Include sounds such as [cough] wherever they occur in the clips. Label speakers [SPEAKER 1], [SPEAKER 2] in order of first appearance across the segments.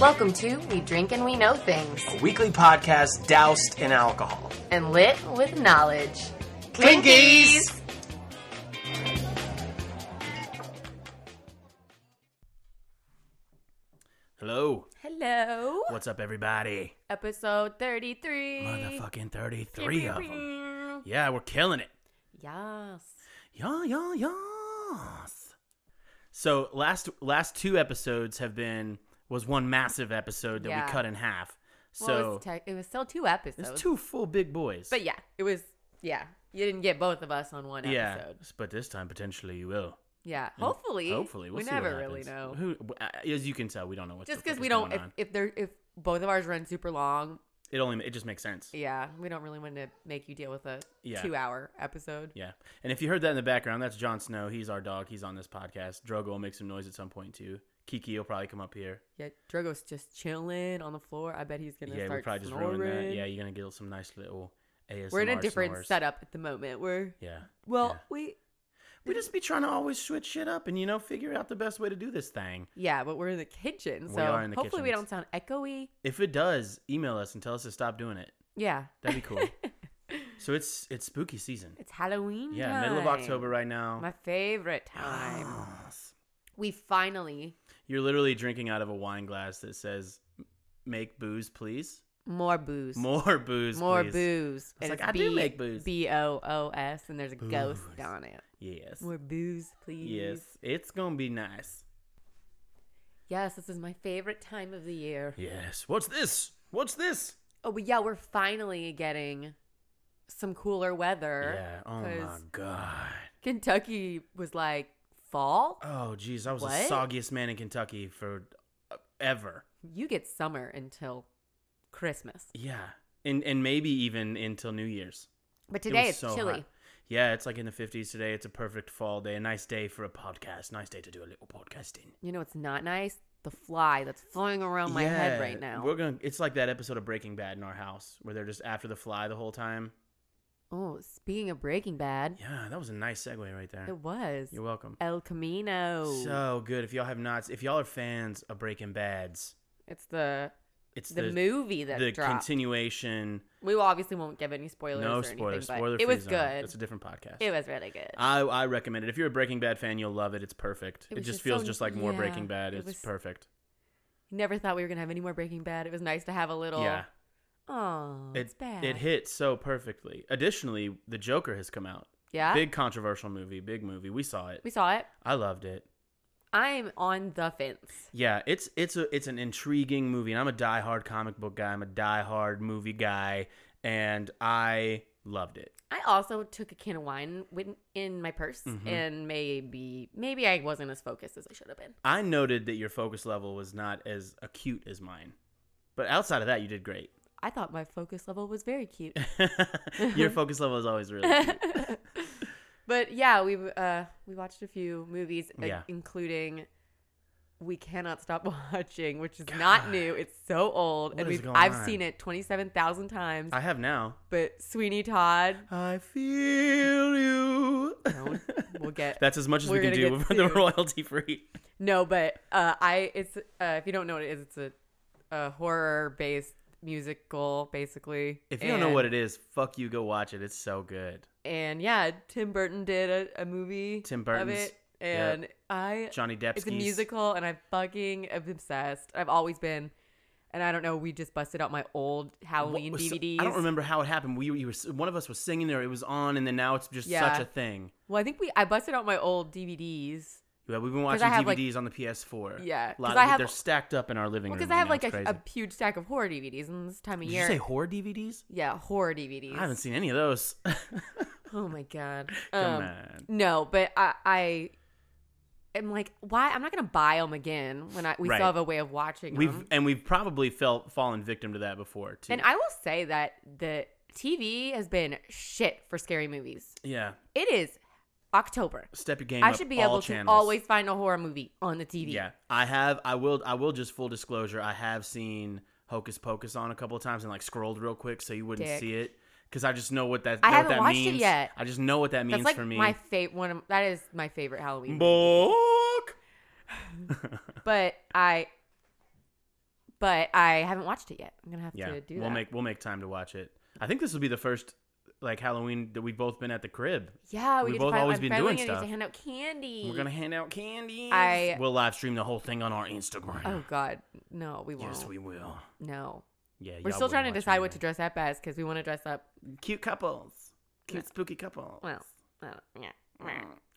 [SPEAKER 1] Welcome to We Drink and We Know Things
[SPEAKER 2] a weekly podcast doused in alcohol.
[SPEAKER 1] and Lit with Knowledge.
[SPEAKER 2] Clinkies! Hello.
[SPEAKER 1] Hello.
[SPEAKER 2] What's up, everybody?
[SPEAKER 1] Episode 33.
[SPEAKER 2] Motherfucking 33 of them. Yeah, we're killing it.
[SPEAKER 1] Yes.
[SPEAKER 2] Yeah, yeah, yes. So last last two episodes have been was one massive episode that
[SPEAKER 1] Yeah.
[SPEAKER 2] we cut in half. So
[SPEAKER 1] well, it, was tech- it was still two episodes.
[SPEAKER 2] there's two full big boys.
[SPEAKER 1] But yeah, it was, yeah. You didn't get both of us on one
[SPEAKER 2] yeah,
[SPEAKER 1] episode.
[SPEAKER 2] but this time potentially you will.
[SPEAKER 1] Yeah. Hopefully.
[SPEAKER 2] Hopefully, we'll
[SPEAKER 1] we
[SPEAKER 2] see
[SPEAKER 1] never
[SPEAKER 2] what
[SPEAKER 1] really know.
[SPEAKER 2] happens. Who, uh, as you can tell, we don't know what's
[SPEAKER 1] Just
[SPEAKER 2] because
[SPEAKER 1] because we don't, if, if they're, if both of ours run super long,
[SPEAKER 2] it only it just makes sense.
[SPEAKER 1] yeah, we don't really want to make you deal with a
[SPEAKER 2] Yeah.
[SPEAKER 1] two hour episode.
[SPEAKER 2] Yeah, and if you heard that in the background, that's Jon Snow. He's our dog. He's on this podcast. Drogo will make some noise at some point too. Kiki will probably come up here.
[SPEAKER 1] Yeah, Drogo's just chilling on the floor. I bet he's gonna
[SPEAKER 2] yeah, we
[SPEAKER 1] start
[SPEAKER 2] probably
[SPEAKER 1] snoring.
[SPEAKER 2] just ruined that. Yeah, you're gonna get some nice little ASMR.
[SPEAKER 1] we're in a different
[SPEAKER 2] snores.
[SPEAKER 1] setup at the moment. We're
[SPEAKER 2] Yeah,
[SPEAKER 1] well,
[SPEAKER 2] yeah.
[SPEAKER 1] we
[SPEAKER 2] we just be trying to always switch shit up and you know figure out the best way to do this thing.
[SPEAKER 1] yeah, but we're in the kitchen,
[SPEAKER 2] We
[SPEAKER 1] so
[SPEAKER 2] are in the
[SPEAKER 1] hopefully we
[SPEAKER 2] kitchen.
[SPEAKER 1] don't sound echoey.
[SPEAKER 2] If it does, email us and tell us to stop doing it.
[SPEAKER 1] Yeah,
[SPEAKER 2] That'd be cool. so it's it's spooky season.
[SPEAKER 1] [laughs] it's Halloween.
[SPEAKER 2] Yeah, middle of
[SPEAKER 1] time.
[SPEAKER 2] October right now.
[SPEAKER 1] My favorite
[SPEAKER 2] [gasps]
[SPEAKER 1] time.
[SPEAKER 2] Yes.
[SPEAKER 1] we finally
[SPEAKER 2] You're literally drinking out of a wine glass that says "Make booze, please."
[SPEAKER 1] more booze,
[SPEAKER 2] More booze,
[SPEAKER 1] more
[SPEAKER 2] please.
[SPEAKER 1] booze.
[SPEAKER 2] I
[SPEAKER 1] And
[SPEAKER 2] was like,
[SPEAKER 1] it's
[SPEAKER 2] I do make booze.
[SPEAKER 1] B O O S, and there's a ghost
[SPEAKER 2] Booze.
[SPEAKER 1] on it.
[SPEAKER 2] Yes,
[SPEAKER 1] More booze, please.
[SPEAKER 2] yes, it's gonna be nice.
[SPEAKER 1] Yes, this is my favorite time of the year.
[SPEAKER 2] Yes. What's this? What's this?
[SPEAKER 1] Oh, but yeah, we're finally getting some cooler weather.
[SPEAKER 2] Yeah. Oh my
[SPEAKER 1] 'cause
[SPEAKER 2] god.
[SPEAKER 1] Kentucky was like fall.
[SPEAKER 2] Oh geez, I was
[SPEAKER 1] What?
[SPEAKER 2] the soggiest man in Kentucky for uh, ever.
[SPEAKER 1] You get summer until Christmas.
[SPEAKER 2] Yeah, and and maybe even until New Year's.
[SPEAKER 1] But
[SPEAKER 2] It
[SPEAKER 1] today
[SPEAKER 2] was
[SPEAKER 1] it's
[SPEAKER 2] so
[SPEAKER 1] chilly.
[SPEAKER 2] hot. Yeah, it's like in the 50s today. It's a perfect fall day. A nice day for a podcast. Nice day to do a little podcasting.
[SPEAKER 1] You know it's not nice? The fly that's flying around my head
[SPEAKER 2] Yeah,
[SPEAKER 1] right now.
[SPEAKER 2] We're going to it's like that episode of Breaking Bad in our house where they're just after the fly the whole time.
[SPEAKER 1] Oh, speaking of Breaking Bad,
[SPEAKER 2] Yeah, that was a nice segue right there.
[SPEAKER 1] it was
[SPEAKER 2] You're welcome.
[SPEAKER 1] El Camino.
[SPEAKER 2] So good. If y'all have not if y'all are fans of Breaking Bad's,
[SPEAKER 1] it's the
[SPEAKER 2] it's
[SPEAKER 1] the,
[SPEAKER 2] the
[SPEAKER 1] movie that
[SPEAKER 2] the
[SPEAKER 1] dropped.
[SPEAKER 2] continuation.
[SPEAKER 1] we obviously won't give any spoilers
[SPEAKER 2] no
[SPEAKER 1] or
[SPEAKER 2] spoilers.
[SPEAKER 1] anything,
[SPEAKER 2] Spoiler
[SPEAKER 1] but it was
[SPEAKER 2] free zone.
[SPEAKER 1] good.
[SPEAKER 2] It's a different podcast.
[SPEAKER 1] it was really good.
[SPEAKER 2] I, I recommend it. If you're a Breaking Bad fan, you'll love it. It's perfect.
[SPEAKER 1] It
[SPEAKER 2] It,
[SPEAKER 1] was
[SPEAKER 2] just,
[SPEAKER 1] just
[SPEAKER 2] feels
[SPEAKER 1] so-
[SPEAKER 2] just like more
[SPEAKER 1] yeah,
[SPEAKER 2] Breaking Bad.
[SPEAKER 1] it
[SPEAKER 2] It's
[SPEAKER 1] was-
[SPEAKER 2] perfect.
[SPEAKER 1] Never thought we were gonna have any more Breaking Bad. It was nice to have a little.
[SPEAKER 2] Yeah.
[SPEAKER 1] Oh,
[SPEAKER 2] it,
[SPEAKER 1] it's bad.
[SPEAKER 2] It hit so perfectly. Additionally, The Joker has come out.
[SPEAKER 1] Yeah.
[SPEAKER 2] Big controversial movie, big movie. We saw it.
[SPEAKER 1] Ah. we saw it.
[SPEAKER 2] I loved it.
[SPEAKER 1] I'm on the fence.
[SPEAKER 2] Yeah, it's it's a it's an intriguing movie, and I'm a diehard comic book guy. I'm a diehard movie guy, and I loved it.
[SPEAKER 1] I also took a can of wine win- in my purse,
[SPEAKER 2] Mhm.
[SPEAKER 1] and maybe maybe I wasn't as focused as I should have been.
[SPEAKER 2] I noted that your focus level was not as acute as mine, but outside of that, you did great. [laughs]
[SPEAKER 1] I thought my focus level was very cute. [laughs]
[SPEAKER 2] your focus level is always really cute.
[SPEAKER 1] but yeah, we uh, we watched a few movies, uh,
[SPEAKER 2] Yeah.
[SPEAKER 1] including We Cannot Stop [laughs] Watching, which is not
[SPEAKER 2] God.
[SPEAKER 1] new. It's so old,
[SPEAKER 2] What
[SPEAKER 1] and
[SPEAKER 2] is
[SPEAKER 1] we've
[SPEAKER 2] going
[SPEAKER 1] I've
[SPEAKER 2] on?
[SPEAKER 1] seen it twenty seven thousand times.
[SPEAKER 2] I have now.
[SPEAKER 1] but Sweeney
[SPEAKER 2] [laughs]
[SPEAKER 1] Todd,
[SPEAKER 2] I feel you.
[SPEAKER 1] Don't. We'll get-
[SPEAKER 2] [laughs] That's as much as
[SPEAKER 1] we're
[SPEAKER 2] we can
[SPEAKER 1] gonna
[SPEAKER 2] do
[SPEAKER 1] get
[SPEAKER 2] for the
[SPEAKER 1] sued.
[SPEAKER 2] royalty free.
[SPEAKER 1] No, but uh, I it's uh, if you don't know what it is, it's a, a horror based musical basically.
[SPEAKER 2] If you don't know what
[SPEAKER 1] And-
[SPEAKER 2] it is, fuck you, go watch it. It's so good.
[SPEAKER 1] and yeah, Tim Burton did a, a movie.
[SPEAKER 2] Tim
[SPEAKER 1] of
[SPEAKER 2] Burton's-
[SPEAKER 1] it, and I
[SPEAKER 2] Johnny Depp's
[SPEAKER 1] it's a musical, and I fucking am obsessed. I've always been, and I don't know. We just busted out my old Halloween
[SPEAKER 2] What was-
[SPEAKER 1] DVDs.
[SPEAKER 2] I don't remember how it happened. We you were one of us was singing there. It was on, and then now it's just
[SPEAKER 1] Yeah.
[SPEAKER 2] such a thing.
[SPEAKER 1] Well, I think we I busted out my old DVDs
[SPEAKER 2] Yeah, we've been
[SPEAKER 1] 'Cause
[SPEAKER 2] watching
[SPEAKER 1] I have, like-
[SPEAKER 2] DVDs on the PS4.
[SPEAKER 1] Yeah, 'cause
[SPEAKER 2] a lot of
[SPEAKER 1] I
[SPEAKER 2] it-
[SPEAKER 1] have-
[SPEAKER 2] they're stacked up in our living room.
[SPEAKER 1] because I have
[SPEAKER 2] right
[SPEAKER 1] like
[SPEAKER 2] now.
[SPEAKER 1] a,
[SPEAKER 2] It's
[SPEAKER 1] a
[SPEAKER 2] crazy.
[SPEAKER 1] huge stack of horror DVDs, and this time of
[SPEAKER 2] Did
[SPEAKER 1] year,
[SPEAKER 2] you say horror DVDs?
[SPEAKER 1] yeah, horror DVDs.
[SPEAKER 2] I haven't seen any of those. [laughs] Come
[SPEAKER 1] Oh my god. Um,
[SPEAKER 2] on.
[SPEAKER 1] No, but I, I am like, why? I'm not gonna buy them again when I we
[SPEAKER 2] Right.
[SPEAKER 1] still have a way of watching
[SPEAKER 2] We've
[SPEAKER 1] them.
[SPEAKER 2] and we've probably felt fallen victim to that before too.
[SPEAKER 1] And I will say that the TV has been shit for scary movies.
[SPEAKER 2] yeah,
[SPEAKER 1] It is October.
[SPEAKER 2] step your game.
[SPEAKER 1] I
[SPEAKER 2] up,
[SPEAKER 1] should be
[SPEAKER 2] all
[SPEAKER 1] able
[SPEAKER 2] channels.
[SPEAKER 1] to always find a horror movie on the TV.
[SPEAKER 2] Yeah, I have. I will. I will just full disclosure. I have seen Hocus Pocus on a couple of times and like scrolled real quick so you wouldn't
[SPEAKER 1] Dick.
[SPEAKER 2] see it. because I just know what that
[SPEAKER 1] I
[SPEAKER 2] what
[SPEAKER 1] haven't
[SPEAKER 2] that
[SPEAKER 1] watched it
[SPEAKER 2] means.
[SPEAKER 1] yet.
[SPEAKER 2] I just know what that means
[SPEAKER 1] That's like
[SPEAKER 2] for me.
[SPEAKER 1] my favorite one. Of, that is my favorite Halloween.
[SPEAKER 2] Book.
[SPEAKER 1] but I, but I haven't watched it yet. I'm gonna have
[SPEAKER 2] Yeah,
[SPEAKER 1] to do
[SPEAKER 2] we'll
[SPEAKER 1] that.
[SPEAKER 2] make we'll make time to watch it. I think this will be the first like Halloween that we've both been at the crib.
[SPEAKER 1] yeah, we,
[SPEAKER 2] we've
[SPEAKER 1] get to
[SPEAKER 2] both
[SPEAKER 1] find-
[SPEAKER 2] always
[SPEAKER 1] I'm
[SPEAKER 2] been
[SPEAKER 1] finally gonna
[SPEAKER 2] doing
[SPEAKER 1] get
[SPEAKER 2] stuff.
[SPEAKER 1] to hand out candy.
[SPEAKER 2] We're gonna hand out candy.
[SPEAKER 1] I-
[SPEAKER 2] We'll live stream the whole thing on our Instagram.
[SPEAKER 1] Oh God, no, we won't.
[SPEAKER 2] yes, we will.
[SPEAKER 1] No,
[SPEAKER 2] Yeah,
[SPEAKER 1] we're
[SPEAKER 2] y'all
[SPEAKER 1] still trying to
[SPEAKER 2] wouldn't watch
[SPEAKER 1] decide what to
[SPEAKER 2] anything.
[SPEAKER 1] dress up as because we want to dress up.
[SPEAKER 2] Cute couples, cute spooky couples. Mm.
[SPEAKER 1] Well, I don't- uh, yeah.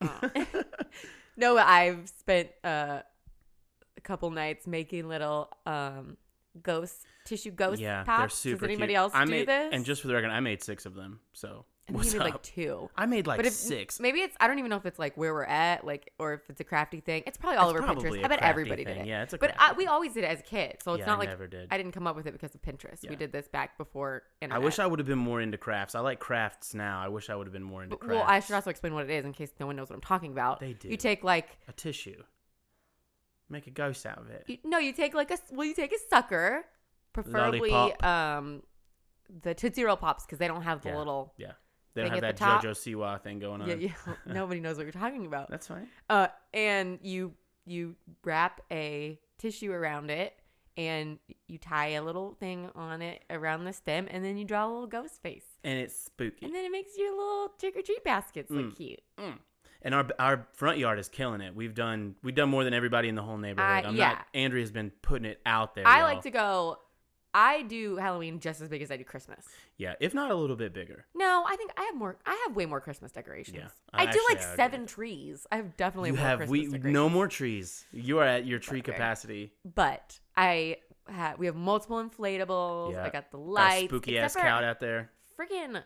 [SPEAKER 1] Oh. [laughs] no, but I've spent uh, a couple nights making little um ghost tissue ghost
[SPEAKER 2] yeah,
[SPEAKER 1] pops.
[SPEAKER 2] they're super.
[SPEAKER 1] Oh, Does anybody
[SPEAKER 2] cute.
[SPEAKER 1] else
[SPEAKER 2] I
[SPEAKER 1] do
[SPEAKER 2] made,
[SPEAKER 1] this?
[SPEAKER 2] And just for the record, I made six of them. So
[SPEAKER 1] I think
[SPEAKER 2] what's
[SPEAKER 1] you
[SPEAKER 2] up?
[SPEAKER 1] made like two.
[SPEAKER 2] I made like
[SPEAKER 1] But if
[SPEAKER 2] six.
[SPEAKER 1] maybe it's I don't even know if it's like where we're at, like or if it's a crafty thing. It's probably all
[SPEAKER 2] It's
[SPEAKER 1] over
[SPEAKER 2] probably
[SPEAKER 1] Pinterest.
[SPEAKER 2] a
[SPEAKER 1] I bet
[SPEAKER 2] crafty
[SPEAKER 1] everybody
[SPEAKER 2] thing.
[SPEAKER 1] did it.
[SPEAKER 2] Yeah, it's a
[SPEAKER 1] but
[SPEAKER 2] crafty
[SPEAKER 1] I, we always did it as kids, so it's
[SPEAKER 2] Yeah,
[SPEAKER 1] not
[SPEAKER 2] I
[SPEAKER 1] like
[SPEAKER 2] never did.
[SPEAKER 1] I didn't come up with it because of Pinterest.
[SPEAKER 2] Yeah.
[SPEAKER 1] We did this back before.
[SPEAKER 2] I
[SPEAKER 1] Internet.
[SPEAKER 2] wish I would have been more into crafts. I like crafts now. I wish I would have been more into
[SPEAKER 1] But-
[SPEAKER 2] crafts.
[SPEAKER 1] Well, I should also explain what it is in case no one knows what I'm talking about.
[SPEAKER 2] They do.
[SPEAKER 1] You take like
[SPEAKER 2] a tissue. Make a ghost out of it.
[SPEAKER 1] you, no, you take like a well, you take a sucker, preferably
[SPEAKER 2] Lollipop.
[SPEAKER 1] um the Tootsie Roll pops because they don't have the
[SPEAKER 2] Yeah.
[SPEAKER 1] little.
[SPEAKER 2] Yeah. They
[SPEAKER 1] Thing
[SPEAKER 2] don't have
[SPEAKER 1] at
[SPEAKER 2] that
[SPEAKER 1] the top.
[SPEAKER 2] JoJo Siwa thing going on.
[SPEAKER 1] Yeah,
[SPEAKER 2] [laughs]
[SPEAKER 1] yeah, [laughs] nobody knows what you're talking about.
[SPEAKER 2] That's fine.
[SPEAKER 1] Uh, and you you wrap a tissue around it, and you tie a little thing on it around the stem, and then you draw a little ghost face,
[SPEAKER 2] And it's spooky.
[SPEAKER 1] and then it makes your little trick or treat baskets look cute.
[SPEAKER 2] Mm. And our our front yard is killing it. We've done we've done more than everybody in the whole neighborhood.
[SPEAKER 1] I-
[SPEAKER 2] I'm
[SPEAKER 1] yeah.
[SPEAKER 2] not Andrea's been putting it out there.
[SPEAKER 1] I
[SPEAKER 2] y'all.
[SPEAKER 1] like to go. I do Halloween just as big as I do Christmas.
[SPEAKER 2] Yeah, if not a little bit bigger.
[SPEAKER 1] No, I think I have more. I have way more Christmas decorations.
[SPEAKER 2] Yeah, I
[SPEAKER 1] I, do
[SPEAKER 2] actually
[SPEAKER 1] like
[SPEAKER 2] agree.
[SPEAKER 1] seven trees. I have definitely
[SPEAKER 2] you
[SPEAKER 1] more
[SPEAKER 2] have
[SPEAKER 1] Christmas
[SPEAKER 2] we
[SPEAKER 1] decorations.
[SPEAKER 2] no more trees. You are at your tree
[SPEAKER 1] Okay.
[SPEAKER 2] capacity.
[SPEAKER 1] but I have. We have multiple inflatables.
[SPEAKER 2] Yeah.
[SPEAKER 1] I got the
[SPEAKER 2] That
[SPEAKER 1] lights.
[SPEAKER 2] spooky
[SPEAKER 1] except
[SPEAKER 2] ass
[SPEAKER 1] for
[SPEAKER 2] cow out there.
[SPEAKER 1] Freaking,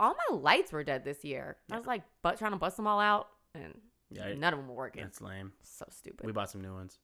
[SPEAKER 1] all my lights were dead this year. I was like, but trying to bust them all out, and
[SPEAKER 2] Yeah, I-
[SPEAKER 1] none of them were working.
[SPEAKER 2] That's lame.
[SPEAKER 1] so stupid.
[SPEAKER 2] We bought some new ones.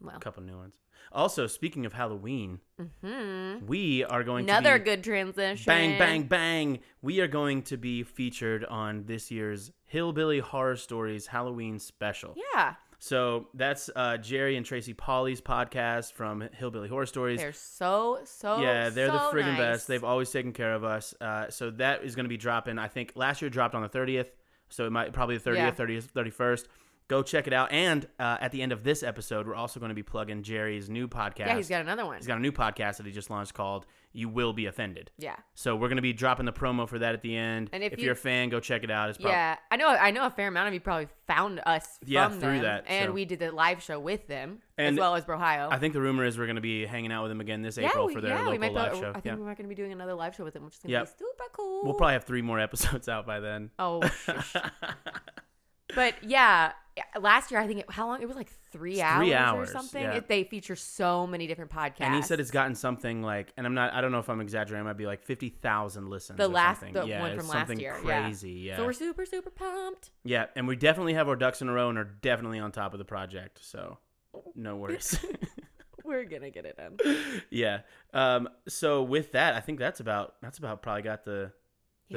[SPEAKER 1] well,
[SPEAKER 2] A couple new ones. Also, speaking of Halloween,
[SPEAKER 1] hmm
[SPEAKER 2] we are going
[SPEAKER 1] another
[SPEAKER 2] to be
[SPEAKER 1] good transition.
[SPEAKER 2] bang bang bang. We are going to be featured on this year's Hillbilly Horror Stories Halloween special.
[SPEAKER 1] Yeah,
[SPEAKER 2] So that's uh, Jerry and Tracy Polly's podcast from Hillbilly Horror Stories.
[SPEAKER 1] they're so so.
[SPEAKER 2] yeah, they're the
[SPEAKER 1] Oh, so
[SPEAKER 2] friggin'
[SPEAKER 1] nice.
[SPEAKER 2] best. They've always taken care of us. Uh, so that is going to be dropping. I think last year it dropped on the thirtieth, so it might probably the
[SPEAKER 1] Yeah.
[SPEAKER 2] thirtieth, thirtieth, thirty first. Go check it out. And uh, at the end of this episode, we're also going to be plugging Jerry's new podcast.
[SPEAKER 1] yeah. He's got another one.
[SPEAKER 2] he's got a new podcast that he just launched called "You Will Be Offended."
[SPEAKER 1] yeah.
[SPEAKER 2] So we're going to be dropping the promo for that at the end.
[SPEAKER 1] And if
[SPEAKER 2] if
[SPEAKER 1] you-
[SPEAKER 2] are a fan, go check it out. It's probably
[SPEAKER 1] yeah, I know. I know a fair amount of you probably found us from
[SPEAKER 2] Yeah, through
[SPEAKER 1] them,
[SPEAKER 2] that,
[SPEAKER 1] and
[SPEAKER 2] so.
[SPEAKER 1] we did the live show with them
[SPEAKER 2] And
[SPEAKER 1] as well as Brohio.
[SPEAKER 2] I think the rumor is we're going to be hanging out with him again this
[SPEAKER 1] yeah,
[SPEAKER 2] April
[SPEAKER 1] we,
[SPEAKER 2] for their
[SPEAKER 1] yeah, we
[SPEAKER 2] local
[SPEAKER 1] might.
[SPEAKER 2] live
[SPEAKER 1] be,
[SPEAKER 2] show.
[SPEAKER 1] I think
[SPEAKER 2] yeah.
[SPEAKER 1] we might going to be doing another live show with them, which is going to
[SPEAKER 2] Yeah.
[SPEAKER 1] be super cool.
[SPEAKER 2] We'll probably have three more [laughs] episodes out by then.
[SPEAKER 1] [laughs]
[SPEAKER 2] [laughs]
[SPEAKER 1] Oh, shush. but yeah, last year I think it, how long? It was like three hours,
[SPEAKER 2] three hours,
[SPEAKER 1] or something.
[SPEAKER 2] yeah.
[SPEAKER 1] It, they feature so many different podcasts.
[SPEAKER 2] And he said it's gotten something like, and I'm not, I don't know if I'm exaggerating, it might be like 50,000 listens.
[SPEAKER 1] the
[SPEAKER 2] or
[SPEAKER 1] last
[SPEAKER 2] something.
[SPEAKER 1] the
[SPEAKER 2] yeah,
[SPEAKER 1] one
[SPEAKER 2] it's
[SPEAKER 1] from last
[SPEAKER 2] something
[SPEAKER 1] year. yeah.
[SPEAKER 2] crazy. Yeah.
[SPEAKER 1] So we're super super pumped.
[SPEAKER 2] yeah. And we definitely have our ducks in a row and are definitely on top of the project. So no worries.
[SPEAKER 1] [laughs]
[SPEAKER 2] [laughs]
[SPEAKER 1] We're gonna get it done.
[SPEAKER 2] yeah. Um, so with that, I think that's about, that's about probably got the, the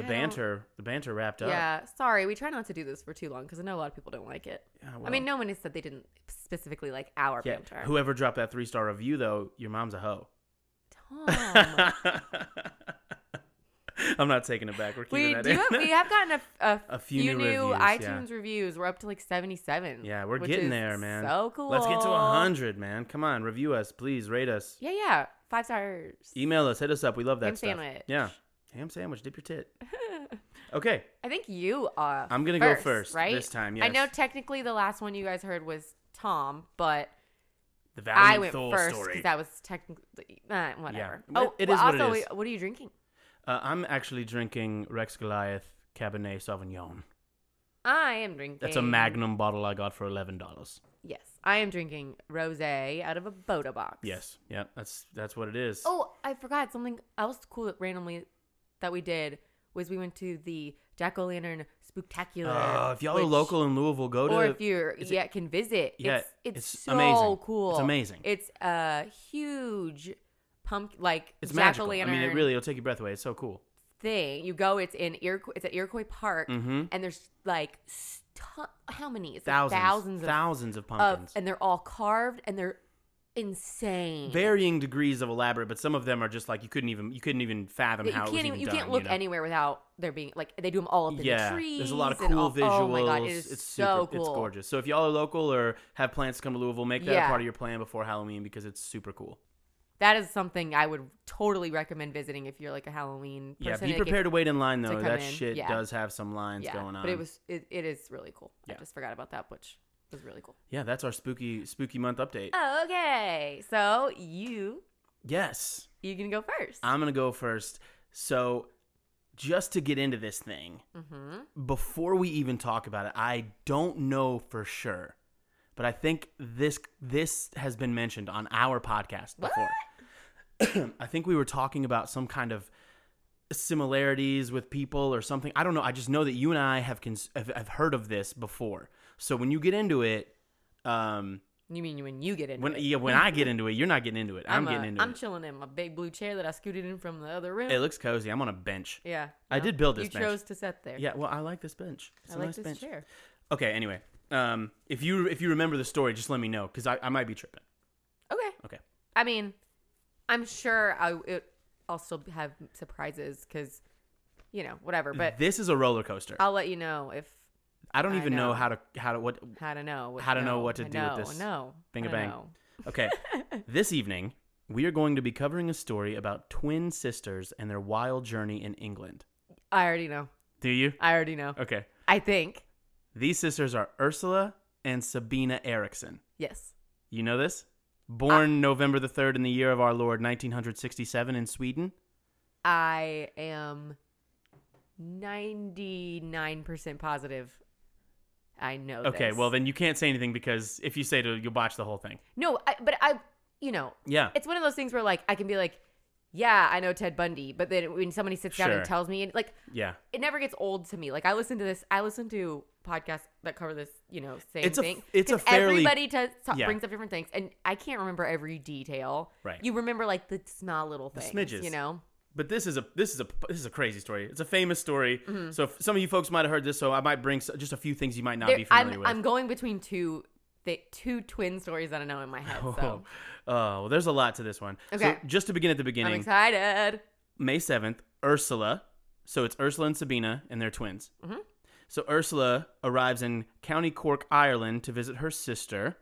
[SPEAKER 1] Yeah, I don't-
[SPEAKER 2] banter, the banter wrapped up.
[SPEAKER 1] Yeah, sorry. We try not to do this for too long because I know a lot of people don't like it.
[SPEAKER 2] Yeah,
[SPEAKER 1] I
[SPEAKER 2] well,
[SPEAKER 1] mean, no one has said they didn't specifically like our
[SPEAKER 2] yeah.
[SPEAKER 1] banter.
[SPEAKER 2] Whoever dropped that three star review though, your mom's a hoe. [laughs]
[SPEAKER 1] Tom.
[SPEAKER 2] I'm not taking it back. We're
[SPEAKER 1] [laughs]
[SPEAKER 2] keeping
[SPEAKER 1] we
[SPEAKER 2] that
[SPEAKER 1] do.
[SPEAKER 2] in.
[SPEAKER 1] Have, we have gotten a, a,
[SPEAKER 2] [laughs] A few
[SPEAKER 1] few,
[SPEAKER 2] new
[SPEAKER 1] new,
[SPEAKER 2] reviews, yeah.
[SPEAKER 1] iTunes reviews. We're up to like seventy-seven.
[SPEAKER 2] yeah, we're
[SPEAKER 1] which
[SPEAKER 2] getting
[SPEAKER 1] is
[SPEAKER 2] there, man.
[SPEAKER 1] So cool.
[SPEAKER 2] Let's get to 100, man. Come on, review us, please. Rate us.
[SPEAKER 1] Yeah, yeah. Five stars.
[SPEAKER 2] Email us. Hit us up. We love that
[SPEAKER 1] Ham
[SPEAKER 2] stuff.
[SPEAKER 1] sandwich.
[SPEAKER 2] Yeah. Ham sandwich. Dip your tit. okay.
[SPEAKER 1] [laughs] I think you are.
[SPEAKER 2] I'm gonna
[SPEAKER 1] going
[SPEAKER 2] go
[SPEAKER 1] to
[SPEAKER 2] first
[SPEAKER 1] right?
[SPEAKER 2] this time,
[SPEAKER 1] I know
[SPEAKER 2] yes.
[SPEAKER 1] technically the last one you guys heard was Tom, but
[SPEAKER 2] The
[SPEAKER 1] I
[SPEAKER 2] Valiant
[SPEAKER 1] went
[SPEAKER 2] Thor
[SPEAKER 1] first
[SPEAKER 2] story.
[SPEAKER 1] because that was technically uh, whatever.
[SPEAKER 2] Well,
[SPEAKER 1] Oh,
[SPEAKER 2] it
[SPEAKER 1] well,
[SPEAKER 2] is what it
[SPEAKER 1] also,
[SPEAKER 2] is.
[SPEAKER 1] what are you drinking?
[SPEAKER 2] uh, I'm actually drinking Rex Goliath Cabernet Sauvignon.
[SPEAKER 1] I am drinking.
[SPEAKER 2] That's a Magnum bottle I got for eleven dollars.
[SPEAKER 1] Yes, I am drinking rosé out of a Boda box.
[SPEAKER 2] Yes. Yeah. That's that's what it is.
[SPEAKER 1] Oh, I forgot something else cool that randomly that we did was we went to the Jack O' Lantern Spooktacular.
[SPEAKER 2] Uh, if y'all are
[SPEAKER 1] which-
[SPEAKER 2] local in Louisville, go to
[SPEAKER 1] or if you're
[SPEAKER 2] it's-
[SPEAKER 1] yeah can visit.
[SPEAKER 2] yeah,
[SPEAKER 1] it's, it's,
[SPEAKER 2] it's
[SPEAKER 1] so
[SPEAKER 2] amazing.
[SPEAKER 1] cool.
[SPEAKER 2] It's amazing.
[SPEAKER 1] It's a huge pumpkin like
[SPEAKER 2] it's
[SPEAKER 1] jack o'
[SPEAKER 2] magical. I
[SPEAKER 1] lantern
[SPEAKER 2] mean, it really will take your breath away. It's so cool.
[SPEAKER 1] thing. You go. It's in Iroquois. It's at Iroquois Park,
[SPEAKER 2] Mhm.
[SPEAKER 1] and there's like stu- how many? It's like
[SPEAKER 2] Thousands,
[SPEAKER 1] thousands, of,
[SPEAKER 2] thousands of
[SPEAKER 1] of
[SPEAKER 2] pumpkins.
[SPEAKER 1] and they're all carved and they're insane.
[SPEAKER 2] varying degrees of elaborate, but some of them are just like you couldn't even you couldn't even fathom
[SPEAKER 1] That you
[SPEAKER 2] how it was
[SPEAKER 1] can't even,
[SPEAKER 2] even
[SPEAKER 1] you
[SPEAKER 2] done,
[SPEAKER 1] can't look
[SPEAKER 2] know?
[SPEAKER 1] anywhere without there being like they do them all up in
[SPEAKER 2] yeah,
[SPEAKER 1] the trees.
[SPEAKER 2] there's a lot of
[SPEAKER 1] and
[SPEAKER 2] cool
[SPEAKER 1] all-
[SPEAKER 2] visuals.
[SPEAKER 1] Oh my god, it is
[SPEAKER 2] it's
[SPEAKER 1] so
[SPEAKER 2] super,
[SPEAKER 1] cool.
[SPEAKER 2] it's gorgeous. So if y'all are local or have plans to come to Louisville, make that
[SPEAKER 1] Yeah.
[SPEAKER 2] a part of your plan before Halloween because it's super cool.
[SPEAKER 1] That is something I would totally recommend visiting if you're like a Halloween person.
[SPEAKER 2] Yeah, be
[SPEAKER 1] Like, if-
[SPEAKER 2] prepared to wait in line
[SPEAKER 1] to
[SPEAKER 2] though.
[SPEAKER 1] come
[SPEAKER 2] That
[SPEAKER 1] in,
[SPEAKER 2] shit
[SPEAKER 1] yeah.
[SPEAKER 2] does have some lines going on.
[SPEAKER 1] But it was it, it is really cool.
[SPEAKER 2] Yeah.
[SPEAKER 1] I just forgot about that, which was really cool.
[SPEAKER 2] yeah, that's our spooky spooky month update.
[SPEAKER 1] Uh, Okay, so you
[SPEAKER 2] yes,
[SPEAKER 1] you can go 1st
[SPEAKER 2] I'm gonna go first. So just to get into this thing,
[SPEAKER 1] mm-hmm.
[SPEAKER 2] before we even talk about it, I don't know for sure, but I think this this has been mentioned on our podcast before. [clears throat] I think we were talking about some kind of similarities with people or something. I don't know. I just know that you and I have cons- have, have heard of this before. So when you get into it, um,
[SPEAKER 1] You mean when you get into
[SPEAKER 2] when
[SPEAKER 1] it?
[SPEAKER 2] yeah, when I get into it, you're not getting into it. I'm,
[SPEAKER 1] a-
[SPEAKER 2] getting into
[SPEAKER 1] I'm
[SPEAKER 2] it.
[SPEAKER 1] chilling in my big blue chair that I scooted in from the other room.
[SPEAKER 2] it looks cozy. I'm on a bench.
[SPEAKER 1] yeah,
[SPEAKER 2] I did build this
[SPEAKER 1] You
[SPEAKER 2] bench.
[SPEAKER 1] chose to sit there.
[SPEAKER 2] Yeah, well, I like this bench. It's
[SPEAKER 1] I
[SPEAKER 2] a
[SPEAKER 1] like
[SPEAKER 2] nice
[SPEAKER 1] this
[SPEAKER 2] bench.
[SPEAKER 1] chair.
[SPEAKER 2] Okay. Anyway, um, if you if you remember the story, just let me know because I, I might be tripping.
[SPEAKER 1] Okay.
[SPEAKER 2] Okay.
[SPEAKER 1] I mean, I'm sure I it, I'll still have surprises because, you know, whatever. But
[SPEAKER 2] this is a roller coaster.
[SPEAKER 1] I'll let you know if
[SPEAKER 2] I don't
[SPEAKER 1] I
[SPEAKER 2] even know.
[SPEAKER 1] know.
[SPEAKER 2] how to how to what.
[SPEAKER 1] how to know what,
[SPEAKER 2] How to know what to
[SPEAKER 1] I
[SPEAKER 2] do with
[SPEAKER 1] know,
[SPEAKER 2] this
[SPEAKER 1] No,
[SPEAKER 2] bing a
[SPEAKER 1] I
[SPEAKER 2] bang.
[SPEAKER 1] know. [laughs]
[SPEAKER 2] Okay, this evening we are going to be covering a story about twin sisters and their wild journey in England.
[SPEAKER 1] I already know.
[SPEAKER 2] Do you?
[SPEAKER 1] I already know.
[SPEAKER 2] Okay.
[SPEAKER 1] I think
[SPEAKER 2] These sisters are Ursula and Sabina Erickson.
[SPEAKER 1] yes.
[SPEAKER 2] You know this? Born
[SPEAKER 1] Ah.
[SPEAKER 2] November the third in the year of our Lord 1967 in Sweden.
[SPEAKER 1] I am ninety nine percent positive. I know.
[SPEAKER 2] Okay,
[SPEAKER 1] this.
[SPEAKER 2] well then you can't say anything because if you say to, you'll botch the whole thing.
[SPEAKER 1] no, I, but I, you know,
[SPEAKER 2] Yeah.
[SPEAKER 1] it's one of those things where like I can be like, yeah, I know Ted Bundy, but then when somebody sits down
[SPEAKER 2] Sure.
[SPEAKER 1] and tells me, and like
[SPEAKER 2] Yeah.
[SPEAKER 1] it never gets old to me. Like I listen to this, I listen to podcasts that cover this, you know, same
[SPEAKER 2] It's a-
[SPEAKER 1] thing.
[SPEAKER 2] it's a
[SPEAKER 1] 'Cause
[SPEAKER 2] fairly-
[SPEAKER 1] everybody does ta-
[SPEAKER 2] Yeah.
[SPEAKER 1] brings up different things, and I can't remember every detail.
[SPEAKER 2] Right.
[SPEAKER 1] You remember like the small little
[SPEAKER 2] The
[SPEAKER 1] things,
[SPEAKER 2] smidges.
[SPEAKER 1] you know.
[SPEAKER 2] but this is a this is a this is a crazy story. It's a famous story.
[SPEAKER 1] Mm-hmm.
[SPEAKER 2] So if some of you folks might have heard this. So I might bring s just a few things you might not
[SPEAKER 1] There-
[SPEAKER 2] be familiar
[SPEAKER 1] I'm
[SPEAKER 2] with.
[SPEAKER 1] I'm going between two th- two twin stories that I know in my head.
[SPEAKER 2] [laughs] oh,
[SPEAKER 1] So
[SPEAKER 2] oh, well, there's a lot to this one.
[SPEAKER 1] Okay.
[SPEAKER 2] So just to begin at the
[SPEAKER 1] I'm
[SPEAKER 2] beginning,
[SPEAKER 1] excited.
[SPEAKER 2] May seventh, Ursula. So it's Ursula and Sabina, and they're twins.
[SPEAKER 1] Mhm.
[SPEAKER 2] So Ursula arrives in County Cork, Ireland, to visit her sister.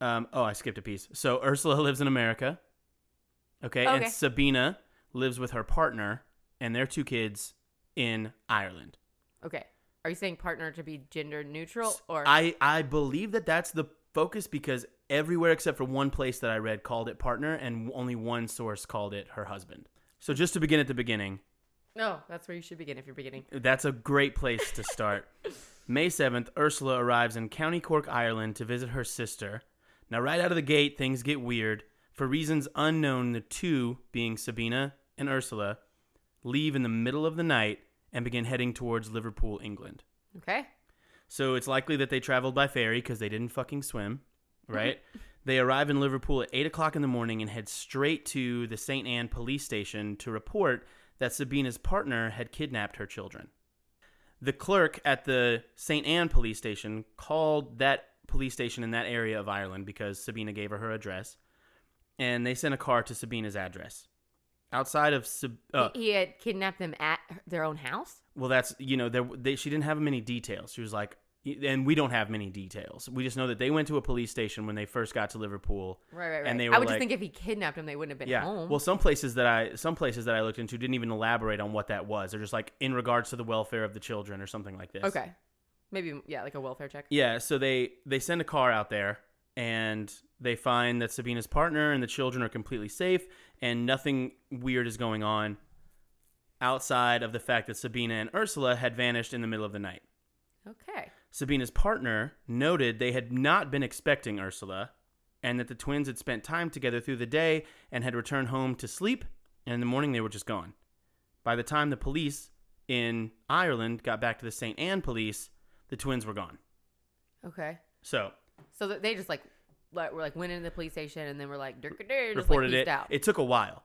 [SPEAKER 2] Um, oh, I skipped a piece. So Ursula [laughs] lives in America. Okay,
[SPEAKER 1] Okay.
[SPEAKER 2] and Sabina lives with her partner and their two kids in Ireland.
[SPEAKER 1] Okay. Are you saying partner to be gender neutral or
[SPEAKER 2] I I believe that that's the focus because everywhere except for one place that I read called it partner, and only one source called it her husband. So just to begin at the beginning,
[SPEAKER 1] no? That's where you should begin if you're beginning.
[SPEAKER 2] that's a great place to start. May seventh, Ursula arrives in County Cork, Ireland, to visit her sister. Now, right out of the gate, things get weird. For reasons unknown, the two, being Sabina and Ursula, leave in the middle of the night and begin heading towards Liverpool, England.
[SPEAKER 1] Okay.
[SPEAKER 2] So it's likely that they traveled by ferry because they didn't fucking swim, right? they arrive in Liverpool at 8 o'clock in the morning and head straight to the St. Anne police station to report that Sabina's partner had kidnapped her children. The clerk at the St. Anne police station called that police station in that area of Ireland because Sabina gave her her address, and they sent a car to Sabina's address. Outside of Sab- uh,
[SPEAKER 1] he, he had kidnapped them at their own house.
[SPEAKER 2] well, that's you know there they, she didn't have many details. She was like, and we don't have many details. We just know that they went to a police station when they first got to Liverpool.
[SPEAKER 1] Right, right, right.
[SPEAKER 2] And they
[SPEAKER 1] I
[SPEAKER 2] were
[SPEAKER 1] would just
[SPEAKER 2] like-
[SPEAKER 1] think if he kidnapped him, they wouldn't have been
[SPEAKER 2] yeah.
[SPEAKER 1] home.
[SPEAKER 2] Well, some places that I some places that I looked into didn't even elaborate on what that was. They're just like in regards to the welfare of the children or something like this.
[SPEAKER 1] okay, maybe yeah, like a welfare check.
[SPEAKER 2] Yeah. So they they send a car out there and they find that Sabina's partner and the children are completely safe and nothing weird is going on outside of the fact that Sabina and Ursula had vanished in the middle of the night.
[SPEAKER 1] Okay,
[SPEAKER 2] Sabina's partner noted they had not been expecting Ursula and that the twins had spent time together through the day and had returned home to sleep, and in the morning they were just gone. By the time the police in Ireland got back to the St. Anne police, the twins were gone.
[SPEAKER 1] okay.
[SPEAKER 2] So,
[SPEAKER 1] So th- they just like like, were like went into the police station and then were like dirk just
[SPEAKER 2] reported
[SPEAKER 1] like,
[SPEAKER 2] it.
[SPEAKER 1] peaced out.
[SPEAKER 2] It took a while.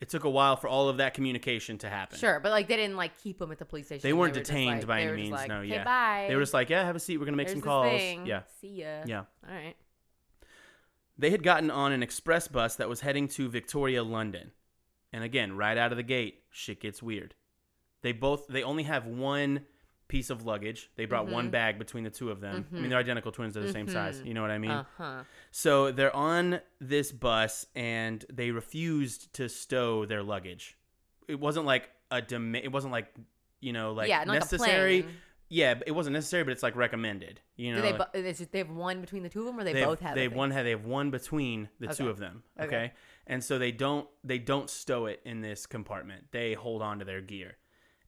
[SPEAKER 2] It took a while for all of that communication to happen.
[SPEAKER 1] Sure, but like they didn't like keep them at the police station.
[SPEAKER 2] They weren't
[SPEAKER 1] were just,
[SPEAKER 2] detained
[SPEAKER 1] like-
[SPEAKER 2] by
[SPEAKER 1] they
[SPEAKER 2] any
[SPEAKER 1] were just
[SPEAKER 2] means.
[SPEAKER 1] like,
[SPEAKER 2] no,
[SPEAKER 1] "Okay,
[SPEAKER 2] yeah.
[SPEAKER 1] Bye.
[SPEAKER 2] They were just like, yeah, have a seat. We're going to make
[SPEAKER 1] Here's
[SPEAKER 2] some
[SPEAKER 1] this
[SPEAKER 2] calls.
[SPEAKER 1] thing.
[SPEAKER 2] Yeah.
[SPEAKER 1] See ya.
[SPEAKER 2] Yeah.
[SPEAKER 1] All right.
[SPEAKER 2] They had gotten on an express bus that was heading to Victoria, London. And again, right out of the gate, shit gets weird. They both they only have one piece of luggage. They brought
[SPEAKER 1] Mm-hmm.
[SPEAKER 2] one bag between the two of them. I mean, they're identical twins, they're the same size. You know what I mean?
[SPEAKER 1] Uh huh.
[SPEAKER 2] So they're on this bus and they refused to stow their luggage. It wasn't like a dem- it wasn't like, you know, like
[SPEAKER 1] Yeah, not like a
[SPEAKER 2] necessary.
[SPEAKER 1] plane.
[SPEAKER 2] yeah, but it wasn't necessary, but it's like recommended. You know,
[SPEAKER 1] Do they,
[SPEAKER 2] like-
[SPEAKER 1] bo- is it- they have one between the two of them, or they,
[SPEAKER 2] have-
[SPEAKER 1] both have?
[SPEAKER 2] They
[SPEAKER 1] it?
[SPEAKER 2] one have they have one between the two
[SPEAKER 1] Okay.
[SPEAKER 2] of them. Okay?
[SPEAKER 1] Okay.
[SPEAKER 2] and so they don't they don't stow it in this compartment. They hold on to their gear,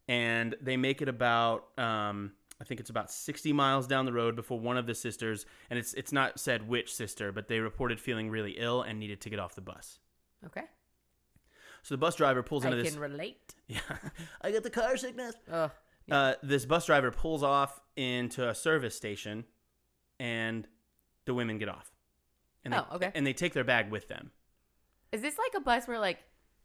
[SPEAKER 2] and they make it about um, I think it's about sixty miles down the road before one of the sisters, and it's it's not said which sister, but they reported feeling really ill and needed to get off the bus.
[SPEAKER 1] Okay,
[SPEAKER 2] So the bus driver pulls
[SPEAKER 1] I
[SPEAKER 2] into
[SPEAKER 1] can
[SPEAKER 2] [laughs] this.
[SPEAKER 1] relate.
[SPEAKER 2] yeah, I got the car sickness.
[SPEAKER 1] Ugh.
[SPEAKER 2] Uh, this bus driver pulls off into a service station, and the women get off. And they,
[SPEAKER 1] Oh, okay.
[SPEAKER 2] And they take their bag with them.
[SPEAKER 1] Is this like a bus where like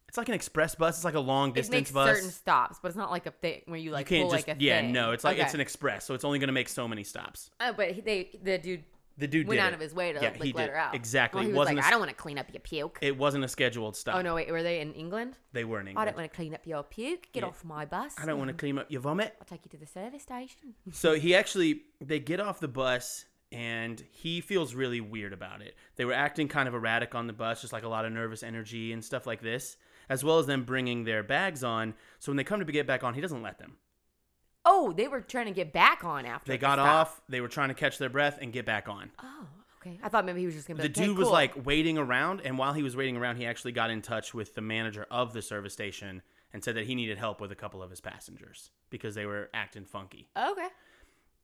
[SPEAKER 2] It's like an express bus. It's like a long
[SPEAKER 1] it
[SPEAKER 2] distance
[SPEAKER 1] makes
[SPEAKER 2] bus.
[SPEAKER 1] certain stops, but it's not like a thing where you
[SPEAKER 2] you
[SPEAKER 1] like
[SPEAKER 2] can't
[SPEAKER 1] pull
[SPEAKER 2] just
[SPEAKER 1] like a
[SPEAKER 2] yeah.
[SPEAKER 1] thing?
[SPEAKER 2] No, it's like
[SPEAKER 1] Okay.
[SPEAKER 2] it's an express, so it's only going to make so many stops.
[SPEAKER 1] Oh, but he, they the dude
[SPEAKER 2] The dude
[SPEAKER 1] went
[SPEAKER 2] did
[SPEAKER 1] out
[SPEAKER 2] it.
[SPEAKER 1] of his way to
[SPEAKER 2] Yeah,
[SPEAKER 1] like
[SPEAKER 2] he
[SPEAKER 1] let
[SPEAKER 2] did.
[SPEAKER 1] her out.
[SPEAKER 2] Exactly.
[SPEAKER 1] Well,
[SPEAKER 2] It
[SPEAKER 1] he was like,
[SPEAKER 2] wasn't a
[SPEAKER 1] I
[SPEAKER 2] s-
[SPEAKER 1] don't want to clean up your puke.
[SPEAKER 2] It wasn't a scheduled stop.
[SPEAKER 1] oh no, wait, were they in England?
[SPEAKER 2] they were in England.
[SPEAKER 1] I don't want to clean up your puke. Get
[SPEAKER 2] Yeah.
[SPEAKER 1] off my bus.
[SPEAKER 2] I
[SPEAKER 1] [laughs]
[SPEAKER 2] don't want to clean up your vomit.
[SPEAKER 1] I'll take you to the service station.
[SPEAKER 2] So he actually, they get off the bus and he feels really weird about it. They were acting kind of erratic on the bus, just like a lot of nervous energy and stuff like this, as well as them bringing their bags on. So when they come to get back on, he doesn't let them.
[SPEAKER 1] Oh, they were trying to get back on after
[SPEAKER 2] They
[SPEAKER 1] the
[SPEAKER 2] got
[SPEAKER 1] stop.
[SPEAKER 2] off, they were trying to catch their breath and get back on.
[SPEAKER 1] Oh, okay. I thought maybe he was just gonna. Be
[SPEAKER 2] the
[SPEAKER 1] like,
[SPEAKER 2] dude
[SPEAKER 1] "Hey,
[SPEAKER 2] was
[SPEAKER 1] cool."
[SPEAKER 2] like waiting around and while he was waiting around he actually got in touch with the manager of the service station and said that he needed help with a couple of his passengers because they were acting funky
[SPEAKER 1] okay.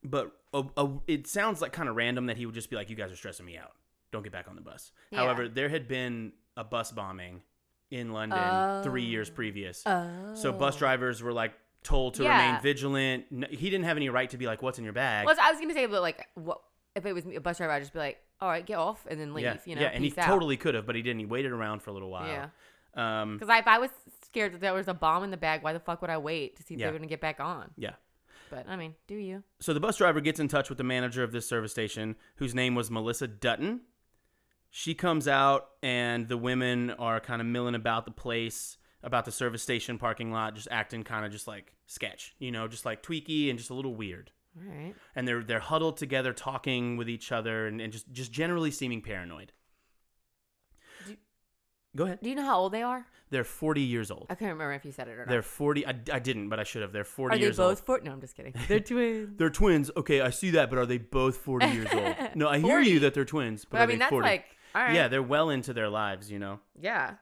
[SPEAKER 2] but a, a, it sounds like kind of random that he would just be like you guys are stressing me out don't get back on the bus
[SPEAKER 1] Yeah.
[SPEAKER 2] however there had been a bus bombing in london three years previous
[SPEAKER 1] Oh.
[SPEAKER 2] so bus drivers were like told to
[SPEAKER 1] Yeah.
[SPEAKER 2] remain vigilant No- he didn't have any right to be like what's in your bag
[SPEAKER 1] Well, I was gonna say, but like, what if it was me- a bus driver? I'd just be like, all right, get off and then leave.
[SPEAKER 2] yeah,
[SPEAKER 1] You know,
[SPEAKER 2] yeah and he
[SPEAKER 1] peace out.
[SPEAKER 2] totally could have but he didn't he waited around for a little while
[SPEAKER 1] Yeah.
[SPEAKER 2] um
[SPEAKER 1] Because if I was scared that there was a bomb in the bag, why the fuck would I wait to see if
[SPEAKER 2] Yeah.
[SPEAKER 1] they were gonna get back on?
[SPEAKER 2] yeah
[SPEAKER 1] But I mean, do you?
[SPEAKER 2] So the bus driver gets in touch with the manager of this service station, whose name was Melissa Dutton. She comes out, and the women are kind of milling about the place, about the service station parking lot, just acting kind of just like sketch, you know, just like tweaky and just a little weird.
[SPEAKER 1] All right.
[SPEAKER 2] And they're they're huddled together, talking with each other, and, and just just generally seeming paranoid.
[SPEAKER 1] Do-
[SPEAKER 2] Go ahead.
[SPEAKER 1] Do you know how old they are?
[SPEAKER 2] They're forty years old.
[SPEAKER 1] I can't remember if you said it or not.
[SPEAKER 2] They're forty. I, I didn't, but I should have. They're forty
[SPEAKER 1] are they
[SPEAKER 2] years
[SPEAKER 1] both
[SPEAKER 2] old.
[SPEAKER 1] four? No, I'm just
[SPEAKER 2] [laughs]
[SPEAKER 1] kidding. They're twins.
[SPEAKER 2] They're twins. Okay, I see that, but are they both 40 years
[SPEAKER 1] [laughs]
[SPEAKER 2] old? No, I hear
[SPEAKER 1] 40.
[SPEAKER 2] you that they're twins, but,
[SPEAKER 1] but
[SPEAKER 2] are
[SPEAKER 1] I mean,
[SPEAKER 2] they
[SPEAKER 1] that's
[SPEAKER 2] 40?
[SPEAKER 1] like, all right.
[SPEAKER 2] Yeah, they're well into their lives, you know.
[SPEAKER 1] yeah.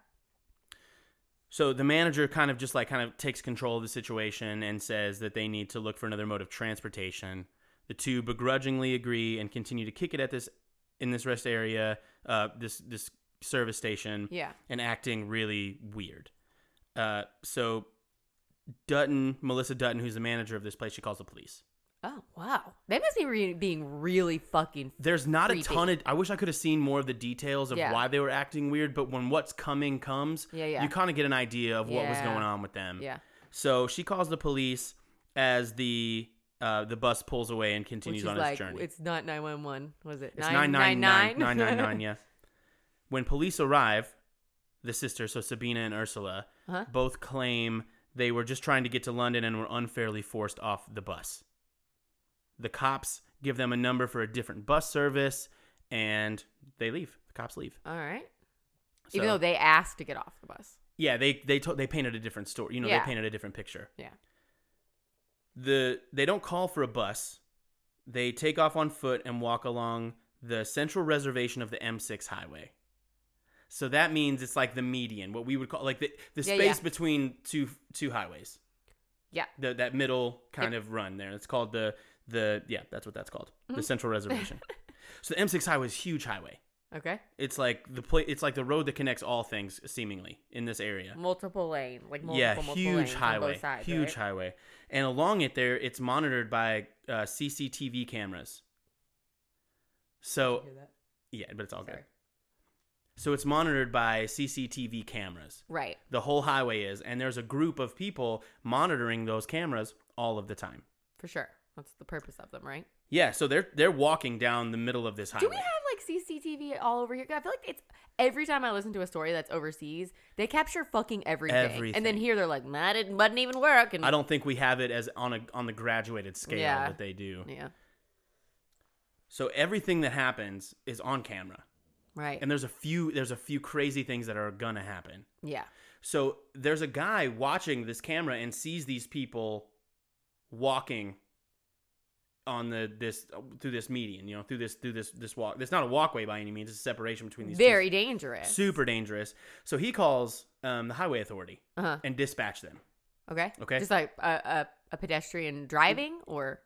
[SPEAKER 2] So the manager kind of just like kind of takes control of the situation and says that they need to look for another mode of transportation. The two begrudgingly agree and continue to kick it at this in this rest area, uh, this this service station,
[SPEAKER 1] Yeah.
[SPEAKER 2] and acting really weird. Uh, so Dutton, Melissa Dutton, who's the manager of this place, she calls the police.
[SPEAKER 1] Oh, wow. They must be re- being really fucking.
[SPEAKER 2] There's not
[SPEAKER 1] creepy.
[SPEAKER 2] a ton of. I wish I could have seen more of the details of
[SPEAKER 1] Yeah.
[SPEAKER 2] why they were acting weird, but when what's coming comes,
[SPEAKER 1] Yeah, yeah.
[SPEAKER 2] you kind of get an idea of what was
[SPEAKER 1] Yeah.
[SPEAKER 2] going on with them.
[SPEAKER 1] yeah.
[SPEAKER 2] So she calls the police as the uh, the bus pulls away and
[SPEAKER 1] Which
[SPEAKER 2] continues
[SPEAKER 1] is
[SPEAKER 2] on
[SPEAKER 1] like,
[SPEAKER 2] its journey.
[SPEAKER 1] it's not 911. Was it?
[SPEAKER 2] It's
[SPEAKER 1] 999? [laughs]
[SPEAKER 2] 999. 999, yeah. When police arrive, the sisters, so Sabina and Ursula,
[SPEAKER 1] [laughs] Huh?
[SPEAKER 2] both claim they were just trying to get to London and were unfairly forced off the bus. The cops give them a number for a different bus service and they leave. The cops leave.
[SPEAKER 1] All right.
[SPEAKER 2] So,
[SPEAKER 1] Even though they asked to get off the bus.
[SPEAKER 2] yeah, they they to- they painted a different story. You know,
[SPEAKER 1] Yeah.
[SPEAKER 2] they painted a different picture.
[SPEAKER 1] Yeah.
[SPEAKER 2] the they don't call for a bus. They take off on foot and walk along the central reservation of the M6 highway. So that means it's like the median, what we would call like the, the
[SPEAKER 1] Yeah,
[SPEAKER 2] space
[SPEAKER 1] yeah.
[SPEAKER 2] between two two highways.
[SPEAKER 1] Yeah.
[SPEAKER 2] The, that middle kind of run there. It's called the the yeah, that's what that's called.
[SPEAKER 1] Mm-hmm.
[SPEAKER 2] The central
[SPEAKER 1] [laughs]
[SPEAKER 2] reservation. so the M6 highway is a huge highway.
[SPEAKER 1] Okay.
[SPEAKER 2] It's like the pla- it's like the road that connects all things seemingly in this area
[SPEAKER 1] Multiple lane, like multiple,
[SPEAKER 2] yeah,
[SPEAKER 1] multiple
[SPEAKER 2] huge
[SPEAKER 1] lanes
[SPEAKER 2] highway,
[SPEAKER 1] on both sides.
[SPEAKER 2] huge
[SPEAKER 1] right?
[SPEAKER 2] highway, and along it there, it's monitored by uh, CCTV cameras. So
[SPEAKER 1] Hear that?
[SPEAKER 2] yeah, but it's all good.
[SPEAKER 1] Sorry.
[SPEAKER 2] So it's monitored by CCTV cameras.
[SPEAKER 1] Right.
[SPEAKER 2] The whole highway is, and there's a group of people monitoring those cameras all of the time.
[SPEAKER 1] For sure. That's the purpose of them, right?
[SPEAKER 2] Yeah, so they're they're walking down the middle of this highway.
[SPEAKER 1] Do we have like CCTV all over here. I feel like it's every time I listen to a story that's overseas, they capture fucking everything. And then
[SPEAKER 2] Everything.
[SPEAKER 1] here they're like, nah, it didn't, didn't even work. And
[SPEAKER 2] I don't think we have it as on a on the graduated scale
[SPEAKER 1] Yeah.
[SPEAKER 2] that they do.
[SPEAKER 1] [laughs] Yeah.
[SPEAKER 2] So everything that happens is on camera.
[SPEAKER 1] Right.
[SPEAKER 2] And there's a few there's a few crazy things that are gonna happen.
[SPEAKER 1] yeah.
[SPEAKER 2] [laughs] So there's a guy watching this camera and sees these people walking on the this through this median, you know, through this through this this walk. It's not a walkway by any means, it's a separation between these two-
[SPEAKER 1] Very dangerous.
[SPEAKER 2] super dangerous. So he calls um, the highway authority
[SPEAKER 1] Uh-huh.
[SPEAKER 2] and dispatch them.
[SPEAKER 1] Okay.
[SPEAKER 2] Okay.
[SPEAKER 1] Just like a, a, a pedestrian driving or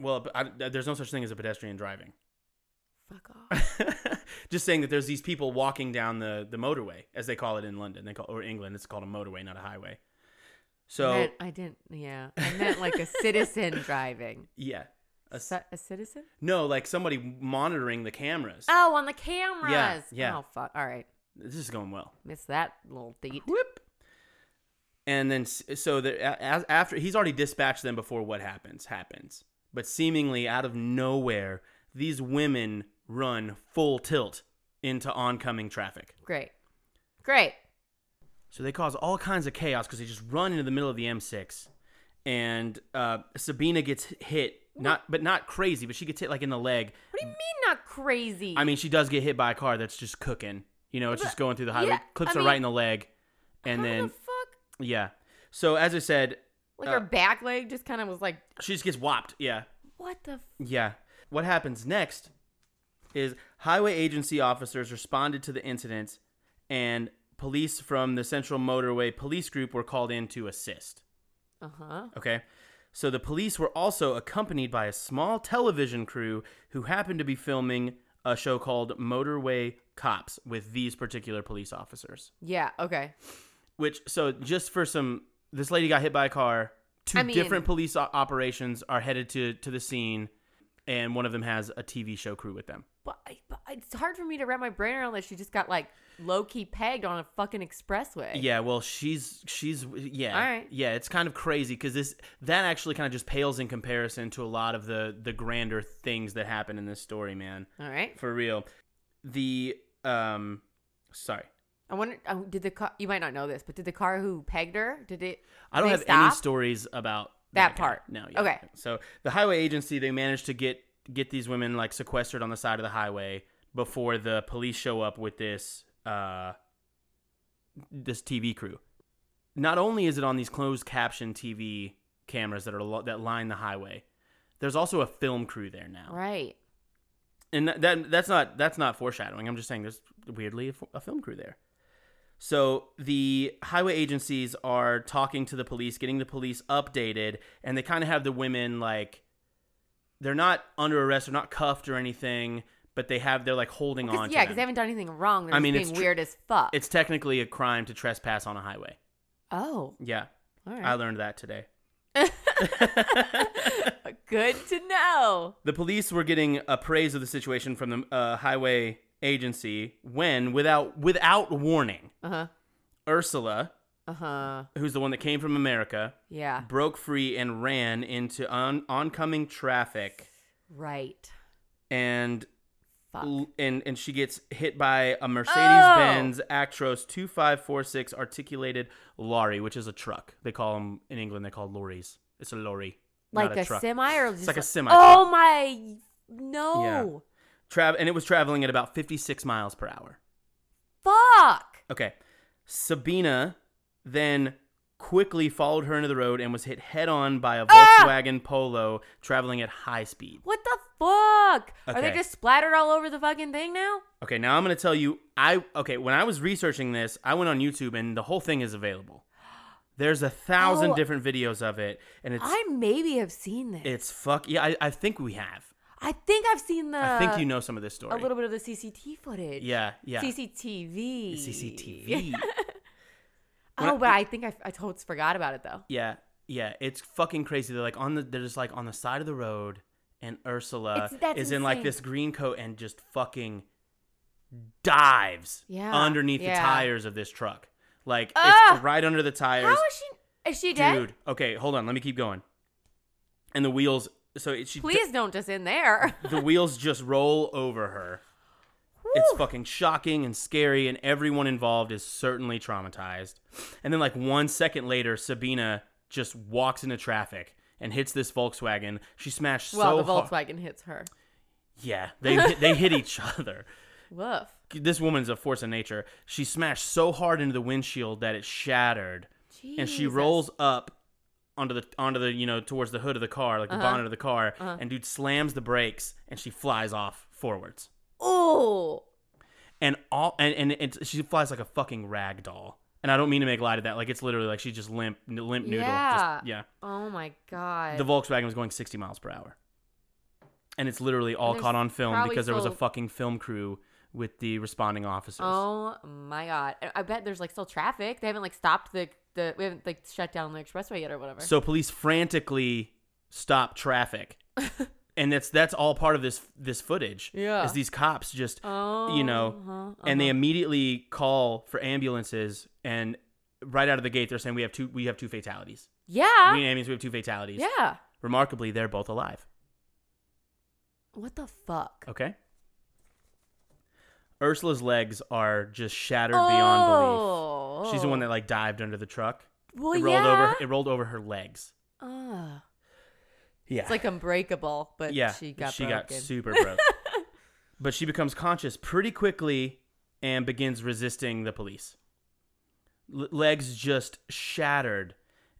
[SPEAKER 2] Well, I, there's no such thing as a pedestrian driving.
[SPEAKER 1] fuck off.
[SPEAKER 2] just saying that there's these people walking down the the motorway as they call it in London. They call or England it's called a motorway, not a highway. So
[SPEAKER 1] I, meant, I didn't. Yeah. I meant like a
[SPEAKER 2] [laughs]
[SPEAKER 1] citizen driving.
[SPEAKER 2] yeah,
[SPEAKER 1] A,
[SPEAKER 2] A
[SPEAKER 1] a citizen?
[SPEAKER 2] no, like somebody monitoring the cameras.
[SPEAKER 1] Oh, on the cameras.
[SPEAKER 2] yeah.
[SPEAKER 1] Oh, fuck. All right.
[SPEAKER 2] This is going well.
[SPEAKER 1] Missed that little deed.
[SPEAKER 2] Whoop. And then s- so the, a- as, after he's already dispatched them before what happens happens. But seemingly out of nowhere, these women run full tilt into oncoming traffic.
[SPEAKER 1] Great. Great.
[SPEAKER 2] So they cause all kinds of chaos because they just run into the middle of the M6, and uh, Sabina gets hit. Not, but not crazy, but she gets hit like in the leg.
[SPEAKER 1] What do you mean not crazy?
[SPEAKER 2] Mm. I mean, she does get hit by a car that's just cooking. You know, it's just going through the highway,
[SPEAKER 1] yeah,
[SPEAKER 2] clips
[SPEAKER 1] I
[SPEAKER 2] her
[SPEAKER 1] mean,
[SPEAKER 2] right in the leg, and
[SPEAKER 1] How
[SPEAKER 2] then
[SPEAKER 1] the fuck?
[SPEAKER 2] yeah. So as I said,
[SPEAKER 1] Like
[SPEAKER 2] uh,
[SPEAKER 1] her back leg just kind of was like,
[SPEAKER 2] she just gets whopped. Yeah,
[SPEAKER 1] what the? F-?
[SPEAKER 2] yeah. What happens next is highway agency officers responded to the incident, and police from the Central Motorway Police Group were called in to assist.
[SPEAKER 1] Uh huh.
[SPEAKER 2] Okay. So the police were also accompanied by a small television crew who happened to be filming a show called Motorway Cops with these particular police officers.
[SPEAKER 1] Yeah. Okay.
[SPEAKER 2] Which, so just for some, this lady got hit by a car. Two
[SPEAKER 1] I mean-
[SPEAKER 2] different police o- operations are headed to, to the scene, and one of them has a TV show crew with them.
[SPEAKER 1] But, I- but it's hard for me to wrap my brain around that she just got like low key pegged on a fucking expressway.
[SPEAKER 2] Yeah, well, she's she's yeah,
[SPEAKER 1] All right.
[SPEAKER 2] yeah. It's kind of crazy because this that actually kind of just pales in comparison to a lot of the the grander things that happen in this story, man.
[SPEAKER 1] All right.
[SPEAKER 2] for real. The um, sorry,
[SPEAKER 1] I wonder. Um, did the car? You might not know this, but did the car who pegged her? Did it?
[SPEAKER 2] I don't
[SPEAKER 1] They
[SPEAKER 2] have any
[SPEAKER 1] stop?
[SPEAKER 2] stories about
[SPEAKER 1] That
[SPEAKER 2] guy.
[SPEAKER 1] part.
[SPEAKER 2] No, yeah.
[SPEAKER 1] Okay.
[SPEAKER 2] So the highway agency they managed to get get these women like sequestered on the side of the highway before the police show up with this uh this TV crew. Not only is it on these closed caption TV cameras that are lo- that line the highway, there's also a film crew there now.
[SPEAKER 1] Right.
[SPEAKER 2] and that, that that's not that's not foreshadowing. I'm just saying there's weirdly a, f- a film crew there. So the highway agencies are talking to the police, getting the police updated, and they kind of have the women like they're not under arrest, they're not cuffed or anything, but they have they're like holding on.
[SPEAKER 1] Because
[SPEAKER 2] to
[SPEAKER 1] yeah,
[SPEAKER 2] them.
[SPEAKER 1] because they haven't done anything wrong. They're
[SPEAKER 2] I
[SPEAKER 1] just
[SPEAKER 2] mean,
[SPEAKER 1] being
[SPEAKER 2] it's tr-
[SPEAKER 1] weird as fuck.
[SPEAKER 2] it's technically a crime to trespass on a highway.
[SPEAKER 1] oh,
[SPEAKER 2] Yeah,
[SPEAKER 1] all
[SPEAKER 2] I
[SPEAKER 1] right.
[SPEAKER 2] learned that today.
[SPEAKER 1] [laughs] Good to know.
[SPEAKER 2] The police were getting appraised of the situation from the uh, highway agency when, without without warning,
[SPEAKER 1] Uh huh.
[SPEAKER 2] Ursula,
[SPEAKER 1] Uh huh.
[SPEAKER 2] who's the one that came from America,
[SPEAKER 1] Yeah.
[SPEAKER 2] broke free and ran into on- oncoming traffic,
[SPEAKER 1] Right.
[SPEAKER 2] and
[SPEAKER 1] Fuck.
[SPEAKER 2] l- and and she gets hit by a Mercedes-Benz
[SPEAKER 1] Oh!
[SPEAKER 2] Actros 2546 articulated lorry, which is a truck. They call them in England. They call lorries. It's a lorry, not
[SPEAKER 1] like a,
[SPEAKER 2] truck.
[SPEAKER 1] semi or just
[SPEAKER 2] like a semi
[SPEAKER 1] Oh my no.
[SPEAKER 2] Trav- and it was traveling at about 56 miles per hour.
[SPEAKER 1] Fuck.
[SPEAKER 2] Okay. Sabina then quickly followed her into the road and was hit head on by a
[SPEAKER 1] Ah!
[SPEAKER 2] Volkswagen Polo traveling at high speed.
[SPEAKER 1] What the fuck? Are they
[SPEAKER 2] Okay.
[SPEAKER 1] just splattered all over the fucking thing now?
[SPEAKER 2] Okay, now I'm going to tell you I okay, when I was researching this, I went on YouTube and the whole thing is available. There's a thousand
[SPEAKER 1] Oh.
[SPEAKER 2] different videos of it and it's
[SPEAKER 1] I maybe have seen this.
[SPEAKER 2] it's fuck yeah, I, I think we have.
[SPEAKER 1] I think I've seen the
[SPEAKER 2] I think you know some of this story.
[SPEAKER 1] Uh, a little bit of the CCT footage.
[SPEAKER 2] yeah, yeah.
[SPEAKER 1] CCTV.
[SPEAKER 2] CCTV. When
[SPEAKER 1] oh,
[SPEAKER 2] I-
[SPEAKER 1] but I think I, I totally forgot about it though.
[SPEAKER 2] yeah, yeah, it's fucking crazy. They're like on the they're just like on the side of the road and Ursula
[SPEAKER 1] It's- that's
[SPEAKER 2] is in like
[SPEAKER 1] insane.
[SPEAKER 2] this green coat and just fucking dives
[SPEAKER 1] Yeah,
[SPEAKER 2] underneath the
[SPEAKER 1] yeah.
[SPEAKER 2] tires of this truck. Like
[SPEAKER 1] Ah!
[SPEAKER 2] it's right under the tires.
[SPEAKER 1] How is she? Is she dead?
[SPEAKER 2] Dude, okay, hold on. Let me keep going. And the wheels. So it, she
[SPEAKER 1] Please don't just in there.
[SPEAKER 2] the wheels just roll over her,
[SPEAKER 1] [laughs]
[SPEAKER 2] It's fucking shocking and scary, and everyone involved is certainly traumatized. And then, like, one second later, Sabina just walks into traffic and hits this Volkswagen. She smashed
[SPEAKER 1] Well, the
[SPEAKER 2] so hard.
[SPEAKER 1] Volkswagen hits her.
[SPEAKER 2] Yeah, they, hit- they hit each [laughs] other.
[SPEAKER 1] Woof.
[SPEAKER 2] This woman's a force of nature. She smashed so hard into the windshield that it shattered and she
[SPEAKER 1] Jesus.
[SPEAKER 2] rolls up onto the onto the you know towards the hood of the car like the
[SPEAKER 1] Uh-huh.
[SPEAKER 2] bonnet of the car and dude slams the brakes and she flies off forwards
[SPEAKER 1] Oh,
[SPEAKER 2] and all and and it's, she flies like a fucking rag doll and i don't mean to make light of that like it's literally like she's just limp limp noodle
[SPEAKER 1] Yeah.
[SPEAKER 2] just, yeah
[SPEAKER 1] oh my god.
[SPEAKER 2] the volkswagen was going 60 miles per hour and it's literally all
[SPEAKER 1] There's
[SPEAKER 2] caught on film
[SPEAKER 1] probably
[SPEAKER 2] because there was a
[SPEAKER 1] still-
[SPEAKER 2] fucking film crew with the responding officers
[SPEAKER 1] oh my god. And I bet there's like still traffic. They haven't like stopped the the. We haven't like shut down the expressway yet or whatever.
[SPEAKER 2] So police frantically stop
[SPEAKER 1] [laughs]
[SPEAKER 2] traffic, and that's that's all part of this this footage.
[SPEAKER 1] Yeah.
[SPEAKER 2] is these cops just
[SPEAKER 1] oh,
[SPEAKER 2] you know,
[SPEAKER 1] uh-huh,
[SPEAKER 2] and they
[SPEAKER 1] uh-huh.
[SPEAKER 2] immediately call for ambulances, and right out of the gate they're saying we have two we have two fatalities.
[SPEAKER 1] yeah
[SPEAKER 2] We need ambulance. We have two fatalities.
[SPEAKER 1] yeah.
[SPEAKER 2] Remarkably, they're both alive.
[SPEAKER 1] What the fuck?
[SPEAKER 2] Okay. Ursula's legs are just shattered beyond
[SPEAKER 1] oh.
[SPEAKER 2] belief. She's the one that like dived under the truck.
[SPEAKER 1] well,
[SPEAKER 2] it rolled
[SPEAKER 1] yeah.
[SPEAKER 2] over. It rolled over her legs.
[SPEAKER 1] Ah.
[SPEAKER 2] Yeah.
[SPEAKER 1] It's like unbreakable, but
[SPEAKER 2] yeah,
[SPEAKER 1] she got
[SPEAKER 2] she
[SPEAKER 1] broken. [laughs]
[SPEAKER 2] got super broke. but she becomes conscious pretty quickly and begins resisting the police. L- legs just shattered,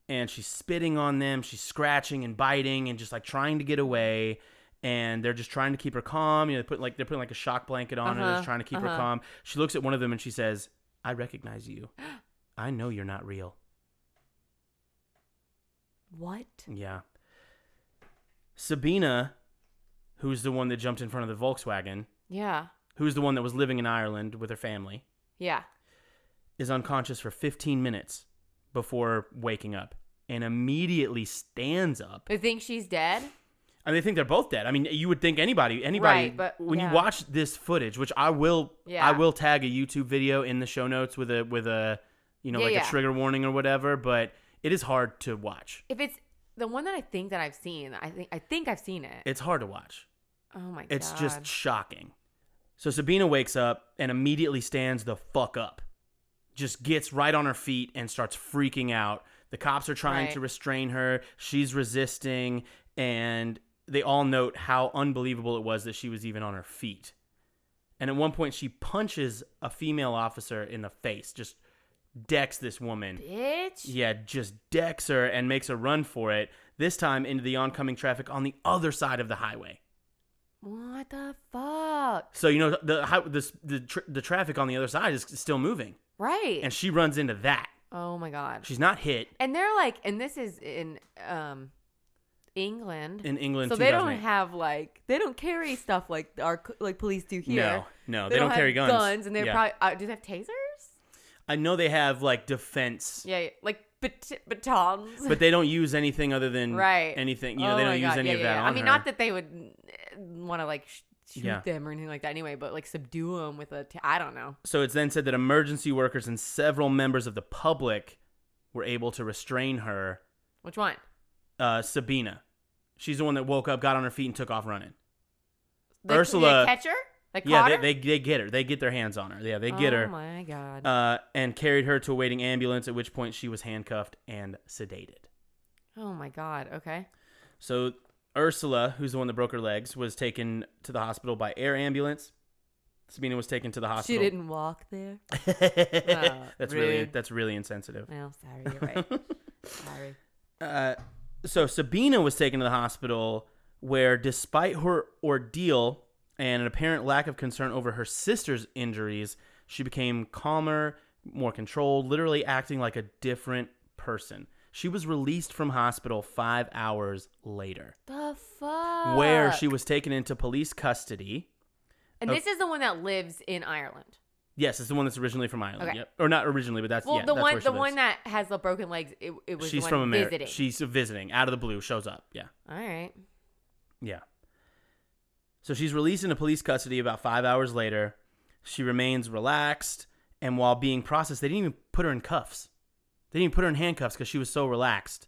[SPEAKER 2] and she's spitting on them. She's scratching and biting and just like trying to get away. And they're just trying to keep her calm. You know, they put like they're putting like a shock blanket on her. They're
[SPEAKER 1] Uh-huh,
[SPEAKER 2] just trying to keep her
[SPEAKER 1] uh-huh.
[SPEAKER 2] calm. She looks at one of them and she says, "I recognize you. I know you're not real."
[SPEAKER 1] what?
[SPEAKER 2] Yeah. Sabina, who's the one that jumped in front of the Volkswagen,
[SPEAKER 1] Yeah.
[SPEAKER 2] who's the one that was living in Ireland with her family,
[SPEAKER 1] Yeah.
[SPEAKER 2] is unconscious for 15 minutes before waking up and immediately stands up.
[SPEAKER 1] They think she's dead.
[SPEAKER 2] And they think they're both dead. I mean, you would think anybody, anybody,
[SPEAKER 1] Right, but-
[SPEAKER 2] when
[SPEAKER 1] yeah.
[SPEAKER 2] you watch this footage, which I will,
[SPEAKER 1] Yeah.
[SPEAKER 2] I will tag a YouTube video in the show notes with a, with a, you know,
[SPEAKER 1] Yeah,
[SPEAKER 2] like
[SPEAKER 1] yeah.
[SPEAKER 2] a trigger warning or whatever, but it is hard to watch.
[SPEAKER 1] If it's the one that I think that I've seen, I think I think I've seen it.
[SPEAKER 2] It's hard to watch.
[SPEAKER 1] oh my god.
[SPEAKER 2] It's just shocking. So Sabina wakes up and immediately stands the fuck up. Just gets right on her feet and starts freaking out. The cops are trying
[SPEAKER 1] Right.
[SPEAKER 2] to restrain her. She's resisting and they all note how unbelievable it was that she was even on her feet. And at one point she punches a female officer in the face, just decks this woman.
[SPEAKER 1] bitch.
[SPEAKER 2] Yeah, just decks her and makes a run for it, this time into the oncoming traffic on the other side of the highway.
[SPEAKER 1] What the fuck?
[SPEAKER 2] So you know the how, this, the tr- the traffic on the other side is still moving,
[SPEAKER 1] Right.
[SPEAKER 2] and she runs into that.
[SPEAKER 1] oh my god.
[SPEAKER 2] She's not hit
[SPEAKER 1] And they're like, and this is in um England.
[SPEAKER 2] in England.
[SPEAKER 1] so they don't
[SPEAKER 2] 2008.
[SPEAKER 1] have like they don't carry stuff like our c- like police do here.
[SPEAKER 2] No, no, they, don't, carry
[SPEAKER 1] have
[SPEAKER 2] guns.
[SPEAKER 1] and they're
[SPEAKER 2] Yeah.
[SPEAKER 1] probably uh, do they have tasers?
[SPEAKER 2] I know they have like defense,
[SPEAKER 1] Yeah, yeah, like bat- batons.
[SPEAKER 2] but they don't use anything other than
[SPEAKER 1] right.
[SPEAKER 2] anything. You know, they
[SPEAKER 1] Oh
[SPEAKER 2] don't
[SPEAKER 1] my
[SPEAKER 2] use
[SPEAKER 1] God,
[SPEAKER 2] any
[SPEAKER 1] yeah,
[SPEAKER 2] of
[SPEAKER 1] yeah,
[SPEAKER 2] that.
[SPEAKER 1] yeah.
[SPEAKER 2] On
[SPEAKER 1] I mean,
[SPEAKER 2] her.
[SPEAKER 1] not that they would want to like sh- shoot
[SPEAKER 2] Yeah.
[SPEAKER 1] them or anything like that anyway, but like subdue them with a. T- I don't know.
[SPEAKER 2] So it's then said that emergency workers and several members of the public were able to restrain her.
[SPEAKER 1] Which one?
[SPEAKER 2] Uh, Sabina, she's the one that woke up, got on her feet, and took off running.
[SPEAKER 1] The,
[SPEAKER 2] Ursula-
[SPEAKER 1] The catcher? Like
[SPEAKER 2] yeah, they, they they get her. They get their hands on her. Yeah, they get her.
[SPEAKER 1] Oh my God.
[SPEAKER 2] uh, and carried her to a waiting ambulance, at which point she was handcuffed and sedated.
[SPEAKER 1] oh my God. Okay.
[SPEAKER 2] So Ursula, who's the one that broke her legs, was taken to the hospital by air ambulance. Sabina was taken to the hospital.
[SPEAKER 1] She didn't walk there. Oh,
[SPEAKER 2] [laughs] that's really
[SPEAKER 1] rude.
[SPEAKER 2] that's really insensitive.
[SPEAKER 1] Well, sorry. You're
[SPEAKER 2] [laughs]
[SPEAKER 1] right. sorry.
[SPEAKER 2] Uh, so Sabina was taken to the hospital, where despite her ordeal and an apparent lack of concern over her sister's injuries, she became calmer, more controlled, literally acting like a different person. She was released from hospital five hours later,
[SPEAKER 1] The fuck?
[SPEAKER 2] where she Oh. was taken into police custody.
[SPEAKER 1] And this is the one that lives in Ireland.
[SPEAKER 2] Yes, it's the one that's originally from Ireland.
[SPEAKER 1] Okay.
[SPEAKER 2] Yep. Or not originally, but that's
[SPEAKER 1] Well,
[SPEAKER 2] yeah,
[SPEAKER 1] the
[SPEAKER 2] that's
[SPEAKER 1] one,
[SPEAKER 2] where she
[SPEAKER 1] the
[SPEAKER 2] lives.
[SPEAKER 1] one that has the broken legs. It, it was the
[SPEAKER 2] she's
[SPEAKER 1] one
[SPEAKER 2] from America.
[SPEAKER 1] Visiting.
[SPEAKER 2] She's visiting out of the blue, shows up. Yeah.
[SPEAKER 1] All right.
[SPEAKER 2] Yeah. So she's released into police custody about five hours later. She remains relaxed, and while being processed, they didn't even put her in cuffs. They didn't even put her in handcuffs because she was so relaxed.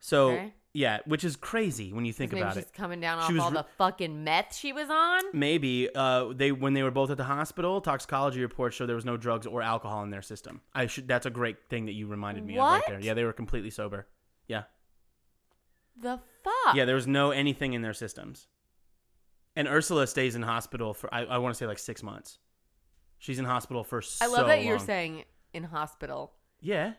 [SPEAKER 2] So
[SPEAKER 1] Okay.
[SPEAKER 2] Yeah, which is crazy when you think
[SPEAKER 1] Maybe
[SPEAKER 2] about
[SPEAKER 1] she's
[SPEAKER 2] it.
[SPEAKER 1] coming down
[SPEAKER 2] She
[SPEAKER 1] off
[SPEAKER 2] was
[SPEAKER 1] all
[SPEAKER 2] re-
[SPEAKER 1] the fucking meth she was on.
[SPEAKER 2] Maybe uh, they when they were both at the hospital, toxicology reports show there was no drugs or alcohol in their system. I should. That's a great thing that you reminded me of right there.
[SPEAKER 1] What?
[SPEAKER 2] Yeah, they were completely sober. Yeah,
[SPEAKER 1] The fuck.
[SPEAKER 2] yeah, there was no anything in their systems. And Ursula stays in hospital for I, I want to say like six months. She's in hospital for
[SPEAKER 1] I love
[SPEAKER 2] so um,
[SPEAKER 1] that you're
[SPEAKER 2] long.
[SPEAKER 1] saying in hospital
[SPEAKER 2] yeah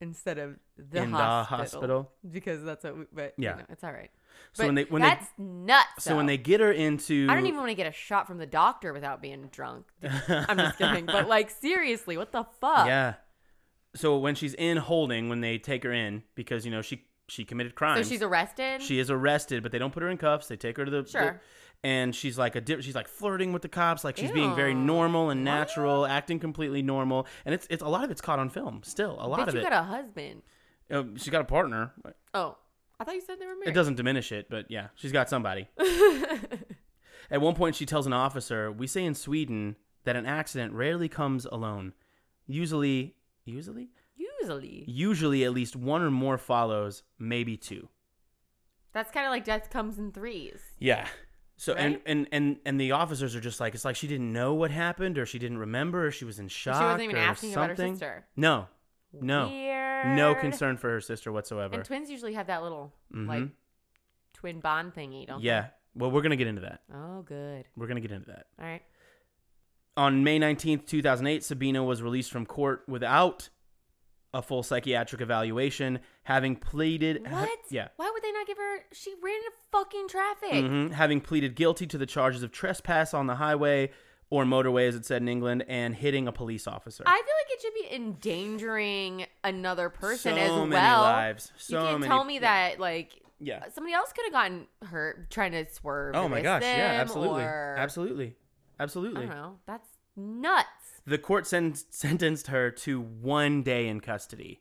[SPEAKER 1] instead of the
[SPEAKER 2] in
[SPEAKER 1] hospital.
[SPEAKER 2] the hospital.
[SPEAKER 1] because that's what. We, but
[SPEAKER 2] Yeah.
[SPEAKER 1] yeah, it's all right.
[SPEAKER 2] So
[SPEAKER 1] but
[SPEAKER 2] when they when
[SPEAKER 1] that's nuts.
[SPEAKER 2] they so when
[SPEAKER 1] though.
[SPEAKER 2] they get her into
[SPEAKER 1] I don't
[SPEAKER 2] [laughs]
[SPEAKER 1] even want to get a shot from the doctor without being drunk. I'm just kidding.
[SPEAKER 2] [laughs]
[SPEAKER 1] But like seriously, what the fuck?
[SPEAKER 2] yeah. So when she's in holding, when they take her in because you know she she committed
[SPEAKER 1] So
[SPEAKER 2] crimes.
[SPEAKER 1] she's arrested.
[SPEAKER 2] she is arrested, but they don't put her in cuffs. They take her to the the-
[SPEAKER 1] Sure.
[SPEAKER 2] and she's like a di- she's like flirting with the cops, like she's being very
[SPEAKER 1] Ew.
[SPEAKER 2] normal and natural, acting completely normal, and it's it's a lot of it's caught on film still. A lot
[SPEAKER 1] Bitch,
[SPEAKER 2] of
[SPEAKER 1] you
[SPEAKER 2] it.
[SPEAKER 1] got a husband.
[SPEAKER 2] Um, she's got a partner.
[SPEAKER 1] Oh, I thought you said they were married.
[SPEAKER 2] It doesn't diminish it, but yeah, she's got somebody.
[SPEAKER 1] [laughs]
[SPEAKER 2] At one point, she tells an officer, "We say in Sweden that an accident rarely comes alone. Usually, usually,
[SPEAKER 1] Usually,
[SPEAKER 2] usually at least one or more follows, maybe two.
[SPEAKER 1] that's kind of like death comes in threes.
[SPEAKER 2] Yeah. So and,
[SPEAKER 1] Right?
[SPEAKER 2] and and and the officers are just like it's like she didn't know what happened or she didn't remember or she was in shock.
[SPEAKER 1] she wasn't even
[SPEAKER 2] or
[SPEAKER 1] asking about her
[SPEAKER 2] something.
[SPEAKER 1] sister.
[SPEAKER 2] No, No.
[SPEAKER 1] Weird.
[SPEAKER 2] no concern for her sister whatsoever.
[SPEAKER 1] And twins usually have that little like
[SPEAKER 2] Mhm.
[SPEAKER 1] twin bond thingy, don't
[SPEAKER 2] yeah. Well, we're gonna get into that.
[SPEAKER 1] they? Oh, good.
[SPEAKER 2] We're gonna get into that.
[SPEAKER 1] All right.
[SPEAKER 2] On May 19th, 2008, Sabina was released from court without a full psychiatric evaluation, having pleaded. ha-
[SPEAKER 1] What?
[SPEAKER 2] yeah.
[SPEAKER 1] Why would they not give her? She ran into fucking traffic.
[SPEAKER 2] Mhm. Having pleaded guilty to the charges of trespass on the highway or motorway, as it said in England, and hitting a police officer.
[SPEAKER 1] I feel like it should be endangering another person
[SPEAKER 2] so
[SPEAKER 1] as well.
[SPEAKER 2] many lives. So
[SPEAKER 1] you can't
[SPEAKER 2] many-
[SPEAKER 1] tell me that like
[SPEAKER 2] Yeah.
[SPEAKER 1] somebody else could have gotten hurt trying to swerve.
[SPEAKER 2] Oh
[SPEAKER 1] and
[SPEAKER 2] my
[SPEAKER 1] miss
[SPEAKER 2] gosh. Yeah.
[SPEAKER 1] them,
[SPEAKER 2] Absolutely.
[SPEAKER 1] or-
[SPEAKER 2] Absolutely.
[SPEAKER 1] I don't
[SPEAKER 2] Absolutely.
[SPEAKER 1] know. That's nuts.
[SPEAKER 2] The court sen- sentenced her to one day in custody,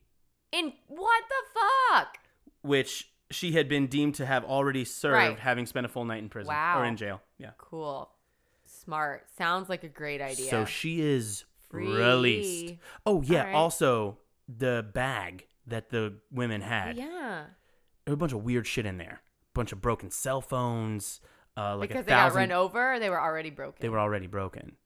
[SPEAKER 1] And what the fuck?
[SPEAKER 2] which she had been deemed to have already served,
[SPEAKER 1] Right.
[SPEAKER 2] having spent a full night in prison
[SPEAKER 1] Wow.
[SPEAKER 2] or in jail. Yeah.
[SPEAKER 1] Cool. Smart. Sounds like a great idea.
[SPEAKER 2] So she is
[SPEAKER 1] Free.
[SPEAKER 2] released. Oh yeah.
[SPEAKER 1] Alright.
[SPEAKER 2] Also, the bag that the women
[SPEAKER 1] Oh,
[SPEAKER 2] had,
[SPEAKER 1] yeah.
[SPEAKER 2] there was a bunch of weird shit in there. bunch of broken cell phones. Uh, like
[SPEAKER 1] because
[SPEAKER 2] a
[SPEAKER 1] they got
[SPEAKER 2] thousand.
[SPEAKER 1] run over, they were already broken.
[SPEAKER 2] they were already broken.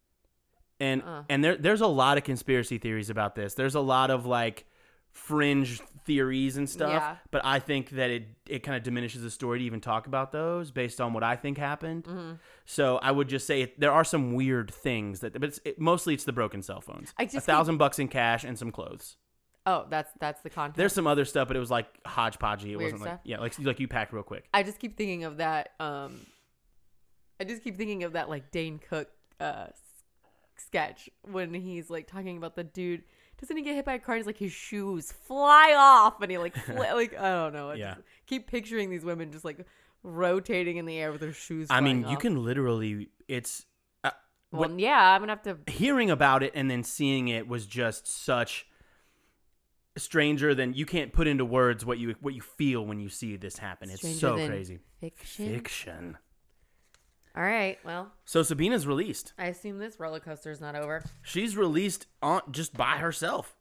[SPEAKER 2] And
[SPEAKER 1] Uh.
[SPEAKER 2] and there there's a lot of conspiracy theories about this. There's a lot of like fringe theories and stuff.
[SPEAKER 1] Yeah.
[SPEAKER 2] But I think that it it kind of diminishes the story to even talk about those based on what I think happened.
[SPEAKER 1] Mhm.
[SPEAKER 2] So I would just say it, there are some weird things that, but it's, it, mostly it's the broken cell phones.
[SPEAKER 1] I
[SPEAKER 2] a
[SPEAKER 1] just
[SPEAKER 2] thousand bucks in cash and some clothes.
[SPEAKER 1] Oh, that's that's the content.
[SPEAKER 2] There's some other stuff, but it was like hodgepodgey. It
[SPEAKER 1] Weird
[SPEAKER 2] wasn't like
[SPEAKER 1] stuff?
[SPEAKER 2] yeah, like like you packed real quick.
[SPEAKER 1] I just keep thinking of that. Um, I just keep thinking of that like Dane Cook uh, s- sketch when he's like talking about the dude. Doesn't he get hit by a car? And he's like his shoes fly off, and he
[SPEAKER 2] [laughs]
[SPEAKER 1] like fl- like I don't know. I
[SPEAKER 2] Yeah.
[SPEAKER 1] just keep picturing these women just like rotating in the air with their shoes.
[SPEAKER 2] I mean,
[SPEAKER 1] flying
[SPEAKER 2] you
[SPEAKER 1] off.
[SPEAKER 2] can literally it's uh,
[SPEAKER 1] Well, yeah, I'm gonna have to.
[SPEAKER 2] hearing about it and then seeing it was just such stranger than you can't put into words what you what you feel when you see this happen. It's
[SPEAKER 1] Stranger
[SPEAKER 2] so
[SPEAKER 1] than
[SPEAKER 2] crazy.
[SPEAKER 1] Fiction.
[SPEAKER 2] Fiction.
[SPEAKER 1] All right. Well,
[SPEAKER 2] So Sabina's released.
[SPEAKER 1] I assume this roller coaster is not over.
[SPEAKER 2] She's released on just by herself.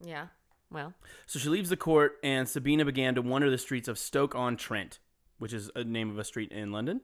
[SPEAKER 1] Yeah. Well,
[SPEAKER 2] So she leaves the court and Sabina began to wander the streets of Stoke on Trent, which is a name of a street in London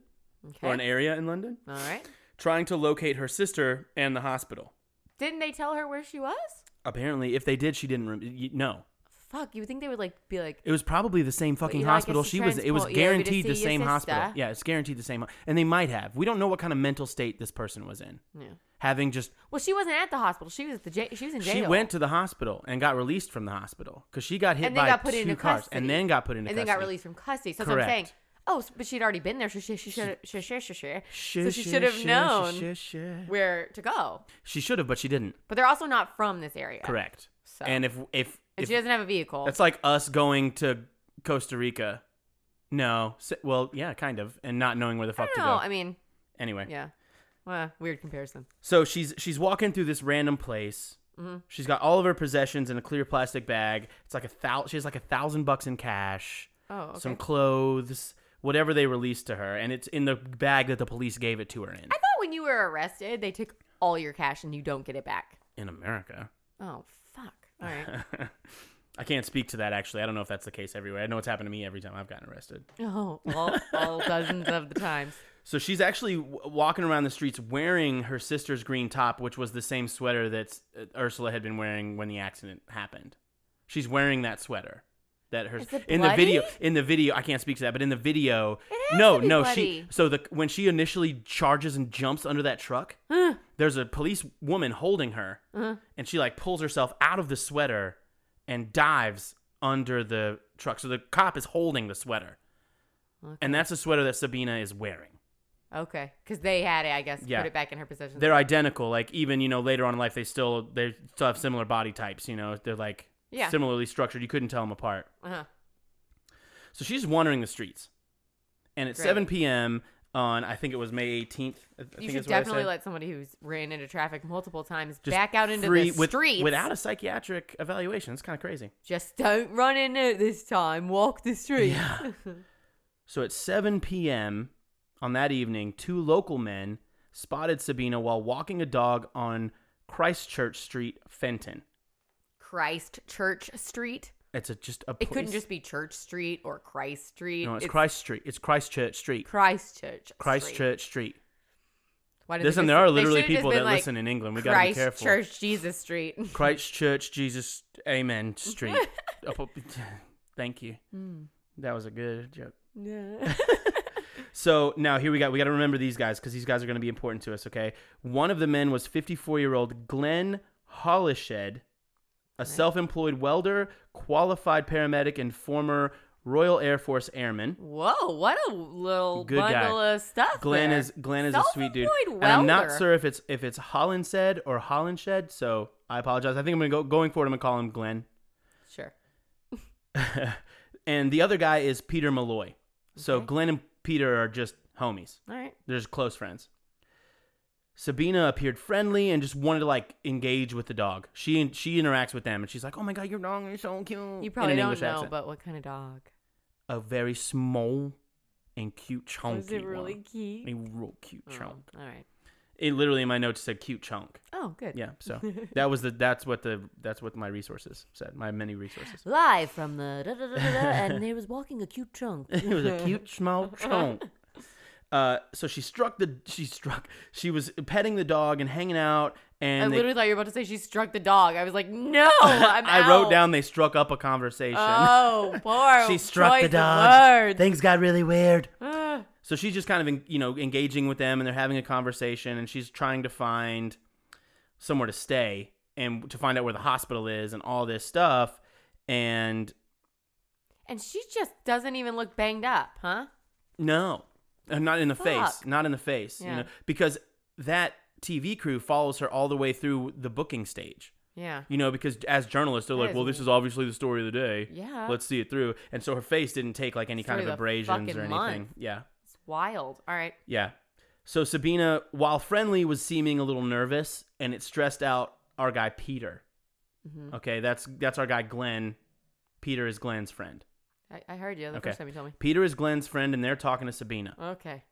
[SPEAKER 1] okay.
[SPEAKER 2] or an area in London,
[SPEAKER 1] All right.
[SPEAKER 2] trying to locate her sister and the hospital.
[SPEAKER 1] Didn't they tell her where she was?
[SPEAKER 2] Apparently, if they did, she didn't rem- y- no.
[SPEAKER 1] Fuck. You would think they would like be like,
[SPEAKER 2] It was probably the same fucking
[SPEAKER 1] you know, I guess
[SPEAKER 2] hospital
[SPEAKER 1] to
[SPEAKER 2] she was. It
[SPEAKER 1] transport you
[SPEAKER 2] was
[SPEAKER 1] over to
[SPEAKER 2] guaranteed the
[SPEAKER 1] see your
[SPEAKER 2] same hospital.
[SPEAKER 1] sister.
[SPEAKER 2] Yeah, it's guaranteed the same. ho- And they might have. We don't know what kind of mental state this person was in.
[SPEAKER 1] yeah.
[SPEAKER 2] Having just,
[SPEAKER 1] Well, she wasn't at the hospital. She was at the jail. She was in jail.
[SPEAKER 2] she went to the hospital and got released from the hospital because she got hit
[SPEAKER 1] And then
[SPEAKER 2] by
[SPEAKER 1] got put
[SPEAKER 2] two
[SPEAKER 1] into
[SPEAKER 2] cars
[SPEAKER 1] custody.
[SPEAKER 2] and then got put into
[SPEAKER 1] and then
[SPEAKER 2] custody.
[SPEAKER 1] got released from custody. So that's what I'm saying.
[SPEAKER 2] Correct.
[SPEAKER 1] Oh, s- but she'd already been there, so she she should she she she, she,
[SPEAKER 2] Shh,
[SPEAKER 1] so she
[SPEAKER 2] shh,
[SPEAKER 1] should have
[SPEAKER 2] shh,
[SPEAKER 1] known
[SPEAKER 2] shh, shh, shh.
[SPEAKER 1] where to go.
[SPEAKER 2] She should have, but she didn't.
[SPEAKER 1] But they're also not from this area.
[SPEAKER 2] Correct.
[SPEAKER 1] So and,
[SPEAKER 2] And if if, if
[SPEAKER 1] she doesn't have a vehicle.
[SPEAKER 2] that's like us going to Costa Rica, no, S- well, yeah, kind of, and not knowing where the
[SPEAKER 1] I
[SPEAKER 2] fuck to
[SPEAKER 1] don't know.
[SPEAKER 2] go.
[SPEAKER 1] I mean,
[SPEAKER 2] Anyway,
[SPEAKER 1] yeah. Well, weird comparison.
[SPEAKER 2] So she's she's walking through this random place.
[SPEAKER 1] Mm-hmm.
[SPEAKER 2] She's got all of her possessions in a clear plastic bag. It's like a thousand. She has like a thousand bucks in cash,
[SPEAKER 1] Oh, okay.
[SPEAKER 2] some clothes, whatever they released to her, and it's in the bag that the police gave it to her in.
[SPEAKER 1] I thought when you were arrested, they took all your cash and you don't get it back.
[SPEAKER 2] In America, [laughs]
[SPEAKER 1] Oh fuck. All right.
[SPEAKER 2] I can't speak to that actually. I don't know if that's the case everywhere. I know it's happened to me every time I've gotten arrested.
[SPEAKER 1] Oh, all, all dozens of the
[SPEAKER 2] [laughs]
[SPEAKER 1] times.
[SPEAKER 2] So she's actually w- walking around the streets wearing her sister's green top, which was the same sweater that uh, Ursula had been wearing when the accident happened. She's wearing that sweater that her
[SPEAKER 1] Is it
[SPEAKER 2] in the video
[SPEAKER 1] bloody?
[SPEAKER 2] in the video I can't speak to that, but in the video,
[SPEAKER 1] has
[SPEAKER 2] no,
[SPEAKER 1] to be
[SPEAKER 2] no, she
[SPEAKER 1] bloody.
[SPEAKER 2] so the when she initially charges and jumps under that truck,
[SPEAKER 1] Huh.
[SPEAKER 2] there's a police woman holding her,
[SPEAKER 1] Uh-huh.
[SPEAKER 2] and she like pulls herself out of the sweater and dives under the truck. So the cop is holding the sweater, and that's a sweater that Sabina is wearing.
[SPEAKER 1] Okay, because they had it, I guess.
[SPEAKER 2] Yeah.
[SPEAKER 1] Put it back in her possession.
[SPEAKER 2] they're identical. Like even you know later on in life, they still they still have similar body types. You know, they're like
[SPEAKER 1] Yeah.
[SPEAKER 2] similarly structured. You couldn't tell them apart.
[SPEAKER 1] uh-huh.
[SPEAKER 2] So she's wandering the streets, and at
[SPEAKER 1] Great.
[SPEAKER 2] 7 p.m. on I think it was May 18th. I think
[SPEAKER 1] You
[SPEAKER 2] is
[SPEAKER 1] should
[SPEAKER 2] what I
[SPEAKER 1] definitely
[SPEAKER 2] said,
[SPEAKER 1] let somebody who's ran into traffic multiple times
[SPEAKER 2] just
[SPEAKER 1] back out into
[SPEAKER 2] free-
[SPEAKER 1] the
[SPEAKER 2] with-
[SPEAKER 1] streets.
[SPEAKER 2] without a psychiatric evaluation. It's kind of crazy.
[SPEAKER 1] Just don't run in it this time. Walk the streets.
[SPEAKER 2] Yeah. So at 7 p.m. on that evening, two local men spotted Sabina while walking a dog on Christchurch Street, Fenton.
[SPEAKER 1] [laughs] Christ Church Street.
[SPEAKER 2] It's a, just a.
[SPEAKER 1] It couldn't
[SPEAKER 2] place-
[SPEAKER 1] just be Church Street or Christ Street.
[SPEAKER 2] No, it's, Christ Street. It's Christchurch Street.
[SPEAKER 1] Christchurch.
[SPEAKER 2] Christchurch
[SPEAKER 1] Street.
[SPEAKER 2] Street.
[SPEAKER 1] Why did they
[SPEAKER 2] Listen,
[SPEAKER 1] just-
[SPEAKER 2] there are
[SPEAKER 1] they
[SPEAKER 2] literally
[SPEAKER 1] should've just
[SPEAKER 2] people
[SPEAKER 1] been
[SPEAKER 2] that
[SPEAKER 1] like,
[SPEAKER 2] listen in England. We gotta be
[SPEAKER 1] Christ
[SPEAKER 2] careful.
[SPEAKER 1] Church Jesus Street. [laughs]
[SPEAKER 2] Christ Church Jesus Amen Street. Up- [laughs] up- Thank you.
[SPEAKER 1] Hmm.
[SPEAKER 2] That was a good joke.
[SPEAKER 1] Yeah.
[SPEAKER 2] So now here we got we got to remember these guys because these guys are going to be important to us. Okay, one of the men was 54 year old Glenn Hollished, a self employed welder, qualified paramedic, and former Royal Air Force airman.
[SPEAKER 1] Whoa, what a little
[SPEAKER 2] Good guy.
[SPEAKER 1] bundle of stuff.
[SPEAKER 2] Glenn
[SPEAKER 1] there.
[SPEAKER 2] is Glenn is a sweet dude.
[SPEAKER 1] Self-employed
[SPEAKER 2] And I'm not
[SPEAKER 1] welder.
[SPEAKER 2] sure if it's if it's Hollinshed or Hollinshed, so I apologize. I think I'm gonna go going forward. I'm gonna call him Glenn. [laughs]
[SPEAKER 1] Sure.
[SPEAKER 2] and the other guy is Peter Malloy. So
[SPEAKER 1] Okay.
[SPEAKER 2] Glenn and Peter are just homies.
[SPEAKER 1] All right.
[SPEAKER 2] They're just close friends. Sabina appeared friendly and just wanted to like engage with the dog. She she interacts with them and she's like, "Oh my god, your dog is so cute."
[SPEAKER 1] You
[SPEAKER 2] in
[SPEAKER 1] probably
[SPEAKER 2] an
[SPEAKER 1] don't
[SPEAKER 2] English
[SPEAKER 1] know,
[SPEAKER 2] accent.
[SPEAKER 1] but what kind of dog?
[SPEAKER 2] a very small and cute chunky
[SPEAKER 1] Is it really
[SPEAKER 2] one.
[SPEAKER 1] cute?
[SPEAKER 2] A real cute chunk.
[SPEAKER 1] Oh, all right.
[SPEAKER 2] It literally in my notes said cute chunk.
[SPEAKER 1] Oh, good.
[SPEAKER 2] Yeah,
[SPEAKER 1] [laughs]
[SPEAKER 2] so that was the that's what the that's what my resources said. My
[SPEAKER 1] [laughs]
[SPEAKER 2] many resources.
[SPEAKER 1] Live from the da da da da, da and there was walking a cute
[SPEAKER 2] [laughs]
[SPEAKER 1] chunk.
[SPEAKER 2] It was a cute small chunk. [laughs] Uh, so she struck the she struck she was petting the dog and hanging out
[SPEAKER 1] I
[SPEAKER 2] and they- [laughs]
[SPEAKER 1] literally thought you were about to say she struck the dog. I was like, no, I'm
[SPEAKER 2] I wrote
[SPEAKER 1] out.
[SPEAKER 2] down they struck up a conversation.
[SPEAKER 1] Oh, poor.
[SPEAKER 2] [laughs] she struck the
[SPEAKER 1] choice of
[SPEAKER 2] dog.
[SPEAKER 1] words.
[SPEAKER 2] Things got really weird.
[SPEAKER 1] Ah,
[SPEAKER 2] So she's just kind of en- you know engaging with them and they're having a conversation and she's trying to find somewhere to stay and to find out where the hospital is and all this stuff and
[SPEAKER 1] and she just doesn't even look banged up, huh?
[SPEAKER 2] No, Uh, not in the face.
[SPEAKER 1] Fuck.
[SPEAKER 2] Not in the face. You
[SPEAKER 1] Yeah.
[SPEAKER 2] know, because that TV crew follows her all the way through the booking stage.
[SPEAKER 1] Yeah.
[SPEAKER 2] You know, because as journalists, they're
[SPEAKER 1] That
[SPEAKER 2] like,
[SPEAKER 1] is
[SPEAKER 2] "Well, this is obviously the story of the day.
[SPEAKER 1] Yeah.
[SPEAKER 2] let's see it through." And so her face didn't take like any kind
[SPEAKER 1] Story
[SPEAKER 2] of
[SPEAKER 1] of the
[SPEAKER 2] abrasions or
[SPEAKER 1] fucking
[SPEAKER 2] anything.
[SPEAKER 1] month.
[SPEAKER 2] Yeah,
[SPEAKER 1] It's wild. All right.
[SPEAKER 2] yeah. So Sabina, while friendly, was seeming a little nervous, and it stressed out our guy Peter.
[SPEAKER 1] Mhm.
[SPEAKER 2] Okay, that's that's our guy Glenn. Peter is Glenn's friend.
[SPEAKER 1] I, I heard you the
[SPEAKER 2] Okay.
[SPEAKER 1] first time you told me.
[SPEAKER 2] Peter is Glenn's friend, and they're talking to Sabina.
[SPEAKER 1] Okay.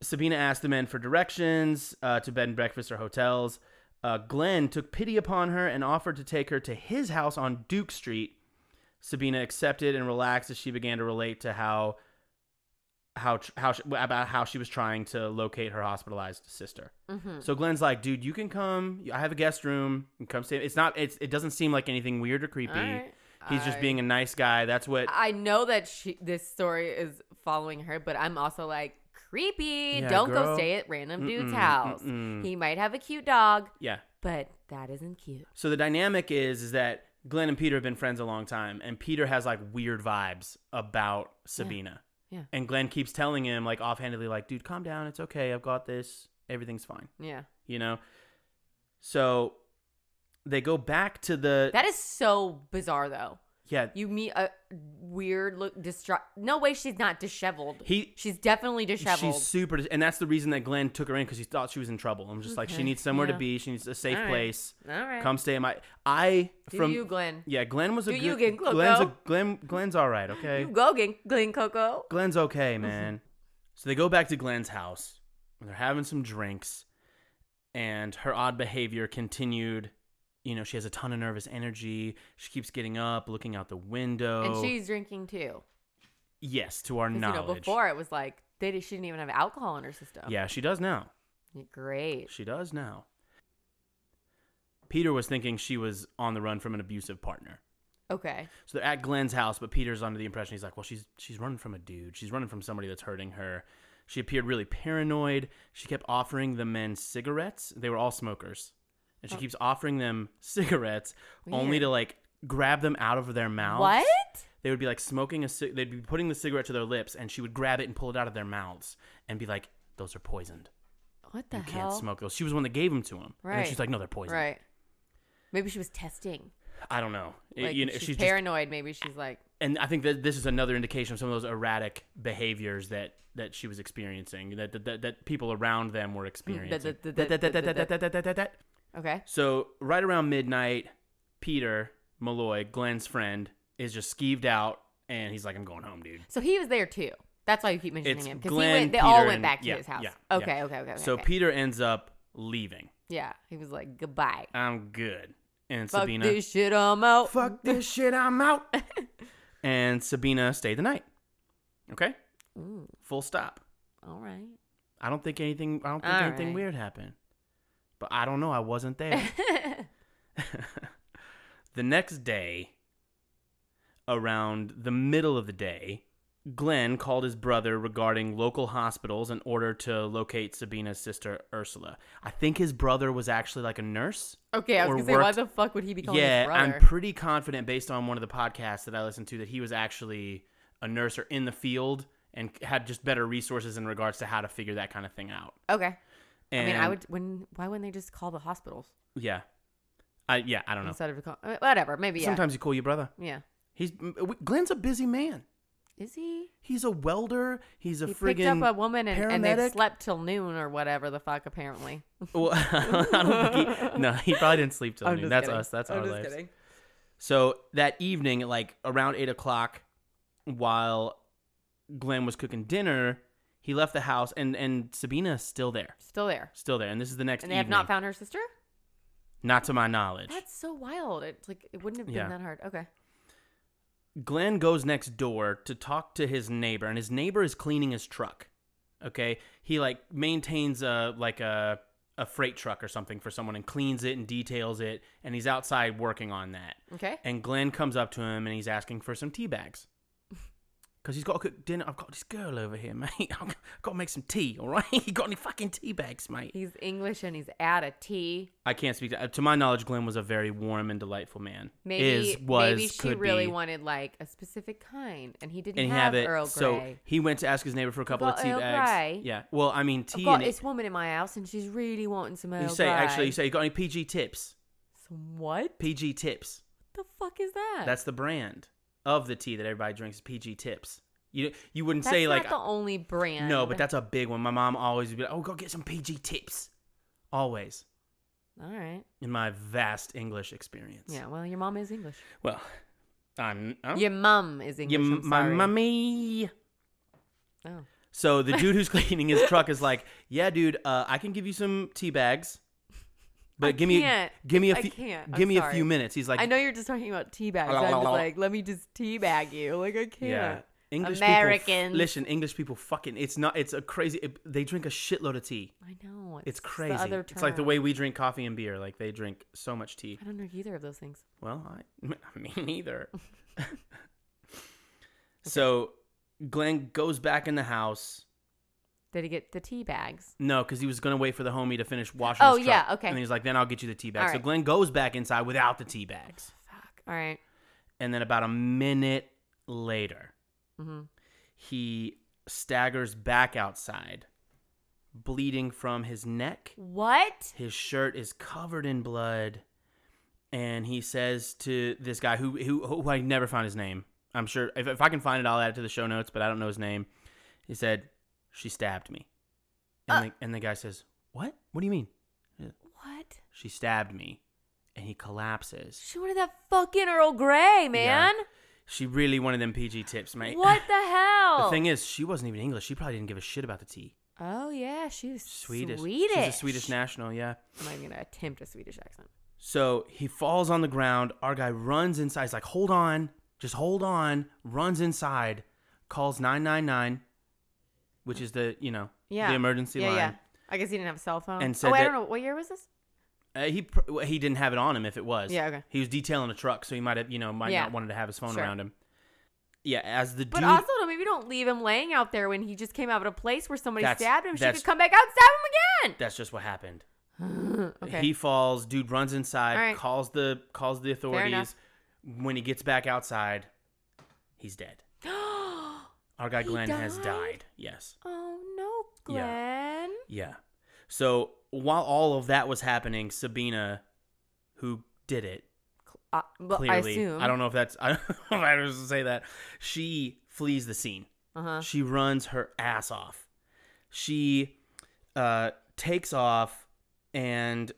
[SPEAKER 2] Sabina asked the men for directions uh, to bed and breakfast or hotels. Uh, Glenn took pity upon her and offered to take her to his house on Duke Street. Sabina accepted and relaxed as she began to relate to how how tr- how she, about how she was trying to locate her hospitalized sister.
[SPEAKER 1] Mhm.
[SPEAKER 2] So Glenn's like, "Dude, you can come. I have a guest room. You can come stay." It's not. It's, it doesn't seem like anything weird or creepy.
[SPEAKER 1] All right.
[SPEAKER 2] He's just
[SPEAKER 1] I-
[SPEAKER 2] being a nice guy. That's what.
[SPEAKER 1] I know that she this story is following her, but I'm also like creepy.
[SPEAKER 2] Yeah,
[SPEAKER 1] Don't
[SPEAKER 2] girl.
[SPEAKER 1] go stay at random dude's
[SPEAKER 2] Mm-mm,
[SPEAKER 1] house.
[SPEAKER 2] mm-mm.
[SPEAKER 1] He might have a cute dog,
[SPEAKER 2] yeah.
[SPEAKER 1] but that isn't cute.
[SPEAKER 2] So the dynamic is is that Glenn and Peter have been friends a long time, and Peter has like weird vibes about Sabina.
[SPEAKER 1] Yeah.
[SPEAKER 2] And Glenn keeps telling him like offhandedly, like, "Dude, calm down. It's okay. I've got this. Everything's fine."
[SPEAKER 1] Yeah.
[SPEAKER 2] You know. So they go back to the
[SPEAKER 1] That is so bizarre though.
[SPEAKER 2] yeah.
[SPEAKER 1] You meet a weird look distru- no way she's not disheveled.
[SPEAKER 2] He
[SPEAKER 1] she's definitely disheveled.
[SPEAKER 2] she's super, and that's the reason that Glenn took her in because he thought she was in trouble. I'm just like, she
[SPEAKER 1] Okay,
[SPEAKER 2] needs somewhere to
[SPEAKER 1] yeah.
[SPEAKER 2] be. She needs a safe
[SPEAKER 1] All right.
[SPEAKER 2] place.
[SPEAKER 1] All right.
[SPEAKER 2] Come stay at my. I
[SPEAKER 1] Do
[SPEAKER 2] from
[SPEAKER 1] you, Glenn.
[SPEAKER 2] yeah. Glenn was a
[SPEAKER 1] Do
[SPEAKER 2] good.
[SPEAKER 1] you get Glenn
[SPEAKER 2] Glenn's a,
[SPEAKER 1] Coco?
[SPEAKER 2] Glenn Glenn's all right. Okay.
[SPEAKER 1] You go, Glen, Glen Coco.
[SPEAKER 2] Glenn's
[SPEAKER 1] Mm-hmm.
[SPEAKER 2] okay, man. so they go back to Glenn's house and they're having some drinks, and her odd behavior continued you know, she has a ton of nervous energy. She keeps getting up, looking out the window.
[SPEAKER 1] and she's drinking too.
[SPEAKER 2] yes, to our
[SPEAKER 1] 'Cause,
[SPEAKER 2] Oh. knowledge.
[SPEAKER 1] You know, before it was like they did, she didn't even have alcohol in her system.
[SPEAKER 2] Yeah, she does now.
[SPEAKER 1] great.
[SPEAKER 2] She does now. Peter was thinking she was on the run from an abusive partner.
[SPEAKER 1] Okay,
[SPEAKER 2] So they're at Glenn's house, but Peter's under the impression he's like, well, she's she's running from a dude. She's running from somebody that's hurting her. She appeared really paranoid. She kept offering the men cigarettes. They were all smokers. And she
[SPEAKER 1] Oh.
[SPEAKER 2] keeps offering them [laughs] cigarettes only to like grab them out of their mouths.
[SPEAKER 1] what?
[SPEAKER 2] They would be like smoking a ci- they'd be putting the cigarette to their lips and she would grab it and pull it out of their mouths and be like, "Those are poisoned.
[SPEAKER 1] What the
[SPEAKER 2] you
[SPEAKER 1] hell?
[SPEAKER 2] can't smoke those." She was the one that gave them to him. And then
[SPEAKER 1] Right.
[SPEAKER 2] she's like, "No, they're poisoned."
[SPEAKER 1] Right. Maybe she was testing.
[SPEAKER 2] I don't know. It-
[SPEAKER 1] Like
[SPEAKER 2] you know,
[SPEAKER 1] if she's,
[SPEAKER 2] she's just
[SPEAKER 1] paranoid. maybe she's like,
[SPEAKER 2] and I think that this is another indication of some of those erratic behaviors that that she was experiencing that that, that, that people around them were experiencing.
[SPEAKER 1] Mm, that- that- that- that- that- okay,
[SPEAKER 2] So right around midnight, Peter Malloy, Glenn's friend, is just skeeved out, and he's like, "I'm going home, dude."
[SPEAKER 1] so he was there too. That's why you keep mentioning
[SPEAKER 2] It's
[SPEAKER 1] him because
[SPEAKER 2] Glenn,
[SPEAKER 1] they all
[SPEAKER 2] Peter,
[SPEAKER 1] went
[SPEAKER 2] and-
[SPEAKER 1] back to
[SPEAKER 2] yeah,
[SPEAKER 1] his house.
[SPEAKER 2] yeah, yeah.
[SPEAKER 1] okay, okay, okay, okay.
[SPEAKER 2] so
[SPEAKER 1] okay.
[SPEAKER 2] Peter ends up leaving.
[SPEAKER 1] yeah, he was like, goodbye.
[SPEAKER 2] I'm good, and
[SPEAKER 1] Fuck
[SPEAKER 2] Sabina,
[SPEAKER 1] this shit, I'm out.
[SPEAKER 2] fuck this shit,
[SPEAKER 1] [laughs]
[SPEAKER 2] I'm out. and Sabina stayed the night. Okay,
[SPEAKER 1] Ooh,
[SPEAKER 2] full stop.
[SPEAKER 1] all right. [laughs]
[SPEAKER 2] I don't think anything. I don't think
[SPEAKER 1] All
[SPEAKER 2] anything
[SPEAKER 1] right.
[SPEAKER 2] weird happened. But I don't know. I wasn't
[SPEAKER 1] [laughs]
[SPEAKER 2] there. [laughs] the next day, around the middle of the day, Glenn called his brother regarding local hospitals in order to locate Sabina's sister Ursula. I think his brother was actually like a nurse.
[SPEAKER 1] okay, I
[SPEAKER 2] or
[SPEAKER 1] was gonna say, why
[SPEAKER 2] worked-
[SPEAKER 1] the fuck would he be calling his
[SPEAKER 2] Yeah,
[SPEAKER 1] brother?
[SPEAKER 2] I'm pretty confident based on one of the podcasts that I listened to that he was actually a nurse or in the field and had just better resources in regards to how to figure that kind of thing out.
[SPEAKER 1] okay.
[SPEAKER 2] And
[SPEAKER 1] I mean, I would. When why wouldn't they just call the hospitals
[SPEAKER 2] Yeah. I yeah, I don't know.
[SPEAKER 1] instead of call, uh, whatever? Maybe yeah.
[SPEAKER 2] Sometimes you call your brother.
[SPEAKER 1] yeah.
[SPEAKER 2] He's m- w- Glenn's a busy man.
[SPEAKER 1] Is he?
[SPEAKER 2] He's a welder. He's a
[SPEAKER 1] He picked
[SPEAKER 2] friggin'
[SPEAKER 1] up a woman and, and they
[SPEAKER 2] paramedic?
[SPEAKER 1] slept till noon or whatever the fuck. Apparently,
[SPEAKER 2] [laughs] Well, I
[SPEAKER 1] [laughs]
[SPEAKER 2] don't think he, no, he probably didn't sleep till noon. That's us. That's our lives. So that evening, like around eight o'clock, while Glenn was cooking dinner, he left the house, and and Sabina's still there,
[SPEAKER 1] Still there,
[SPEAKER 2] still there. And this is the next
[SPEAKER 1] and they have
[SPEAKER 2] evening.
[SPEAKER 1] not found her sister.
[SPEAKER 2] Not to my knowledge.
[SPEAKER 1] That's so wild. It's like it wouldn't have been
[SPEAKER 2] Yeah.
[SPEAKER 1] that hard. Okay.
[SPEAKER 2] Glenn goes next door to talk to his neighbor, and his neighbor is cleaning his truck. Okay, he like maintains a like a a freight truck or something for someone and cleans it and details it, and he's outside working on that.
[SPEAKER 1] Okay.
[SPEAKER 2] And Glenn comes up to him and he's asking for some
[SPEAKER 1] [laughs]
[SPEAKER 2] tea bags. Cause he's got to cook dinner. I've got this girl over here, [laughs] mate. I've got to make some tea. All right, [laughs] you got any fucking tea bags, mate?
[SPEAKER 1] He's English and he's at a T.
[SPEAKER 2] I can't speak to. To my knowledge, Glenn was a very warm and delightful man.
[SPEAKER 1] Maybe
[SPEAKER 2] is was
[SPEAKER 1] maybe she
[SPEAKER 2] could
[SPEAKER 1] really
[SPEAKER 2] be.
[SPEAKER 1] wanted like a specific kind, and he didn't
[SPEAKER 2] and he
[SPEAKER 1] have,
[SPEAKER 2] have it.
[SPEAKER 1] Earl Grey.
[SPEAKER 2] So he went to ask his neighbor for a couple of
[SPEAKER 1] got
[SPEAKER 2] tea
[SPEAKER 1] Earl
[SPEAKER 2] bags.
[SPEAKER 1] Grey.
[SPEAKER 2] Yeah. Well, I mean, tea.
[SPEAKER 1] I've got
[SPEAKER 2] And it,
[SPEAKER 1] this woman in my house, and she's really wanting some Earl
[SPEAKER 2] you say
[SPEAKER 1] Grey.
[SPEAKER 2] actually, you say you got any PG tips?
[SPEAKER 1] Some what?
[SPEAKER 2] PG tips.
[SPEAKER 1] The fuck is that?
[SPEAKER 2] That's the brand of the tea that everybody drinks. is PG tips. You you wouldn't
[SPEAKER 1] That's
[SPEAKER 2] say
[SPEAKER 1] not
[SPEAKER 2] like
[SPEAKER 1] the only brand.
[SPEAKER 2] no, but that's a big one. My mom always would be like, oh, go get some PG tips. Always
[SPEAKER 1] all right.
[SPEAKER 2] in my vast English experience.
[SPEAKER 1] Yeah, well, your mom is English.
[SPEAKER 2] Well, I'm. I'm
[SPEAKER 1] Your mum is English.
[SPEAKER 2] Yeah,
[SPEAKER 1] I'm
[SPEAKER 2] my
[SPEAKER 1] sorry.
[SPEAKER 2] mummy.
[SPEAKER 1] Oh.
[SPEAKER 2] So the
[SPEAKER 1] [laughs]
[SPEAKER 2] dude who's cleaning his truck is like, "Yeah, dude, uh, I can give you some tea bags, but
[SPEAKER 1] I
[SPEAKER 2] give me
[SPEAKER 1] can't.
[SPEAKER 2] give me a
[SPEAKER 1] I
[SPEAKER 2] few
[SPEAKER 1] can't. I'm
[SPEAKER 2] give me a
[SPEAKER 1] sorry.
[SPEAKER 2] few minutes." He's like,
[SPEAKER 1] I know you're just talking about tea bags. I'm
[SPEAKER 2] [laughs]
[SPEAKER 1] just like, let me just tea bag you. Like I can't.
[SPEAKER 2] yeah." English people,
[SPEAKER 1] Americans.
[SPEAKER 2] f- listen. English people, fucking, it's not. It's a crazy. It, they drink a shitload of tea.
[SPEAKER 1] I know.
[SPEAKER 2] It's
[SPEAKER 1] the
[SPEAKER 2] crazy.
[SPEAKER 1] other
[SPEAKER 2] it's like the
[SPEAKER 1] term.
[SPEAKER 2] way we drink coffee and beer. Like they drink so much tea.
[SPEAKER 1] I don't know either of those things.
[SPEAKER 2] Well, I, [laughs] me
[SPEAKER 1] [laughs]
[SPEAKER 2] neither. So Glenn goes back in the house.
[SPEAKER 1] Did he get the tea bags?
[SPEAKER 2] No, because he was gonna wait for the homie to finish washing.
[SPEAKER 1] Oh,
[SPEAKER 2] his
[SPEAKER 1] yeah,
[SPEAKER 2] truck.
[SPEAKER 1] okay.
[SPEAKER 2] And he's like, "Then I'll get you the tea bags."
[SPEAKER 1] All
[SPEAKER 2] So
[SPEAKER 1] right.
[SPEAKER 2] Glenn goes back inside without the tea bags.
[SPEAKER 1] Fuck. All right.
[SPEAKER 2] And then about a minute later,
[SPEAKER 1] Mm-hmm.
[SPEAKER 2] he staggers back outside, bleeding from his neck.
[SPEAKER 1] What?
[SPEAKER 2] His shirt is covered in blood. And he says to this guy who who, who I never found his name. I'm sure if, if I can find it, I'll add it to the show notes, but I don't know his name. He said, She stabbed me.
[SPEAKER 1] Uh.
[SPEAKER 2] And, the, and the guy says, What? What do you mean?
[SPEAKER 1] What?
[SPEAKER 2] She stabbed me. And he collapses.
[SPEAKER 1] She wanted that fucking Earl Grey, man.
[SPEAKER 2] She really wanted them PG tips, mate.
[SPEAKER 1] What the hell?
[SPEAKER 2] [laughs] The thing is, she wasn't even English. She probably didn't give a shit about the tea.
[SPEAKER 1] oh yeah, she was
[SPEAKER 2] Swedish.
[SPEAKER 1] Swedish.
[SPEAKER 2] She's a Swedish national, yeah.
[SPEAKER 1] I'm not even gonna attempt a Swedish accent.
[SPEAKER 2] So he falls on the ground. Our guy runs inside. He's like, hold on, just hold on. Runs inside, calls 999, which is the, you know,
[SPEAKER 1] Yeah.
[SPEAKER 2] the emergency
[SPEAKER 1] yeah,
[SPEAKER 2] line.
[SPEAKER 1] yeah. I guess he didn't have a cell phone.
[SPEAKER 2] And
[SPEAKER 1] oh,
[SPEAKER 2] said
[SPEAKER 1] I
[SPEAKER 2] that-
[SPEAKER 1] don't know. What year was this?
[SPEAKER 2] Uh, he pr- well, he didn't have it on him if it was.
[SPEAKER 1] Yeah, okay.
[SPEAKER 2] He was detailing a truck, so he might have, you know, might
[SPEAKER 1] Yeah.
[SPEAKER 2] not wanted to have his phone
[SPEAKER 1] Sure.
[SPEAKER 2] around him. Yeah, as the
[SPEAKER 1] But
[SPEAKER 2] dude
[SPEAKER 1] also, don't- maybe don't leave him laying out there when he just came out of a place where somebody
[SPEAKER 2] That's-
[SPEAKER 1] stabbed him. She
[SPEAKER 2] that's-
[SPEAKER 1] could come back out and
[SPEAKER 2] that's just what happened.
[SPEAKER 1] stab him again. [gasps] okay.
[SPEAKER 2] He falls. Dude runs inside,
[SPEAKER 1] All right.
[SPEAKER 2] calls the calls the authorities.
[SPEAKER 1] enough.
[SPEAKER 2] When he gets back outside, he's dead. Our guy
[SPEAKER 1] He
[SPEAKER 2] Glenn has
[SPEAKER 1] died?
[SPEAKER 2] died. Yes.
[SPEAKER 1] oh no, Glenn.
[SPEAKER 2] Yeah. Yeah. So while all of that was happening, Sabina, who did it
[SPEAKER 1] Uh, well,
[SPEAKER 2] clearly,
[SPEAKER 1] I assume.
[SPEAKER 2] don't know if that's [laughs] I don't know if I was to say that. She flees the scene.
[SPEAKER 1] Uh-huh.
[SPEAKER 2] She runs her ass off. She uh, takes off and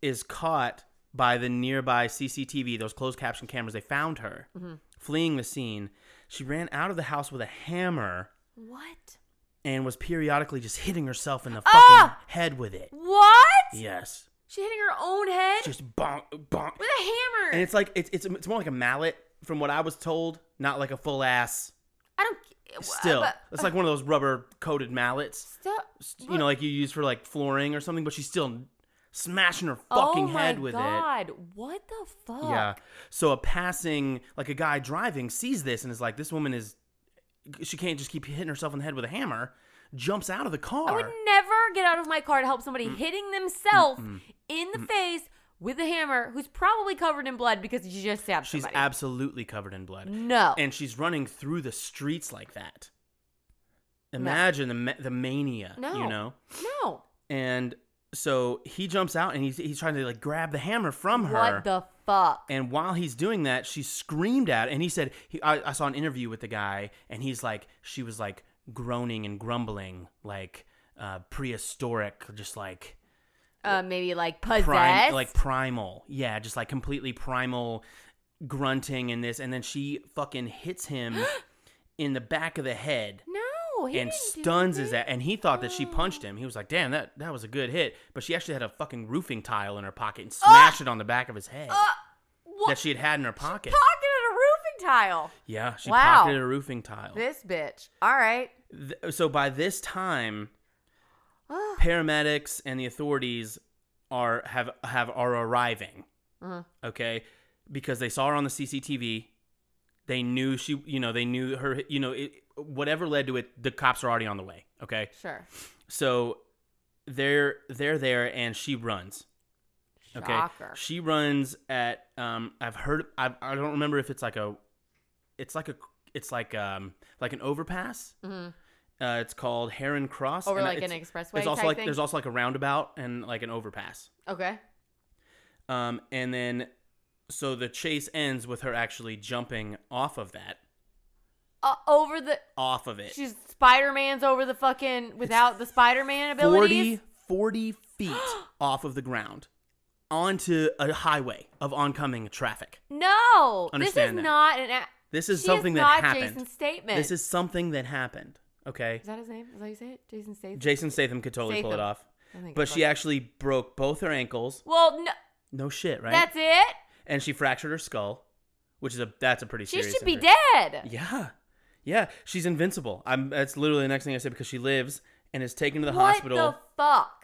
[SPEAKER 2] is caught by the nearby CCTV, those closed caption cameras. They found her
[SPEAKER 1] Mm-hmm.
[SPEAKER 2] fleeing the scene. She ran out of the house with a hammer
[SPEAKER 1] What?
[SPEAKER 2] and was periodically just hitting herself in the fucking
[SPEAKER 1] Ah!
[SPEAKER 2] head with it.
[SPEAKER 1] What?
[SPEAKER 2] Yes.
[SPEAKER 1] She hitting her own head
[SPEAKER 2] Just bonk, bonk.
[SPEAKER 1] with a hammer.
[SPEAKER 2] And it's like, it's, it's, it's more like a mallet from what I was told, not like a full ass.
[SPEAKER 1] I don't. uh,
[SPEAKER 2] Still,
[SPEAKER 1] but-
[SPEAKER 2] it's like one of those rubber coated mallets.
[SPEAKER 1] still.
[SPEAKER 2] st- you know, like you use for like flooring or something, but she's still smashing her fucking
[SPEAKER 1] oh
[SPEAKER 2] head
[SPEAKER 1] my
[SPEAKER 2] with
[SPEAKER 1] God. What the
[SPEAKER 2] it.
[SPEAKER 1] fuck?
[SPEAKER 2] Yeah. So a passing, like a guy driving, sees this and is like, this woman is, she can't just keep hitting herself in the head with a hammer, jumps out of the
[SPEAKER 1] I would
[SPEAKER 2] car.
[SPEAKER 1] never get out of my car to help somebody hitting themselves in the face with a hammer who's probably covered in blood because she just stabbed
[SPEAKER 2] She's
[SPEAKER 1] somebody.
[SPEAKER 2] absolutely covered in blood.
[SPEAKER 1] no.
[SPEAKER 2] And she's running through the streets like that. Imagine the, ma- the mania, you
[SPEAKER 1] No.
[SPEAKER 2] know?
[SPEAKER 1] no.
[SPEAKER 2] And so he jumps out and he's, he's trying to like grab the hammer from her.
[SPEAKER 1] What the fuck?
[SPEAKER 2] And while he's doing that, she screamed at, and he said, he, I, I saw an interview with the guy, and he's like, she was like groaning and grumbling, like uh, prehistoric, just like
[SPEAKER 1] Uh, maybe like possessed.
[SPEAKER 2] prime, like primal, yeah, just like completely primal grunting and this, and then she fucking
[SPEAKER 1] [gasps]
[SPEAKER 2] hits him in the back of the head
[SPEAKER 1] no. He
[SPEAKER 2] and
[SPEAKER 1] didn't do
[SPEAKER 2] stuns his
[SPEAKER 1] that. Oh.
[SPEAKER 2] ass. And he thought that she punched him. He was like, damn, that, that was a good hit. But she actually had a fucking roofing tile in her pocket
[SPEAKER 1] Oh!
[SPEAKER 2] and smashed it on the back of his head
[SPEAKER 1] Uh, what?
[SPEAKER 2] that she had had in her pocket.
[SPEAKER 1] Pocketed a roofing tile.
[SPEAKER 2] Yeah, she
[SPEAKER 1] Wow.
[SPEAKER 2] pocketed a roofing tile.
[SPEAKER 1] This bitch. All right.
[SPEAKER 2] Th- so by this time,
[SPEAKER 1] Ugh.
[SPEAKER 2] paramedics and the authorities are have have are arriving.
[SPEAKER 1] Uh-huh.
[SPEAKER 2] Okay, because they saw her on the CCTV, they knew she. You know, they knew her. You know, it, whatever led to it, the cops are already on the way. Okay,
[SPEAKER 1] Sure.
[SPEAKER 2] so they're they're there, and she runs. Okay.
[SPEAKER 1] Shocker.
[SPEAKER 2] She runs at um I've heard I I don't remember if it's like a it's like a it's like um like an overpass.
[SPEAKER 1] Mhm.
[SPEAKER 2] Uh it's called Heron Cross.
[SPEAKER 1] Over
[SPEAKER 2] and
[SPEAKER 1] like an
[SPEAKER 2] it's,
[SPEAKER 1] expressway
[SPEAKER 2] There's also
[SPEAKER 1] type
[SPEAKER 2] like
[SPEAKER 1] thing.
[SPEAKER 2] there's also like a roundabout and like an overpass.
[SPEAKER 1] okay.
[SPEAKER 2] Um and then so the chase ends with her actually jumping off of that
[SPEAKER 1] Uh, over the.
[SPEAKER 2] off of it.
[SPEAKER 1] She's Spider Man's over the fucking without the Spider Man abilities.
[SPEAKER 2] 40 40 feet
[SPEAKER 1] [gasps]
[SPEAKER 2] off of the ground onto a highway of oncoming traffic.
[SPEAKER 1] No, this is
[SPEAKER 2] Understand that.
[SPEAKER 1] not an. a-
[SPEAKER 2] This is
[SPEAKER 1] She
[SPEAKER 2] something
[SPEAKER 1] is
[SPEAKER 2] that
[SPEAKER 1] not
[SPEAKER 2] happened.
[SPEAKER 1] Jason's statement.
[SPEAKER 2] This is something that happened. Okay.
[SPEAKER 1] Is that his name? Is that how you say it? Jason Statham.
[SPEAKER 2] Jason Statham could totally pull it
[SPEAKER 1] Statham. Oh
[SPEAKER 2] off.
[SPEAKER 1] I think
[SPEAKER 2] But
[SPEAKER 1] it's
[SPEAKER 2] she
[SPEAKER 1] like-
[SPEAKER 2] actually broke both her ankles.
[SPEAKER 1] Well, no,
[SPEAKER 2] No shit, right?
[SPEAKER 1] that's it.
[SPEAKER 2] and she fractured her skull, which is a that's a pretty
[SPEAKER 1] She
[SPEAKER 2] serious
[SPEAKER 1] should be
[SPEAKER 2] injury.
[SPEAKER 1] dead.
[SPEAKER 2] Yeah. Yeah, she's invincible. I'm that's literally the next thing I said because she lives and is taken to the
[SPEAKER 1] what
[SPEAKER 2] hospital.
[SPEAKER 1] the fuck?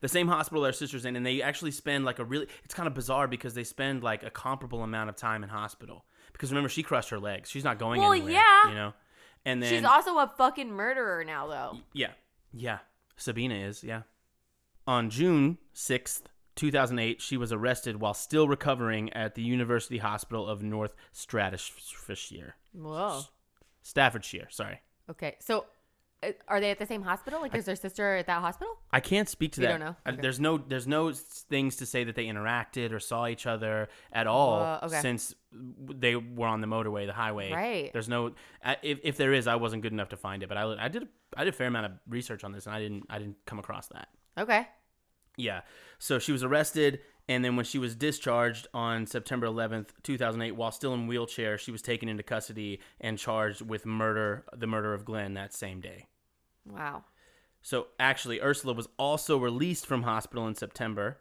[SPEAKER 2] the same hospital our sister's in, and they actually spend like a really it's kind of bizarre because they spend like a comparable amount of time in hospital. Because remember she crushed her legs. She's not going
[SPEAKER 1] Well,
[SPEAKER 2] anywhere.
[SPEAKER 1] yeah.
[SPEAKER 2] You know? And then
[SPEAKER 1] She's also a fucking murderer now, though.
[SPEAKER 2] Yeah. Yeah. Sabina is, yeah. On June 6th, 2008, she was arrested while still recovering at the University Hospital of North Staffordshire.
[SPEAKER 1] Whoa.
[SPEAKER 2] Staffordshire, sorry.
[SPEAKER 1] Okay, so uh, are they at the same hospital? Like, is their sister at that hospital?
[SPEAKER 2] I can't speak to
[SPEAKER 1] You
[SPEAKER 2] that.
[SPEAKER 1] don't know?
[SPEAKER 2] Uh,
[SPEAKER 1] Okay.
[SPEAKER 2] There's no there's no s- things to say that they interacted or saw each other at all
[SPEAKER 1] Uh, okay.
[SPEAKER 2] since w- they were on the motorway, the highway.
[SPEAKER 1] Right.
[SPEAKER 2] There's no I- if, if there is, I wasn't good enough to find it, but I, I did I did a fair amount of research on this and I didn't I didn't come across that.
[SPEAKER 1] Okay.
[SPEAKER 2] Yeah. So she was arrested, and then when she was discharged on September 11th, 2008, while still in wheelchair, she was taken into custody and charged with murder, the murder of Glenn that same day.
[SPEAKER 1] Wow.
[SPEAKER 2] So actually, Ursula was also released from hospital in September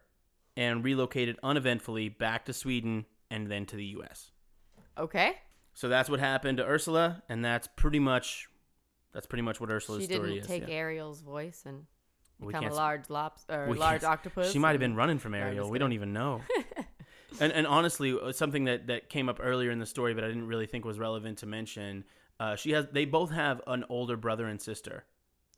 [SPEAKER 2] and relocated uneventfully back to Sweden and then to the US.
[SPEAKER 1] Okay.
[SPEAKER 2] So that's what happened to Ursula and that's pretty much that's pretty much what Ursula's
[SPEAKER 1] she
[SPEAKER 2] story
[SPEAKER 1] didn't
[SPEAKER 2] is.
[SPEAKER 1] take
[SPEAKER 2] yeah.
[SPEAKER 1] Ariel's voice and
[SPEAKER 2] We
[SPEAKER 1] become a
[SPEAKER 2] can't sp-
[SPEAKER 1] large lops or
[SPEAKER 2] we
[SPEAKER 1] large
[SPEAKER 2] can't-
[SPEAKER 1] octopus.
[SPEAKER 2] She might have been running from
[SPEAKER 1] I'm
[SPEAKER 2] Ariel.
[SPEAKER 1] just
[SPEAKER 2] We don't even
[SPEAKER 1] [laughs]
[SPEAKER 2] know. and and honestly, uh, something that that came up earlier in the story, but I didn't really think was relevant to mention. Uh, she has. They both have an older brother and sister.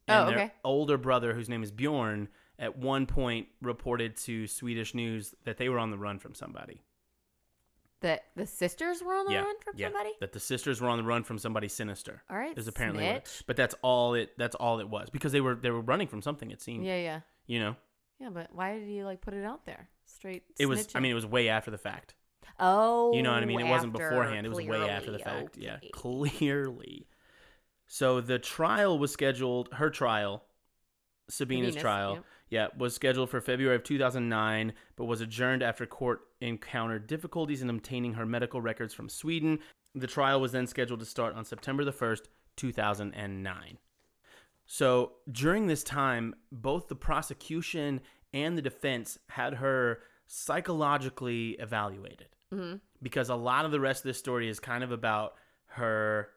[SPEAKER 2] And
[SPEAKER 1] Oh,
[SPEAKER 2] their
[SPEAKER 1] okay.
[SPEAKER 2] Older brother, whose name is Bjorn, at one point reported to Swedish news that they were on the run from somebody.
[SPEAKER 1] That the sisters were on the
[SPEAKER 2] yeah,
[SPEAKER 1] run from
[SPEAKER 2] yeah.
[SPEAKER 1] somebody.
[SPEAKER 2] That the sisters were on the run from somebody sinister.
[SPEAKER 1] All right,
[SPEAKER 2] Is apparently, what it-
[SPEAKER 1] snitch.
[SPEAKER 2] but that's all it. That's all it was because they were they were running from something. It seemed.
[SPEAKER 1] Yeah, yeah,
[SPEAKER 2] You know,
[SPEAKER 1] yeah. But why did he like put it out there? Straight.
[SPEAKER 2] it was. I
[SPEAKER 1] snitching.
[SPEAKER 2] mean, it was way after the fact.
[SPEAKER 1] Oh,
[SPEAKER 2] You know what I mean? It wasn't
[SPEAKER 1] after,
[SPEAKER 2] beforehand. It was way after the
[SPEAKER 1] clearly,
[SPEAKER 2] fact. Yeah,
[SPEAKER 1] okay.
[SPEAKER 2] clearly. So the trial was scheduled. Her trial, Sabina's
[SPEAKER 1] Venus,
[SPEAKER 2] trial,
[SPEAKER 1] yep.
[SPEAKER 2] yeah, was scheduled for February of 2009, but was adjourned after court encountered difficulties in obtaining her medical records from Sweden. The trial was then scheduled to start on September the 1st, 2009. So during this time, both the prosecution and the defense had her psychologically evaluated
[SPEAKER 1] Mhm.
[SPEAKER 2] because a lot of the rest of this story is kind of about her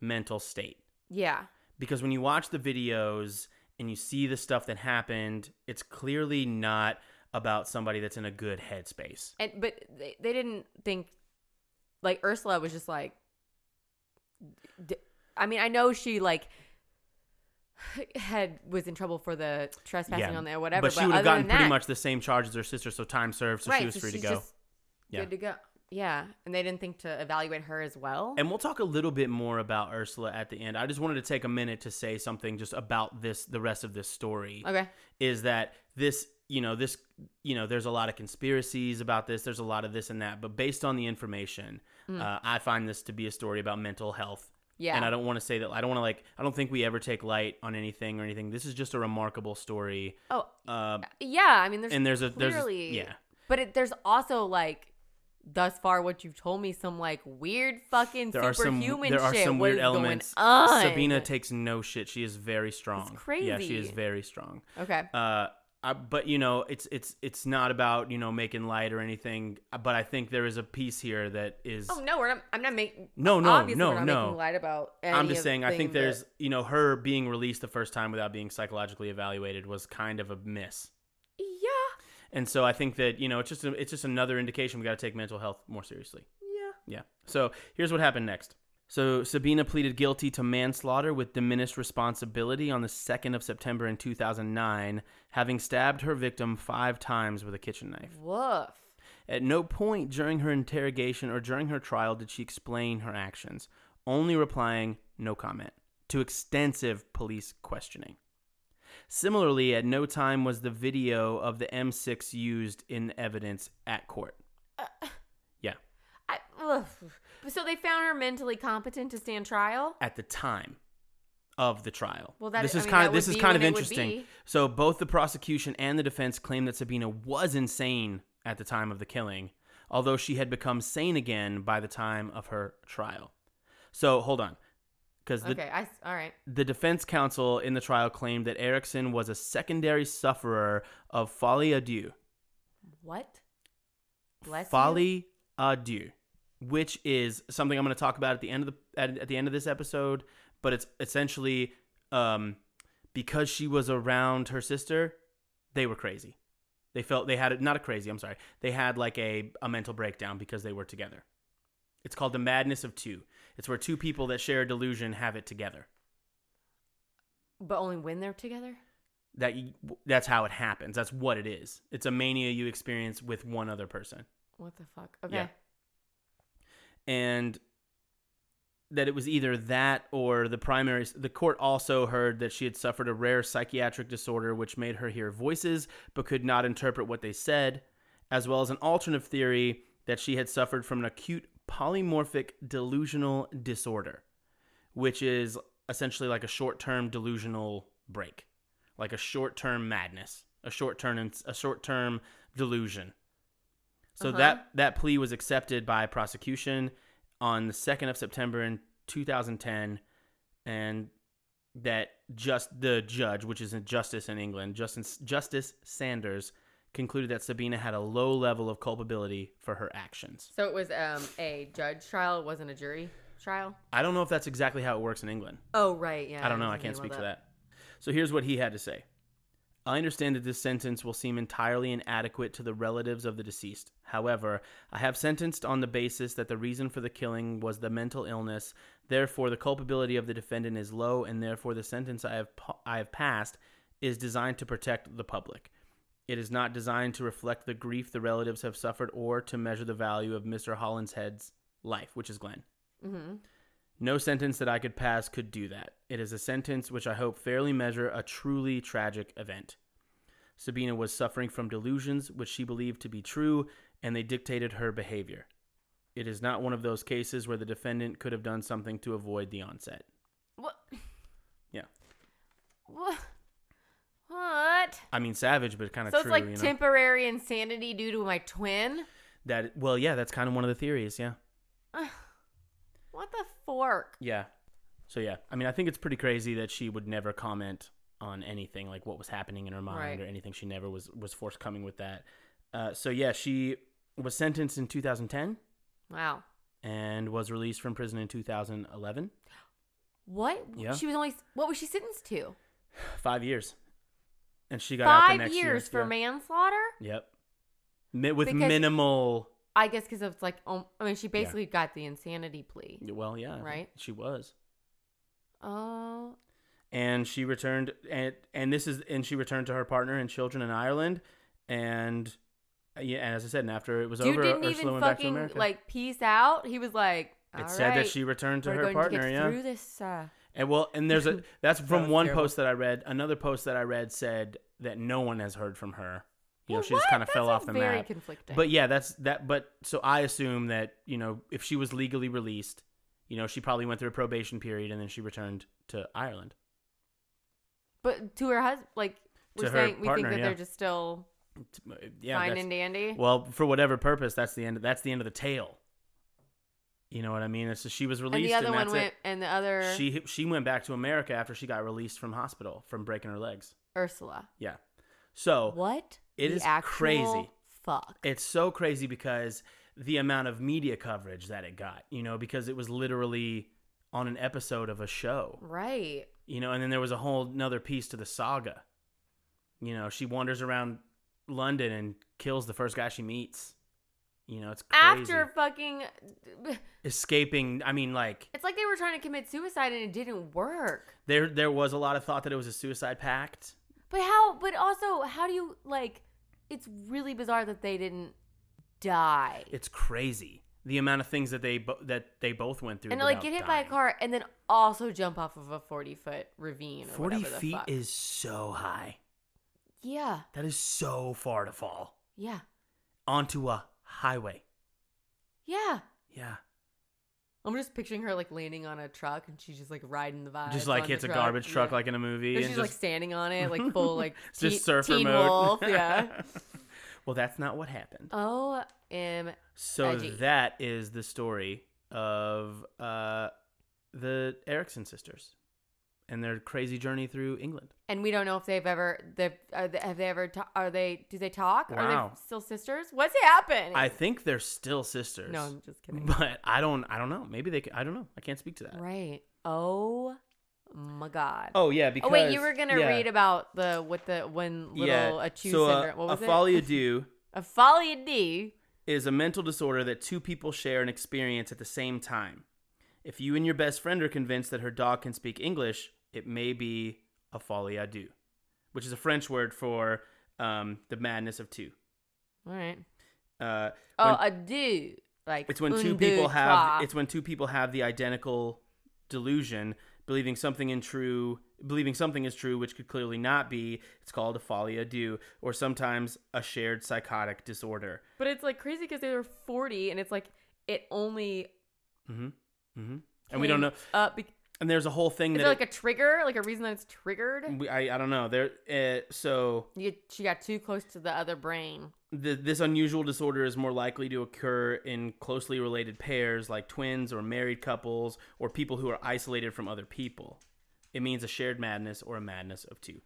[SPEAKER 2] mental state.
[SPEAKER 1] Yeah.
[SPEAKER 2] Because when you watch the videos and you see the stuff that happened, it's clearly not about somebody that's in a good headspace.
[SPEAKER 1] And but they, they didn't think like Ursula was just like d- I mean, I know she like had was in trouble for the trespassing
[SPEAKER 2] Yeah,
[SPEAKER 1] on there whatever,
[SPEAKER 2] but
[SPEAKER 1] but,
[SPEAKER 2] she would have
[SPEAKER 1] other
[SPEAKER 2] gotten
[SPEAKER 1] than
[SPEAKER 2] pretty
[SPEAKER 1] that-
[SPEAKER 2] much the same charge as her sister, so time served, so
[SPEAKER 1] right,
[SPEAKER 2] she was
[SPEAKER 1] so
[SPEAKER 2] free to
[SPEAKER 1] she's
[SPEAKER 2] go.
[SPEAKER 1] just
[SPEAKER 2] Yeah.
[SPEAKER 1] Good to go. Yeah, and they didn't think to evaluate her as well.
[SPEAKER 2] And we'll talk a little bit more about Ursula at the end. I just wanted to take a minute to say something just about this, the rest of this story.
[SPEAKER 1] okay.
[SPEAKER 2] is that this you know this you know there's a lot of conspiracies about this there's a lot of this and that but based on the information uh, i find this to be a story about mental health
[SPEAKER 1] Mm. Yeah.
[SPEAKER 2] and i don't want to say that i don't want to like i don't think we ever take light on anything or anything this is just a remarkable story
[SPEAKER 1] oh,
[SPEAKER 2] uh,
[SPEAKER 1] yeah, I mean there's
[SPEAKER 2] and there's a there's a,
[SPEAKER 1] clearly
[SPEAKER 2] yeah
[SPEAKER 1] But it, there's also like thus far what you've told me some like weird fucking
[SPEAKER 2] there are some
[SPEAKER 1] superhuman
[SPEAKER 2] there are
[SPEAKER 1] shit.
[SPEAKER 2] some
[SPEAKER 1] What
[SPEAKER 2] weird
[SPEAKER 1] is going
[SPEAKER 2] elements
[SPEAKER 1] on?
[SPEAKER 2] sabina takes no shit she is very strong yeah she is
[SPEAKER 1] crazy.
[SPEAKER 2] very strong
[SPEAKER 1] Okay.
[SPEAKER 2] uh, I, but you know, it's it's it's not about you know making light or anything. uh, But I think there is a piece here that is
[SPEAKER 1] Oh no, we're not, I'm not making
[SPEAKER 2] No, no,
[SPEAKER 1] obviously
[SPEAKER 2] no,
[SPEAKER 1] we're not
[SPEAKER 2] no.
[SPEAKER 1] making light about.
[SPEAKER 2] I'm
[SPEAKER 1] any
[SPEAKER 2] just
[SPEAKER 1] of
[SPEAKER 2] saying. I
[SPEAKER 1] thing
[SPEAKER 2] think there's
[SPEAKER 1] that-
[SPEAKER 2] you know her being released the first time without being psychologically evaluated was kind of a miss.
[SPEAKER 1] yeah,
[SPEAKER 2] And so I think that you know it's just a, it's just another indication we got to take mental health more seriously.
[SPEAKER 1] yeah.
[SPEAKER 2] Yeah. So here's what happened next. So Sabina pleaded guilty to manslaughter with diminished responsibility on the 2nd of September in 2009, having stabbed her victim 5 times with a kitchen knife.
[SPEAKER 1] Woof.
[SPEAKER 2] At no point during her interrogation or during her trial did she explain her actions, only replying, no comment, to extensive police questioning. Similarly, at no time was the video of the M6 used in evidence at court. Yeah,
[SPEAKER 1] I, oof. So they found her mentally competent to stand trial.
[SPEAKER 2] at the time of the trial.
[SPEAKER 1] Well, that-
[SPEAKER 2] this
[SPEAKER 1] I
[SPEAKER 2] is
[SPEAKER 1] mean,
[SPEAKER 2] kind
[SPEAKER 1] that
[SPEAKER 2] of this
[SPEAKER 1] would
[SPEAKER 2] is
[SPEAKER 1] be
[SPEAKER 2] kind of
[SPEAKER 1] when it would
[SPEAKER 2] interesting.
[SPEAKER 1] be.
[SPEAKER 2] So both the prosecution and the defense claimed that Sabina was insane at the time of the killing, although she had become sane again by the time of her trial. So hold on, because the
[SPEAKER 1] okay, I s- all right.
[SPEAKER 2] the defense counsel in the trial claimed that Erickson was a secondary sufferer of folie à deux.
[SPEAKER 1] What? Bless you.
[SPEAKER 2] Folly adieu, which is something I'm going to talk about at the end of the at, at the end of this episode. But it's essentially um, because she was around her sister, they were crazy. They felt they had it not a crazy. I'm sorry, they had like a a mental breakdown because they were together. It's called the madness of two. It's where two people that share a delusion have it together.
[SPEAKER 1] But only when they're together.
[SPEAKER 2] That you, that's how it happens. That's what it is. It's a mania you experience with one other person.
[SPEAKER 1] What the fuck? Okay.
[SPEAKER 2] Yeah. and that it was either that or the primary the court also heard that she had suffered a rare psychiatric disorder which made her hear voices but could not interpret what they said as well as an alternative theory that she had suffered from an acute polymorphic delusional disorder which is essentially like a short-term delusional break like a short-term madness a short-term a short-term delusion so
[SPEAKER 1] Uh-huh.
[SPEAKER 2] that that plea was accepted by prosecution on the 2nd of September in 2010 and that just the judge which is in justice in England Justin Justice Sanders concluded that Sabina had a low level of culpability for her actions.
[SPEAKER 1] So it was um, a judge trial. It wasn't a jury trial.
[SPEAKER 2] I don't know if that's exactly how it works in England.
[SPEAKER 1] Oh right, yeah.
[SPEAKER 2] I don't know. I
[SPEAKER 1] was
[SPEAKER 2] can't
[SPEAKER 1] thinking
[SPEAKER 2] speak to
[SPEAKER 1] about
[SPEAKER 2] that. So here's what he had to say. I understand that this sentence will seem entirely inadequate to the relatives of the deceased. However, I have sentenced on the basis that the reason for the killing was the mental illness. Therefore, the culpability of the defendant is low, and therefore, the sentence I have, pa- I have passed is designed to protect the public. It is not designed to reflect the grief the relatives have suffered or to measure the value of Mr. Hollinshead's life, which is Glenn. No sentence that I could pass could do that. It is a sentence which I hope fairly measure a truly tragic event. Sabina was suffering from delusions which she believed to be true, and they dictated her behavior. It is not one of those cases where the defendant could have done something to avoid the onset.
[SPEAKER 1] What?
[SPEAKER 2] Yeah.
[SPEAKER 1] What? What?
[SPEAKER 2] I mean, savage, but kind of
[SPEAKER 1] So it's
[SPEAKER 2] true.
[SPEAKER 1] like
[SPEAKER 2] you know?
[SPEAKER 1] temporary insanity due to my twin.
[SPEAKER 2] that well, yeah, that's kind of one of the theories. Yeah,
[SPEAKER 1] What the fork?
[SPEAKER 2] yeah. So yeah, I mean, I think it's pretty crazy that she would never comment on anything like what was happening in her mind
[SPEAKER 1] Right.
[SPEAKER 2] or anything. She never was was forthcoming with that. Uh, so yeah, she was sentenced in 2010
[SPEAKER 1] Wow.
[SPEAKER 2] and was released from prison in 2011.
[SPEAKER 1] What?
[SPEAKER 2] Yeah.
[SPEAKER 1] She was only. What was she sentenced to?
[SPEAKER 2] [sighs] Five years, and she got out the
[SPEAKER 1] Five
[SPEAKER 2] next
[SPEAKER 1] years
[SPEAKER 2] year.
[SPEAKER 1] for
[SPEAKER 2] yeah.
[SPEAKER 1] manslaughter.
[SPEAKER 2] Yep, Mi- with
[SPEAKER 1] Because-
[SPEAKER 2] minimal.
[SPEAKER 1] I guess because it's like. Um, I mean, she basically got the insanity plea.
[SPEAKER 2] Well, yeah,
[SPEAKER 1] Right.
[SPEAKER 2] She was.
[SPEAKER 1] Oh,
[SPEAKER 2] and she returned and and this is and she returned to her partner and children in Ireland and uh, yeah and as I said and after it was
[SPEAKER 1] dude
[SPEAKER 2] over
[SPEAKER 1] didn't
[SPEAKER 2] Ursula
[SPEAKER 1] even
[SPEAKER 2] went back to
[SPEAKER 1] fucking
[SPEAKER 2] America.
[SPEAKER 1] like peace out. He was like,
[SPEAKER 2] it
[SPEAKER 1] all
[SPEAKER 2] said that
[SPEAKER 1] right,
[SPEAKER 2] she returned to
[SPEAKER 1] we're
[SPEAKER 2] her
[SPEAKER 1] going
[SPEAKER 2] partner
[SPEAKER 1] to get
[SPEAKER 2] yeah
[SPEAKER 1] through this. Uh,
[SPEAKER 2] and well and
[SPEAKER 1] [laughs]
[SPEAKER 2] there's a that's from
[SPEAKER 1] was
[SPEAKER 2] one
[SPEAKER 1] terrible.
[SPEAKER 2] post that I read another post that I read said that no one has heard from her you know
[SPEAKER 1] Well,
[SPEAKER 2] she just
[SPEAKER 1] what?
[SPEAKER 2] kind of
[SPEAKER 1] That
[SPEAKER 2] fell off
[SPEAKER 1] sounds
[SPEAKER 2] the
[SPEAKER 1] very
[SPEAKER 2] map
[SPEAKER 1] conflicting.
[SPEAKER 2] but yeah that's that but so I assume that you know if she was legally released you know she probably went through a probation period and then she returned to Ireland
[SPEAKER 1] But to her husband, like
[SPEAKER 2] To
[SPEAKER 1] we're
[SPEAKER 2] her
[SPEAKER 1] saying, we
[SPEAKER 2] partner,
[SPEAKER 1] think that
[SPEAKER 2] yeah.
[SPEAKER 1] they're just still
[SPEAKER 2] uh, yeah
[SPEAKER 1] fine
[SPEAKER 2] that's-
[SPEAKER 1] and dandy. [laughs]
[SPEAKER 2] Well, for whatever purpose, that's the end. That's the end of the tale. You know what I mean? It's just, she was
[SPEAKER 1] and
[SPEAKER 2] released,
[SPEAKER 1] the
[SPEAKER 2] and,
[SPEAKER 1] other one
[SPEAKER 2] that's
[SPEAKER 1] went, and the other
[SPEAKER 2] it. She she went back to America after she got released from hospital from breaking her legs.
[SPEAKER 1] Ursula.
[SPEAKER 2] Yeah. So
[SPEAKER 1] What?
[SPEAKER 2] Oh. it
[SPEAKER 1] the
[SPEAKER 2] is crazy.
[SPEAKER 1] actual Fuck.
[SPEAKER 2] it's so crazy because the amount of media coverage that it got. You know, because it was literally on an episode of a show.
[SPEAKER 1] Right.
[SPEAKER 2] you know and then there was a whole nother piece to the saga you know she wanders around london and kills the first guy she meets you know it's crazy.
[SPEAKER 1] After fucking, [laughs]
[SPEAKER 2] escaping i mean like
[SPEAKER 1] it's like they were trying to commit suicide and it didn't work.
[SPEAKER 2] there there was a lot of thought that it was a suicide pact
[SPEAKER 1] But how? But also, how do you like? It's really bizarre that they didn't die.
[SPEAKER 2] it's crazy the amount of things that they bo- that they both went through
[SPEAKER 1] and like
[SPEAKER 2] without
[SPEAKER 1] get hit by a
[SPEAKER 2] dying.
[SPEAKER 1] car and then also jump off of a forty foot ravine. Or
[SPEAKER 2] 40
[SPEAKER 1] whatever the
[SPEAKER 2] feet
[SPEAKER 1] fuck.
[SPEAKER 2] is so high
[SPEAKER 1] yeah,
[SPEAKER 2] that is so far to fall
[SPEAKER 1] yeah,
[SPEAKER 2] onto a highway
[SPEAKER 1] yeah.
[SPEAKER 2] yeah
[SPEAKER 1] I'm just picturing her like landing on a truck and she's just like riding Uh, the vibe.
[SPEAKER 2] just like hits a garbage truck
[SPEAKER 1] [laughs]
[SPEAKER 2] like in a movie
[SPEAKER 1] she's
[SPEAKER 2] and
[SPEAKER 1] like
[SPEAKER 2] just-
[SPEAKER 1] standing on it, like [laughs] full like
[SPEAKER 2] It's [laughs] just
[SPEAKER 1] teen,
[SPEAKER 2] surfer
[SPEAKER 1] teen
[SPEAKER 2] mode. [laughs]
[SPEAKER 1] wolf. Yeah. Oh,
[SPEAKER 2] well, that's not what happened.
[SPEAKER 1] O M.
[SPEAKER 2] so
[SPEAKER 1] edgy.
[SPEAKER 2] that is the story of uh, the Erickson sisters and their crazy journey through England.
[SPEAKER 1] And we don't know if they've ever they've are they, have they ever ta- are they do they talk? Are
[SPEAKER 2] Wow.
[SPEAKER 1] they still sisters? What's happening?
[SPEAKER 2] I think they're still sisters.
[SPEAKER 1] no, I'm just kidding.
[SPEAKER 2] [laughs] but I don't. I don't know. Maybe they. Can, I don't know. I can't speak to that.
[SPEAKER 1] Right. Oh my god.
[SPEAKER 2] Oh yeah. Because
[SPEAKER 1] oh wait, you were gonna
[SPEAKER 2] yeah,
[SPEAKER 1] read about the what the one little
[SPEAKER 2] yeah.
[SPEAKER 1] a chew
[SPEAKER 2] so uh,
[SPEAKER 1] syndrome. What was
[SPEAKER 2] a
[SPEAKER 1] it? [laughs]
[SPEAKER 2] folie à deux
[SPEAKER 1] a folly D.
[SPEAKER 2] is a mental disorder that two people share and experience at the same time. If you and your best friend are convinced that her dog can speak English, it may be a folie à deux, which is a French word for um, the madness of two.
[SPEAKER 1] All right.
[SPEAKER 2] Uh,
[SPEAKER 1] Oh,
[SPEAKER 2] when-
[SPEAKER 1] a do. Like
[SPEAKER 2] it's when
[SPEAKER 1] un,
[SPEAKER 2] two
[SPEAKER 1] deux,
[SPEAKER 2] people have
[SPEAKER 1] trois.
[SPEAKER 2] it's when two people have the identical delusion, believing something in true, believing something is true, which could clearly not be. It's called a folie à deux, or sometimes a shared psychotic disorder.
[SPEAKER 1] But it's like crazy because they were 40 and it's like it only
[SPEAKER 2] Mm-hmm. Mm-hmm. And we don't know.
[SPEAKER 1] came up be-
[SPEAKER 2] And there's a whole thing
[SPEAKER 1] is
[SPEAKER 2] that
[SPEAKER 1] there
[SPEAKER 2] it- Mm.
[SPEAKER 1] like a trigger, like a reason that it's triggered?
[SPEAKER 2] We, I, I don't know. There, uh, so
[SPEAKER 1] You get, she got too close to the other brain.
[SPEAKER 2] the, this unusual disorder is more likely to occur in closely related pairs, like twins or married couples, or people who are isolated from other people. It means a shared madness or a madness of two.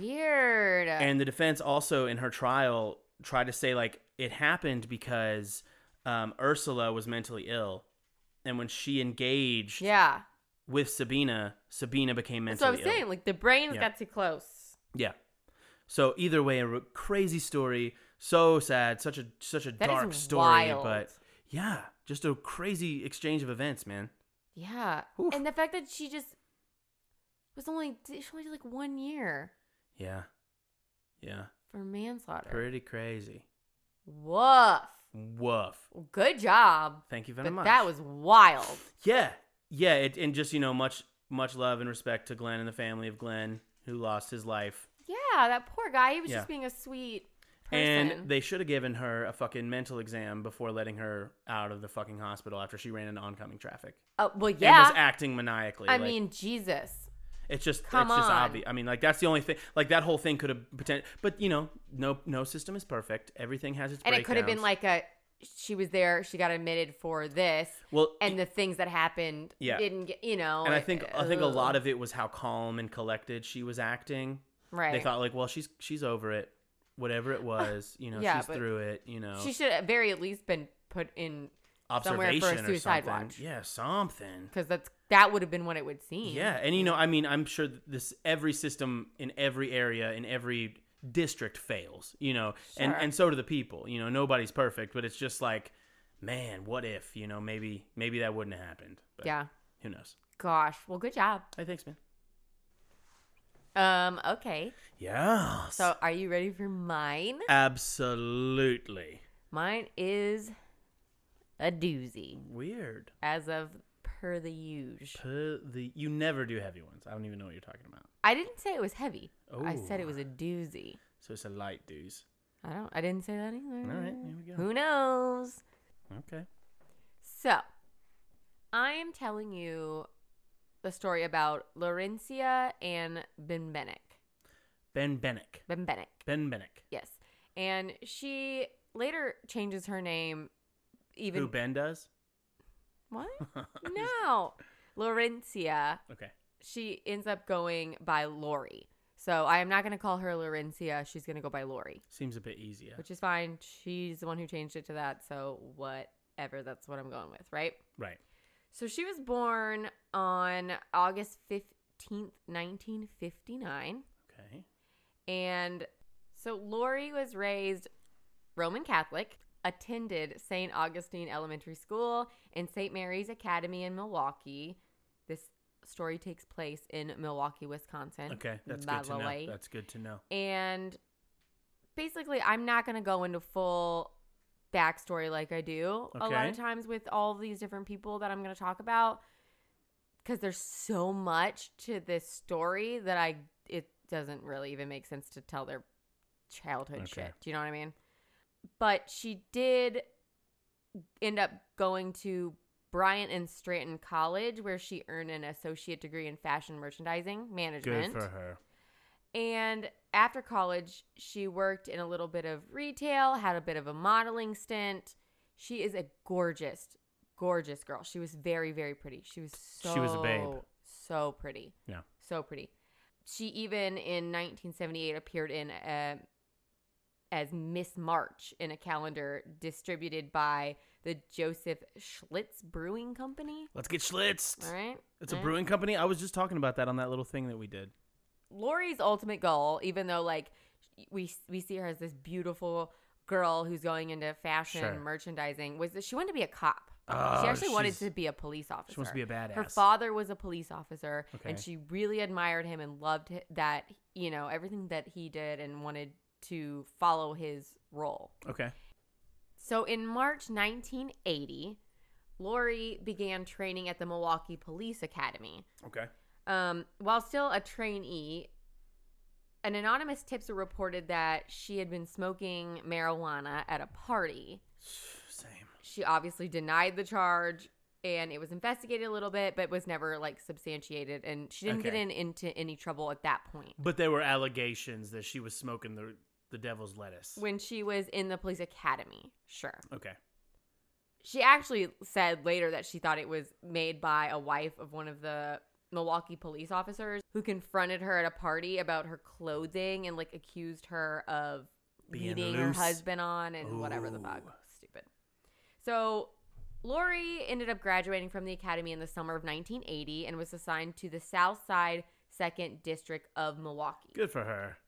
[SPEAKER 1] Weird.
[SPEAKER 2] And the defense also in her trial try to say like it happened because um, Ursula was mentally ill, and when she engaged
[SPEAKER 1] Yeah.
[SPEAKER 2] with Sabina, Sabina became
[SPEAKER 1] So I
[SPEAKER 2] mentally
[SPEAKER 1] was
[SPEAKER 2] ill.
[SPEAKER 1] saying, like, the brains
[SPEAKER 2] Yeah.
[SPEAKER 1] got too close.
[SPEAKER 2] Yeah. So either way, a r- crazy story. So sad. Such a such a
[SPEAKER 1] That is
[SPEAKER 2] dark story.
[SPEAKER 1] wild.
[SPEAKER 2] But yeah, just a crazy exchange of events, man.
[SPEAKER 1] Yeah.
[SPEAKER 2] Oof.
[SPEAKER 1] And the fact that she just was only, she only did like one year
[SPEAKER 2] Yeah. Yeah.
[SPEAKER 1] for manslaughter.
[SPEAKER 2] Pretty crazy.
[SPEAKER 1] Woof.
[SPEAKER 2] Woof.
[SPEAKER 1] Well, Good job.
[SPEAKER 2] Thank you very
[SPEAKER 1] But
[SPEAKER 2] much.
[SPEAKER 1] that was wild.
[SPEAKER 2] yeah, yeah, it, and just you know, much much love and respect to Glenn and the family of Glenn who lost his life.
[SPEAKER 1] Yeah, that poor guy. He was
[SPEAKER 2] Yeah.
[SPEAKER 1] just being a sweet person.
[SPEAKER 2] And they should have given her a fucking mental exam before letting her out of the fucking hospital after she ran into oncoming traffic
[SPEAKER 1] uh, well,
[SPEAKER 2] and was
[SPEAKER 1] yeah.
[SPEAKER 2] acting maniacally.
[SPEAKER 1] I
[SPEAKER 2] like,
[SPEAKER 1] mean, Jesus.
[SPEAKER 2] It's just
[SPEAKER 1] Come
[SPEAKER 2] it's just
[SPEAKER 1] on.
[SPEAKER 2] obvious. I mean, like that's the only thing. Like that whole thing could have pretend, but you know, no no system is perfect. Everything has its
[SPEAKER 1] And it could have been
[SPEAKER 2] breakdowns.
[SPEAKER 1] like a she was there, she got admitted for this,
[SPEAKER 2] well,
[SPEAKER 1] and the things that happened
[SPEAKER 2] Yeah.
[SPEAKER 1] didn't get, you know. uh,
[SPEAKER 2] and I think I think a lot of it was how calm and collected she was acting.
[SPEAKER 1] right.
[SPEAKER 2] They thought like, well, she's she's over it, whatever it was. You know,
[SPEAKER 1] Yeah,
[SPEAKER 2] she's
[SPEAKER 1] but
[SPEAKER 2] through it. You know,
[SPEAKER 1] she should at very least been put in somewhere for a
[SPEAKER 2] observation or
[SPEAKER 1] suicide
[SPEAKER 2] something.
[SPEAKER 1] watch.
[SPEAKER 2] Yeah, something.
[SPEAKER 1] because that's that would have been what it would seem.
[SPEAKER 2] Yeah, and you know, I mean, I'm sure that this every system in every area in every district fails, you know, and
[SPEAKER 1] Sure.
[SPEAKER 2] and so do the people. You know, nobody's perfect, but it's just like, man, what if? You know, maybe maybe that wouldn't have happened. But
[SPEAKER 1] Yeah.
[SPEAKER 2] who knows?
[SPEAKER 1] Gosh. Well, good job.
[SPEAKER 2] Hey, thanks, man.
[SPEAKER 1] Um. Okay.
[SPEAKER 2] Yeah.
[SPEAKER 1] So, are you ready for mine?
[SPEAKER 2] absolutely
[SPEAKER 1] Mine is a doozy,
[SPEAKER 2] weird.
[SPEAKER 1] as of per the usual.
[SPEAKER 2] Per the you never do heavy ones. I don't even know what you're talking about.
[SPEAKER 1] I didn't say it was heavy. I said it
[SPEAKER 2] Ooh.
[SPEAKER 1] was a doozy.
[SPEAKER 2] So it's a light dooze.
[SPEAKER 1] I don't. I didn't say that either.
[SPEAKER 2] All right, there we go.
[SPEAKER 1] Who knows?
[SPEAKER 2] Okay.
[SPEAKER 1] So, I am telling you the story about Laurencia and Benbenek.
[SPEAKER 2] Ben Bennick.
[SPEAKER 1] Benbenek.
[SPEAKER 2] Ben Bennick.
[SPEAKER 1] Yes. And she later changes her name. Even
[SPEAKER 2] Who Ben does?
[SPEAKER 1] [laughs]
[SPEAKER 2] [laughs]
[SPEAKER 1] what?
[SPEAKER 2] I'm just-
[SPEAKER 1] No. Laurencia.
[SPEAKER 2] Okay.
[SPEAKER 1] She ends up going by Lori. So I am not going to call her Laurencia. She's going to go by Lori.
[SPEAKER 2] Seems a bit easier.
[SPEAKER 1] which is fine. She's the one who changed it to that. So, whatever. That's what I'm going with, right?
[SPEAKER 2] Right.
[SPEAKER 1] So, she was born on August 15th, 1959.
[SPEAKER 2] Okay.
[SPEAKER 1] And so, Lori was raised Roman Catholic, attended St. Augustine Elementary School and St. Mary's Academy in Milwaukee. This story takes place in Milwaukee, Wisconsin.
[SPEAKER 2] Okay. That's
[SPEAKER 1] by
[SPEAKER 2] good to
[SPEAKER 1] the
[SPEAKER 2] know.
[SPEAKER 1] way.
[SPEAKER 2] That's good to know.
[SPEAKER 1] And basically, I'm not going to go into full backstory like I do a lot
[SPEAKER 2] Okay.
[SPEAKER 1] of times with all of these different people that I'm going to talk about because there's so much to this story that I it doesn't really even make sense to tell their childhood
[SPEAKER 2] Okay.
[SPEAKER 1] shit. Do you know what I mean? But she did end up going to Bryant and Stratton College where she earned an associate degree in fashion merchandising management.
[SPEAKER 2] Good for her.
[SPEAKER 1] And after college, she worked in a little bit of retail, had a bit of a modeling stint. She is a gorgeous, gorgeous girl. She was very, very pretty. She was so
[SPEAKER 2] She was a babe.
[SPEAKER 1] so pretty.
[SPEAKER 2] Yeah.
[SPEAKER 1] So pretty. She even in 1978 appeared in a, as Miss March in a calendar distributed by the Joseph Schlitz Brewing Company.
[SPEAKER 2] Let's get schlitzed.
[SPEAKER 1] All right.
[SPEAKER 2] It's a
[SPEAKER 1] All right.
[SPEAKER 2] brewing company. I was just talking about that on that little thing that we did.
[SPEAKER 1] Lori's ultimate goal, even though like we we see her as this beautiful girl who's going into fashion
[SPEAKER 2] Sure.
[SPEAKER 1] merchandising, was that she wanted to be a cop.
[SPEAKER 2] Oh,
[SPEAKER 1] she actually wanted
[SPEAKER 2] she's-
[SPEAKER 1] to be a police officer.
[SPEAKER 2] She wants to be a badass.
[SPEAKER 1] Her father was a police officer,
[SPEAKER 2] Okay.
[SPEAKER 1] and she really admired him and loved hi- that you know everything that he did, and wanted to follow his role.
[SPEAKER 2] Okay.
[SPEAKER 1] So in March 1980, Lori began training at the Milwaukee Police Academy.
[SPEAKER 2] Okay.
[SPEAKER 1] Um, while still a trainee, an anonymous tipster reported that she had been smoking marijuana at a party.
[SPEAKER 2] [sighs] Same.
[SPEAKER 1] She obviously denied the charge and it was investigated a little bit, but was never like substantiated. And she didn't get
[SPEAKER 2] Okay.
[SPEAKER 1] in, into any trouble at that point.
[SPEAKER 2] But there were allegations that she was smoking the the devil's lettuce.
[SPEAKER 1] When she was in the police academy, sure.
[SPEAKER 2] okay.
[SPEAKER 1] She actually said later that she thought it was made by a wife of one of the Milwaukee police officers who confronted her at a party about her clothing and like accused her of
[SPEAKER 2] Being
[SPEAKER 1] meeting her
[SPEAKER 2] loose.
[SPEAKER 1] husband on and whatever the fuck.
[SPEAKER 2] Ooh.
[SPEAKER 1] Stupid. So Lori ended up graduating from the academy in the summer of 1980 and was assigned to the South Side Second District of Milwaukee.
[SPEAKER 2] Good for her.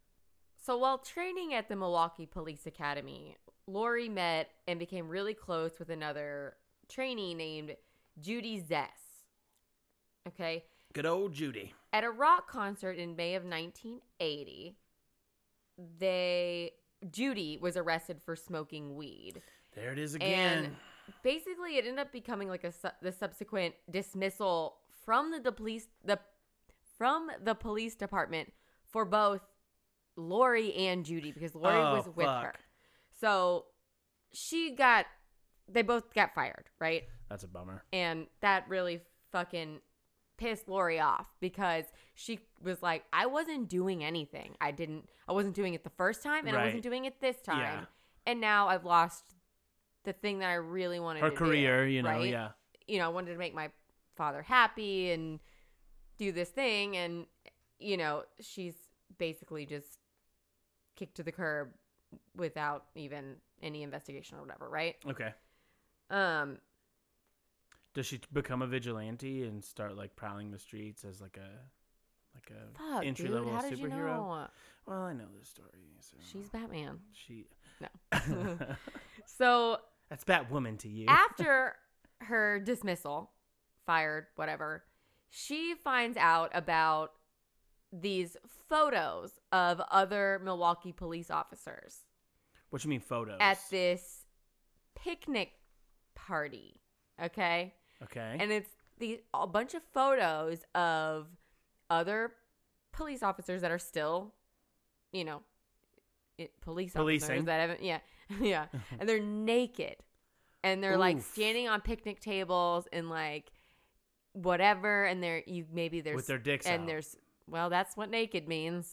[SPEAKER 1] So while training at the Milwaukee Police Academy, Lori met and became really close with another trainee named Judy Zess. Okay.
[SPEAKER 2] Good old Judy.
[SPEAKER 1] At a rock concert in May of 1980, they Judy was arrested for smoking weed.
[SPEAKER 2] There it is again.
[SPEAKER 1] And basically, it ended up becoming like a su- the subsequent dismissal from the, the police the from the police department for both Lori and Judy because Lori
[SPEAKER 2] Oh,
[SPEAKER 1] was with her.
[SPEAKER 2] fuck.
[SPEAKER 1] So she got they both got fired, right?
[SPEAKER 2] That's a bummer.
[SPEAKER 1] And that really fucking pissed Lori off because she was like, I wasn't doing anything. I didn't I wasn't doing it the first time and I
[SPEAKER 2] Right.
[SPEAKER 1] wasn't doing it this time.
[SPEAKER 2] Yeah.
[SPEAKER 1] And now I've lost the thing that I really wanted
[SPEAKER 2] Her
[SPEAKER 1] to do,
[SPEAKER 2] career, you know,
[SPEAKER 1] right?
[SPEAKER 2] yeah.
[SPEAKER 1] You know, I wanted to make my father happy and do this thing and you know, she's basically just kicked to the curb without even any investigation or whatever, right?
[SPEAKER 2] Okay.
[SPEAKER 1] Um
[SPEAKER 2] Does she become a vigilante and start like prowling the streets as like a like a
[SPEAKER 1] Fuck,
[SPEAKER 2] entry
[SPEAKER 1] dude,
[SPEAKER 2] level
[SPEAKER 1] how
[SPEAKER 2] superhero?
[SPEAKER 1] did you know?
[SPEAKER 2] Well, I know this story. So
[SPEAKER 1] She's Batman.
[SPEAKER 2] she
[SPEAKER 1] No.
[SPEAKER 2] [laughs] That's
[SPEAKER 1] So
[SPEAKER 2] Batwoman to you.
[SPEAKER 1] after her dismissal, fired, whatever, she finds out about these photos of other Milwaukee police officers
[SPEAKER 2] what you mean photos?
[SPEAKER 1] at this picnic party. Okay.
[SPEAKER 2] okay.
[SPEAKER 1] And it's the, a bunch of photos of other police officers that are still, you know, it, police
[SPEAKER 2] Policing.
[SPEAKER 1] officers that haven't, yeah, [laughs]
[SPEAKER 2] [laughs]
[SPEAKER 1] yeah, and they're naked, and they're like
[SPEAKER 2] Oof.
[SPEAKER 1] standing on picnic tables and like whatever, and they're you maybe there's
[SPEAKER 2] With their dicks
[SPEAKER 1] and
[SPEAKER 2] out.
[SPEAKER 1] there's well that's what naked means.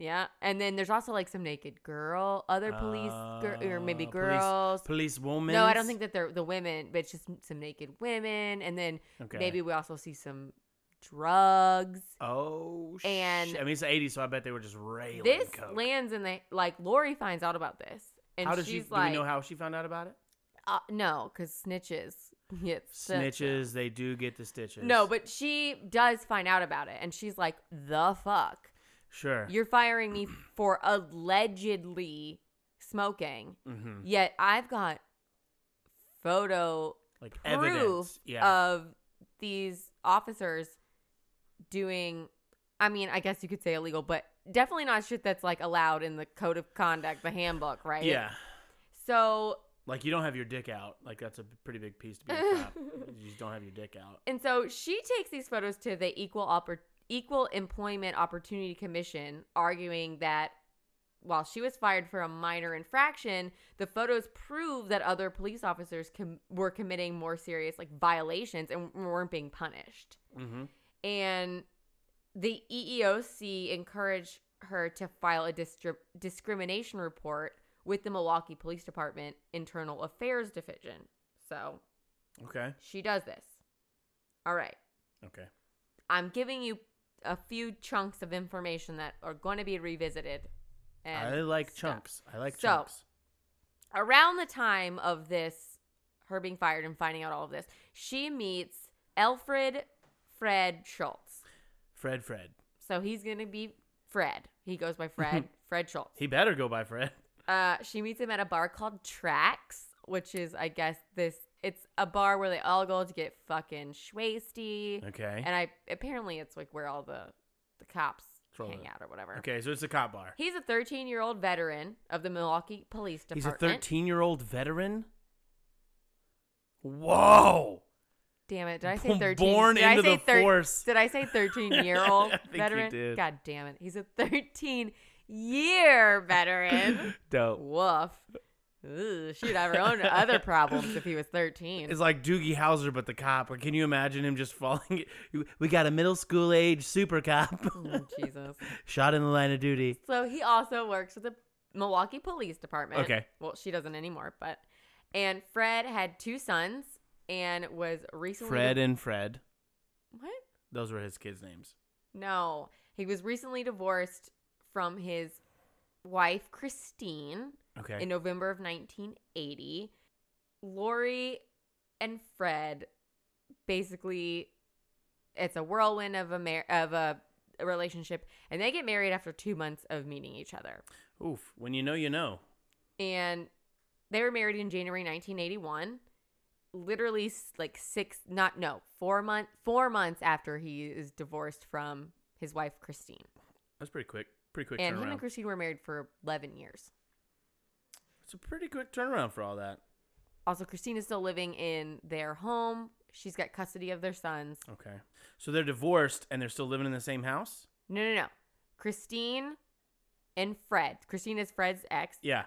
[SPEAKER 1] Yeah, and then there's also like some naked girl, other police, gir- or maybe
[SPEAKER 2] Uh, police-
[SPEAKER 1] girls,
[SPEAKER 2] police woman.
[SPEAKER 1] no, I don't think that they're the women, but it's just some naked women, and then
[SPEAKER 2] Okay.
[SPEAKER 1] maybe we also see some drugs.
[SPEAKER 2] Oh,
[SPEAKER 1] And-
[SPEAKER 2] shit. I mean it's the '80s, so I bet they were just railing.
[SPEAKER 1] This
[SPEAKER 2] coke.
[SPEAKER 1] lands in the like. Lori finds out about this, and
[SPEAKER 2] how does she?
[SPEAKER 1] she's
[SPEAKER 2] do
[SPEAKER 1] like,
[SPEAKER 2] we know how she found out about it?
[SPEAKER 1] uh, "No, because snitches [laughs] get sti-
[SPEAKER 2] Snitches. They do get the stitches.
[SPEAKER 1] No, but she does find out about it, and she's like, "The fuck,
[SPEAKER 2] sure.
[SPEAKER 1] you're firing me for allegedly smoking,
[SPEAKER 2] mm-hmm.
[SPEAKER 1] yet I've got photo
[SPEAKER 2] Like
[SPEAKER 1] proof
[SPEAKER 2] evidence. Yeah.
[SPEAKER 1] of these officers doing I mean, I guess you could say illegal, but definitely not shit that's like allowed in the code of conduct, the handbook, right?
[SPEAKER 2] yeah.
[SPEAKER 1] So
[SPEAKER 2] Like you don't have your dick out. Like that's a pretty big piece to be a
[SPEAKER 1] [laughs]
[SPEAKER 2] cop. you just don't have your dick out.
[SPEAKER 1] and so she takes these photos to the equal oppor- equal employment opportunity commission, arguing that while she was fired for a minor infraction, the photos prove that other police officers com- were committing more serious like violations and weren't being punished.
[SPEAKER 2] Mm-hmm.
[SPEAKER 1] and the E EEOC encouraged her to file a distri- discrimination report with the Milwaukee Police Department Internal Affairs Division. So
[SPEAKER 2] Okay.
[SPEAKER 1] she does this. All right.
[SPEAKER 2] Okay.
[SPEAKER 1] I'm giving you a few chunks of information that are going to be revisited.
[SPEAKER 2] I like
[SPEAKER 1] stuff.
[SPEAKER 2] chunks. I like
[SPEAKER 1] So,
[SPEAKER 2] chunks.
[SPEAKER 1] around the time of this, her being fired and finding out all of this, she meets Alfred Fred Schultz.
[SPEAKER 2] Fred, Fred.
[SPEAKER 1] So he's gonna be Fred. He goes
[SPEAKER 2] [laughs]
[SPEAKER 1] by Fred. Fred Schultz.
[SPEAKER 2] He better go by Fred.
[SPEAKER 1] Uh, she meets him at a bar called Tracks, which is, I guess, this. It's a bar where they all go to get fucking schwasty,
[SPEAKER 2] Okay.
[SPEAKER 1] and I apparently it's like where all the the cops
[SPEAKER 2] Throw
[SPEAKER 1] hang
[SPEAKER 2] it.
[SPEAKER 1] out or whatever.
[SPEAKER 2] Okay, so it's a cop bar.
[SPEAKER 1] He's a 13 year old veteran of the Milwaukee Police
[SPEAKER 2] He's a
[SPEAKER 1] Department.
[SPEAKER 2] 13 year old veteran. Whoa.
[SPEAKER 1] Damn it! Did I say
[SPEAKER 2] Born
[SPEAKER 1] 13? did I
[SPEAKER 2] into
[SPEAKER 1] say
[SPEAKER 2] the force.
[SPEAKER 1] Did I say 13 year old
[SPEAKER 2] [laughs] I think you
[SPEAKER 1] veteran?
[SPEAKER 2] did.
[SPEAKER 1] God damn it! He's a 13 year veteran.
[SPEAKER 2] Dope.
[SPEAKER 1] Woof. Ooh, she'd have her own other problems if he was 13.
[SPEAKER 2] It's like Doogie Howser, but the cop. Like, can you imagine him just [laughs] falling? We got a middle school age super cop [laughs]
[SPEAKER 1] Oh, Jesus.
[SPEAKER 2] shot in the line of duty.
[SPEAKER 1] So he also works with the Milwaukee Police Department.
[SPEAKER 2] Okay.
[SPEAKER 1] Well, she doesn't anymore, but. And Fred had two sons and was recently.
[SPEAKER 2] Fred and Fred.
[SPEAKER 1] what?
[SPEAKER 2] Those were his kids' names.
[SPEAKER 1] No. He was recently divorced from his wife, Christine,
[SPEAKER 2] Okay.
[SPEAKER 1] in November of 1980. Lori and Fred basically it's a whirlwind of a mar- of a relationship and they get married after 2 months of meeting each other.
[SPEAKER 2] Oof. When you know, you know.
[SPEAKER 1] And they were married in January 1981. Literally s- like 6 not no, 4 month 4 months after he is divorced from his wife Christine.
[SPEAKER 2] That's pretty quick. Pretty quick
[SPEAKER 1] and him
[SPEAKER 2] turnaround.
[SPEAKER 1] and Christine were married for 11 years.
[SPEAKER 2] it's a pretty quick turnaround for all that.
[SPEAKER 1] Also, Christine is still living in their home. She's got custody of their sons.
[SPEAKER 2] Okay. So they're divorced and they're still living in the same house?
[SPEAKER 1] No, no, no. Christine and Fred. Christine is Fred's ex.
[SPEAKER 2] Yeah.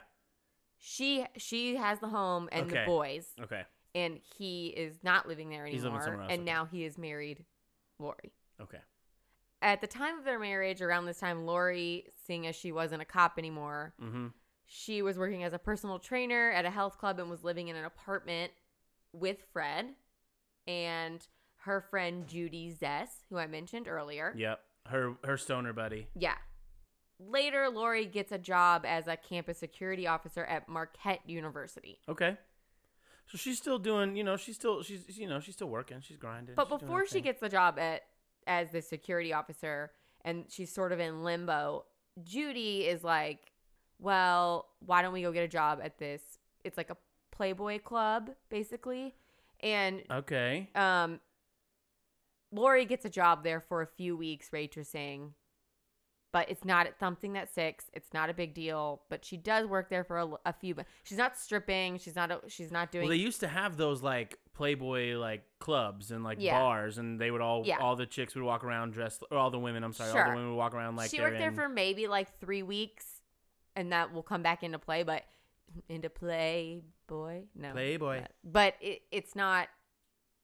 [SPEAKER 1] She she has the home and
[SPEAKER 2] Okay.
[SPEAKER 1] the boys,
[SPEAKER 2] Okay.
[SPEAKER 1] and he is not living there
[SPEAKER 2] He's living
[SPEAKER 1] anymore.
[SPEAKER 2] somewhere else,
[SPEAKER 1] and
[SPEAKER 2] okay.
[SPEAKER 1] now he is married, Lori.
[SPEAKER 2] Okay.
[SPEAKER 1] At the time of their marriage, around this time, Lori, seeing as she wasn't a cop anymore,
[SPEAKER 2] Mm-hmm.
[SPEAKER 1] she was working as a personal trainer at a health club and was living in an apartment with Fred and her friend Judy Zess, who I mentioned earlier.
[SPEAKER 2] Yep. Her her stoner buddy.
[SPEAKER 1] Yeah. Later, Lori gets a job as a campus security officer at Marquette University.
[SPEAKER 2] Okay. So she's still doing, you know, she's still she's you know, she's still working, she's grinding.
[SPEAKER 1] But
[SPEAKER 2] she's doing her
[SPEAKER 1] before she
[SPEAKER 2] thing.
[SPEAKER 1] gets the job at as the security officer and she's sort of in limbo, Judy is like, "Well, why don't we go get a job at this? It's like a Playboy club, basically." And
[SPEAKER 2] Okay.
[SPEAKER 1] um Lori gets a job there for a few weeks waitressing, but it's not at something that six. It's not a big deal, but she does work there for a, l- a few. But she's not stripping. She's not. She's not doing.
[SPEAKER 2] Well, they used to have those like Playboy like clubs and like
[SPEAKER 1] Yeah.
[SPEAKER 2] bars, and they would all
[SPEAKER 1] Yeah.
[SPEAKER 2] all the chicks would walk around dressed, or all the women. I'm sorry, all
[SPEAKER 1] Sure.
[SPEAKER 2] the women would walk around like
[SPEAKER 1] she
[SPEAKER 2] they're
[SPEAKER 1] worked there
[SPEAKER 2] in-
[SPEAKER 1] for maybe like three weeks, and that will come back into play. But [laughs] into Playboy, no
[SPEAKER 2] Playboy.
[SPEAKER 1] But- But it, it's not.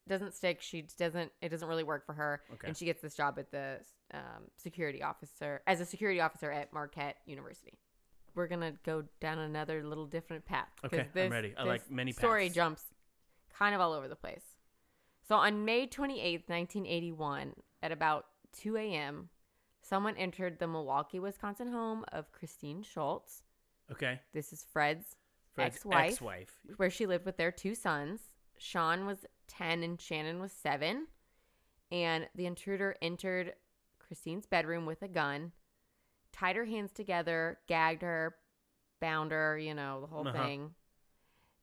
[SPEAKER 1] Doesn't stick. She doesn't. It doesn't really work for her.
[SPEAKER 2] Okay.
[SPEAKER 1] And she gets this job at the um, security officer as a security officer at Marquette University. We're gonna go down another little different path. 'cause
[SPEAKER 2] Okay, I'm ready. I
[SPEAKER 1] this
[SPEAKER 2] like many
[SPEAKER 1] Story
[SPEAKER 2] paths.
[SPEAKER 1] jumps kind of all over the place. So on May 28th, 1981, at about 2 a.m., someone entered the Milwaukee, Wisconsin home of Christine Schultz.
[SPEAKER 2] okay.
[SPEAKER 1] This is Fred's
[SPEAKER 2] Fred's
[SPEAKER 1] Ex-wife.
[SPEAKER 2] ex-wife.
[SPEAKER 1] where she lived with their two sons. Sean was 10 and Shannon was 7. And the intruder entered Christine's bedroom with a gun, tied her hands together, gagged her, bound her, you know, the whole
[SPEAKER 2] Uh-huh.
[SPEAKER 1] thing.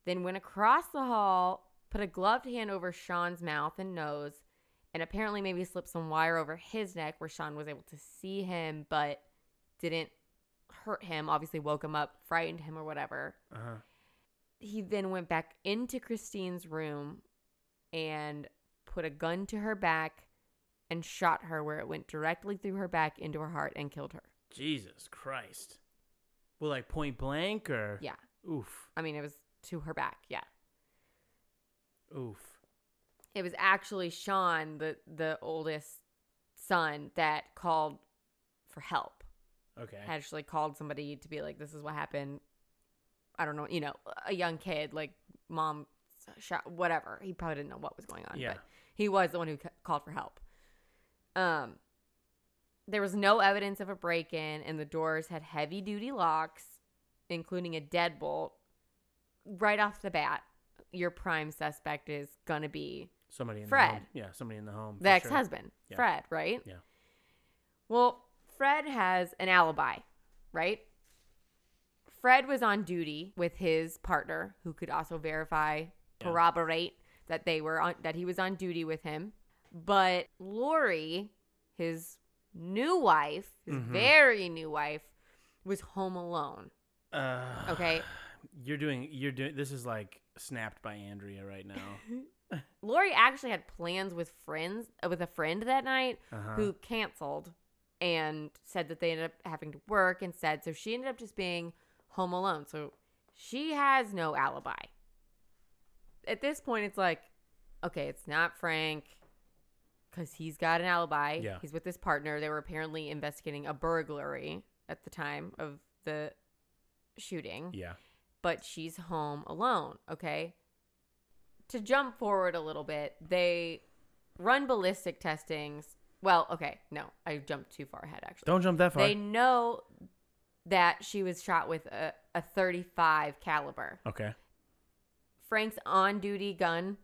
[SPEAKER 1] Then went across the hall, put a gloved hand over Sean's mouth and nose, and apparently maybe slipped some wire over his neck where Sean was able to see him but didn't hurt him, obviously woke him up, frightened him or whatever
[SPEAKER 2] Uh-huh.
[SPEAKER 1] he then went back into Christine's room and put a gun to her back and shot her where it went directly through her back into her heart and killed her.
[SPEAKER 2] Jesus Christ. Well, like point blank or
[SPEAKER 1] Yeah.
[SPEAKER 2] Oof.
[SPEAKER 1] I mean, it was to her back. Yeah.
[SPEAKER 2] Oof.
[SPEAKER 1] It was actually Sean, the the oldest son that called for help.
[SPEAKER 2] Okay.
[SPEAKER 1] Actually called somebody to be like this is what happened. I don't know, you know, a young kid like mom shot whatever. He probably didn't know what was going on,
[SPEAKER 2] yeah.
[SPEAKER 1] but He was the one who c- called for help. Um, there was no evidence of a break in, and the doors had heavy duty locks, including a deadbolt. Right off the bat, your prime suspect is going to be
[SPEAKER 2] Somebody in the home.
[SPEAKER 1] Fred.
[SPEAKER 2] Yeah, somebody in the home. for
[SPEAKER 1] the ex
[SPEAKER 2] sure.
[SPEAKER 1] husband,
[SPEAKER 2] Yeah.
[SPEAKER 1] Fred, right?
[SPEAKER 2] Yeah.
[SPEAKER 1] Well, Fred has an alibi, right? Fred was on duty with his partner, who could also verify,
[SPEAKER 2] Yeah.
[SPEAKER 1] corroborate that they were on that he was on duty with him. But Lori, his new wife, his
[SPEAKER 2] Mhm.
[SPEAKER 1] very new wife, was home alone.
[SPEAKER 2] Uh, [sighs]
[SPEAKER 1] Okay.
[SPEAKER 2] You're doing you're doing this is like snapped by Andrea right now.
[SPEAKER 1] [laughs] Lori actually had plans with friends uh, with a friend that night,
[SPEAKER 2] Uh-huh.
[SPEAKER 1] who canceled and said that they ended up having to work instead. So she ended up just being home alone. So she has no alibi. At this point, it's like, okay, it's not Frank because he's got an alibi.
[SPEAKER 2] Yeah.
[SPEAKER 1] He's with his partner. They were apparently investigating a burglary at the time of the shooting
[SPEAKER 2] Yeah.
[SPEAKER 1] but she's home alone, okay? To jump forward a little bit, they run ballistic testings. Well, okay, no, I jumped too far ahead actually.
[SPEAKER 2] Don't jump that far.
[SPEAKER 1] They know that she was shot with a, a 35 caliber.
[SPEAKER 2] Okay.
[SPEAKER 1] Frank's on duty gun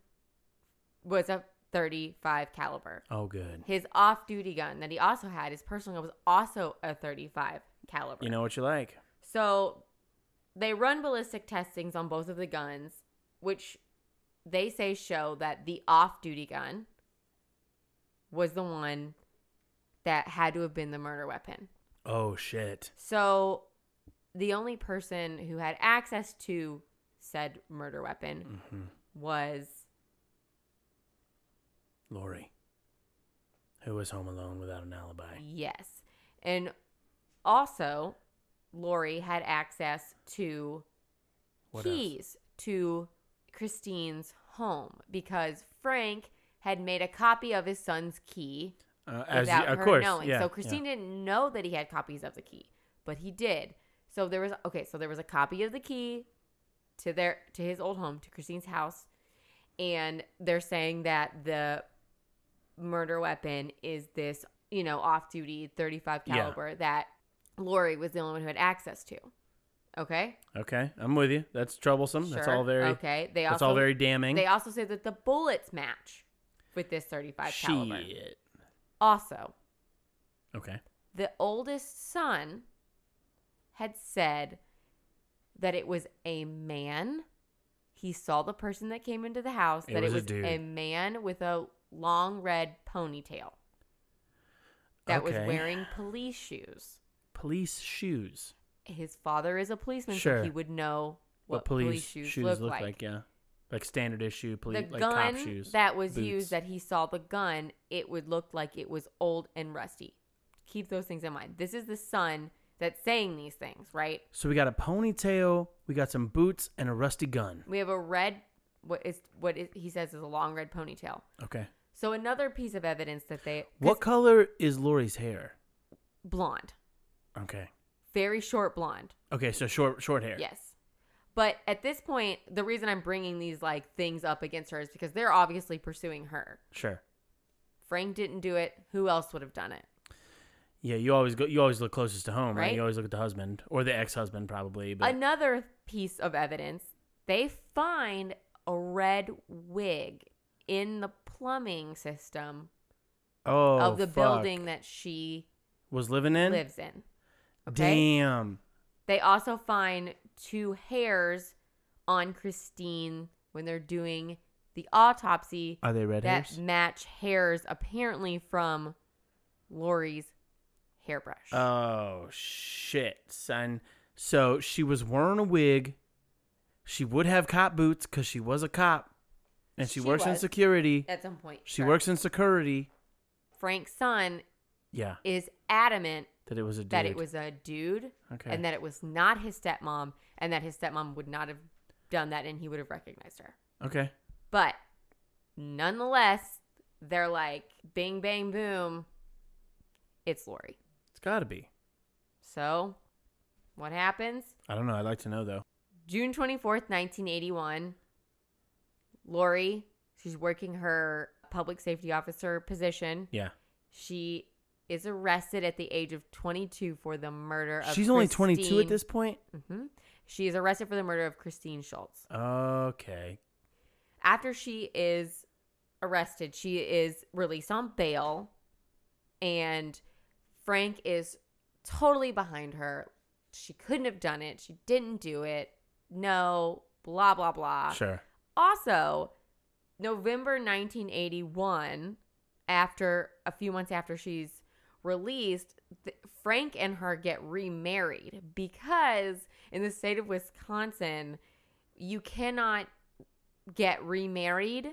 [SPEAKER 1] was a 35 caliber.
[SPEAKER 2] Oh, good.
[SPEAKER 1] His off duty gun that he also had, his personal gun was also a 35 caliber.
[SPEAKER 2] You know what you like.
[SPEAKER 1] So they run ballistic testings on both of the guns, which they say show that the off duty gun was the one that had to have been the murder weapon.
[SPEAKER 2] Oh shit.
[SPEAKER 1] So the only person who had access to said murder weapon
[SPEAKER 2] hmm
[SPEAKER 1] was
[SPEAKER 2] Lori, who was home alone without an alibi.
[SPEAKER 1] yes. And also Lori had access to
[SPEAKER 2] What else?
[SPEAKER 1] keys to Christine's home because Frank had made a copy of his son's key
[SPEAKER 2] Uh, as you,
[SPEAKER 1] without
[SPEAKER 2] of
[SPEAKER 1] her
[SPEAKER 2] course,
[SPEAKER 1] knowing.
[SPEAKER 2] yeah.
[SPEAKER 1] so Christine didn't know that he had copies of the key, but he did. So there was okay, so there was a copy of the key to their to his old home, to Christine's house, and they're saying that the murder weapon is this, you know, off-duty 35
[SPEAKER 2] Yeah.
[SPEAKER 1] caliber that Lori was the only one who had access to. Okay?
[SPEAKER 2] Yeah. Okay, I'm with you. That's troublesome. That's
[SPEAKER 1] Sure.
[SPEAKER 2] all very.
[SPEAKER 1] Okay. They
[SPEAKER 2] That's
[SPEAKER 1] also
[SPEAKER 2] all very damning.
[SPEAKER 1] they also say that the bullets match with this 35 caliber.
[SPEAKER 2] Shit.
[SPEAKER 1] Also,
[SPEAKER 2] Okay.
[SPEAKER 1] the oldest son had said that it was a man. He saw the person that came into the house,
[SPEAKER 2] It
[SPEAKER 1] that
[SPEAKER 2] was a
[SPEAKER 1] it was
[SPEAKER 2] dude.
[SPEAKER 1] a man with a long red ponytail that
[SPEAKER 2] Okay.
[SPEAKER 1] was wearing police shoes.
[SPEAKER 2] Police shoes.
[SPEAKER 1] His father is a policeman,
[SPEAKER 2] Sure.
[SPEAKER 1] so he would know
[SPEAKER 2] What,
[SPEAKER 1] what,
[SPEAKER 2] police,
[SPEAKER 1] shoes,
[SPEAKER 2] shoes,
[SPEAKER 1] look,
[SPEAKER 2] look
[SPEAKER 1] like.
[SPEAKER 2] Yeah. Like standard issue police,
[SPEAKER 1] The
[SPEAKER 2] like
[SPEAKER 1] gun
[SPEAKER 2] cop shoes.
[SPEAKER 1] that was
[SPEAKER 2] boots.
[SPEAKER 1] used that he saw the gun, it would look like it was old and rusty. Keep those things in mind. This is the son that's saying these things, right?
[SPEAKER 2] so we got a ponytail, we got some boots, and a rusty gun.
[SPEAKER 1] We have a red what is what is he says is a long red ponytail.
[SPEAKER 2] Okay.
[SPEAKER 1] So another piece of evidence that they 'cause
[SPEAKER 2] What color is Lori's hair?
[SPEAKER 1] blonde,
[SPEAKER 2] Okay.
[SPEAKER 1] very short blonde.
[SPEAKER 2] Okay, so short short hair.
[SPEAKER 1] Yes. But at this point, the reason I'm bringing these like things up against her is because they're obviously pursuing her.
[SPEAKER 2] Sure.
[SPEAKER 1] Frank didn't do it. Who else would have done it?
[SPEAKER 2] Yeah, you always go. You always look closest to home, right?
[SPEAKER 1] Right?
[SPEAKER 2] You always look at the husband or the ex-husband, probably. But
[SPEAKER 1] Another piece of evidence they find a red wig in the plumbing system
[SPEAKER 2] oh,
[SPEAKER 1] of the
[SPEAKER 2] fuck.
[SPEAKER 1] building that she
[SPEAKER 2] was living in.
[SPEAKER 1] lives in. Okay.
[SPEAKER 2] Damn.
[SPEAKER 1] They also find two hairs on Christine when they're doing the autopsy
[SPEAKER 2] Are they red
[SPEAKER 1] that
[SPEAKER 2] hairs?
[SPEAKER 1] match hairs apparently from Lori's hairbrush.
[SPEAKER 2] Oh shit, son. So she was wearing a wig. She would have cop boots because she was a cop, and she,
[SPEAKER 1] She
[SPEAKER 2] works in
[SPEAKER 1] was.
[SPEAKER 2] security.
[SPEAKER 1] At some point,
[SPEAKER 2] She
[SPEAKER 1] correct.
[SPEAKER 2] works in security.
[SPEAKER 1] Frank's son
[SPEAKER 2] Yeah,
[SPEAKER 1] is adamant
[SPEAKER 2] that it was a dude.
[SPEAKER 1] that it was a dude
[SPEAKER 2] okay.
[SPEAKER 1] and that it was not his stepmom and that his stepmom would not have done that and he would have recognized her.
[SPEAKER 2] okay.
[SPEAKER 1] But nonetheless, they're like, bing, bang, boom, it's Lori.
[SPEAKER 2] It's got to be.
[SPEAKER 1] So, what happens?
[SPEAKER 2] I don't know. I'd like to know though.
[SPEAKER 1] June 24th, 1981, Lori, she's working her public safety officer position.
[SPEAKER 2] Yeah.
[SPEAKER 1] She is arrested at the age of 22 for the murder of
[SPEAKER 2] She's only 22
[SPEAKER 1] uh,
[SPEAKER 2] at
[SPEAKER 1] Christine-
[SPEAKER 2] this point.
[SPEAKER 1] hmm She is arrested for the murder of Christine Schultz.
[SPEAKER 2] Okay.
[SPEAKER 1] After she is arrested, she is released on bail, and Frank is totally behind her. She couldn't have done it. She didn't do it. No, blah, blah, blah.
[SPEAKER 2] Sure.
[SPEAKER 1] Also, November 1981, after a few months after she's released, th- Frank and her get remarried because in the state of Wisconsin, you cannot get remarried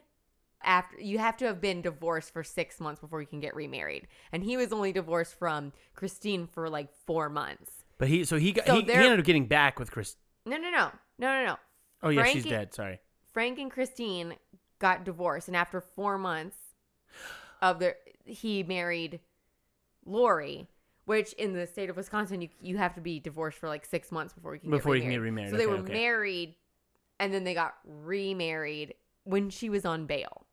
[SPEAKER 1] after you have to have been divorced for 6 months before you can get remarried. And he was only divorced from Christine for like 4 months.
[SPEAKER 2] But he so he got
[SPEAKER 1] So
[SPEAKER 2] he, he
[SPEAKER 1] they're-
[SPEAKER 2] ended up getting back with Chris.
[SPEAKER 1] No, no, no. No, no, no.
[SPEAKER 2] Oh yeah, she's
[SPEAKER 1] Frankie-
[SPEAKER 2] dead. Sorry.
[SPEAKER 1] Frank and Christine got divorced, and after four months of their, he married Lori, which in the state of Wisconsin, you you have to be divorced for like six months before you can
[SPEAKER 2] Before you
[SPEAKER 1] get
[SPEAKER 2] can
[SPEAKER 1] remarried.
[SPEAKER 2] get remarried.
[SPEAKER 1] So they
[SPEAKER 2] okay,
[SPEAKER 1] were
[SPEAKER 2] okay.
[SPEAKER 1] married, and then they got remarried when she was on bail.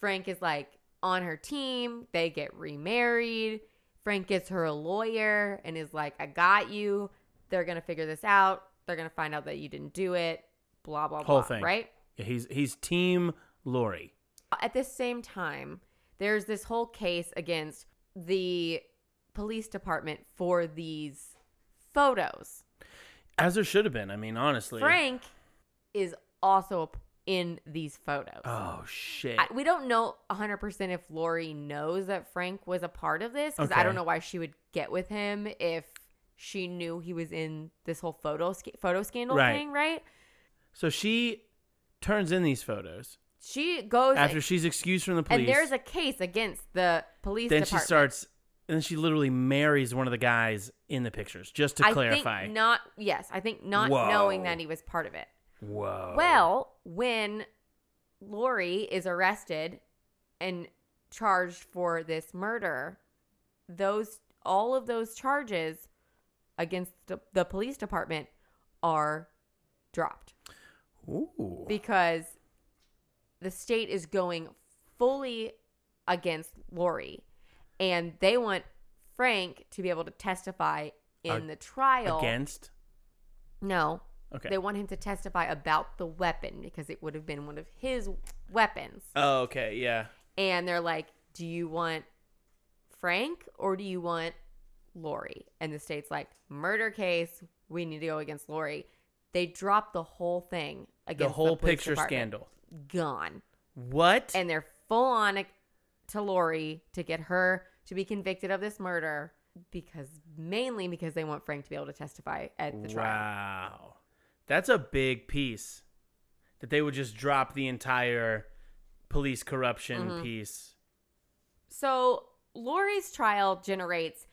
[SPEAKER 1] Frank is like on her team. They get remarried. Frank gets her a lawyer and is like, "I got you." They're gonna figure this out. They're gonna find out that you didn't do it. Blah blah
[SPEAKER 2] Whole
[SPEAKER 1] blah.
[SPEAKER 2] thing.
[SPEAKER 1] Right.
[SPEAKER 2] Yeah, he's he's team Lori.
[SPEAKER 1] At the same time, there's this whole case against the police department for these photos.
[SPEAKER 2] As there should have been. I mean, honestly.
[SPEAKER 1] Frank is also a- in these photos.
[SPEAKER 2] Oh shit.
[SPEAKER 1] I, we don't know 100% if Lori knows that Frank was a part of this because I don't
[SPEAKER 2] Okay.
[SPEAKER 1] know why she would get with him if she knew he was in this whole photo sca- photo scandal
[SPEAKER 2] Right.
[SPEAKER 1] thing, right?
[SPEAKER 2] so she turns in these photos
[SPEAKER 1] She goes
[SPEAKER 2] after she's excused from the police.
[SPEAKER 1] and there's a case against the police
[SPEAKER 2] then she
[SPEAKER 1] department.
[SPEAKER 2] starts and then she literally marries one of the guys in the pictures just to
[SPEAKER 1] I
[SPEAKER 2] clarify.
[SPEAKER 1] think not yes, I think not
[SPEAKER 2] Whoa. Oh.
[SPEAKER 1] knowing that he was part of it.
[SPEAKER 2] Whoa.
[SPEAKER 1] Well, when Lori is arrested and charged for this murder, those all of those charges against the, the police department are dropped
[SPEAKER 2] Ooh.
[SPEAKER 1] because the state is going fully against Lori and they want Frank to be able to testify in
[SPEAKER 2] Ag-
[SPEAKER 1] the trial.
[SPEAKER 2] against.
[SPEAKER 1] No,
[SPEAKER 2] Okay.
[SPEAKER 1] they want him to testify about the weapon because it would have been one of his weapons.
[SPEAKER 2] oh, okay. Yeah.
[SPEAKER 1] And they're like, do you want Frank or do you want Lori? And the state's like, murder case. We need to go against Lori. They dropped the whole thing
[SPEAKER 2] The
[SPEAKER 1] against the
[SPEAKER 2] whole
[SPEAKER 1] police
[SPEAKER 2] picture
[SPEAKER 1] department.
[SPEAKER 2] scandal.
[SPEAKER 1] Gone.
[SPEAKER 2] What?
[SPEAKER 1] And they're full on ag- to Lori to get her to be convicted of this murder because mainly because they want Frank to be able to testify at the trial.
[SPEAKER 2] Wow. That's a big piece that they would just drop the entire police corruption
[SPEAKER 1] Mhm.
[SPEAKER 2] piece.
[SPEAKER 1] So Lori's trial generates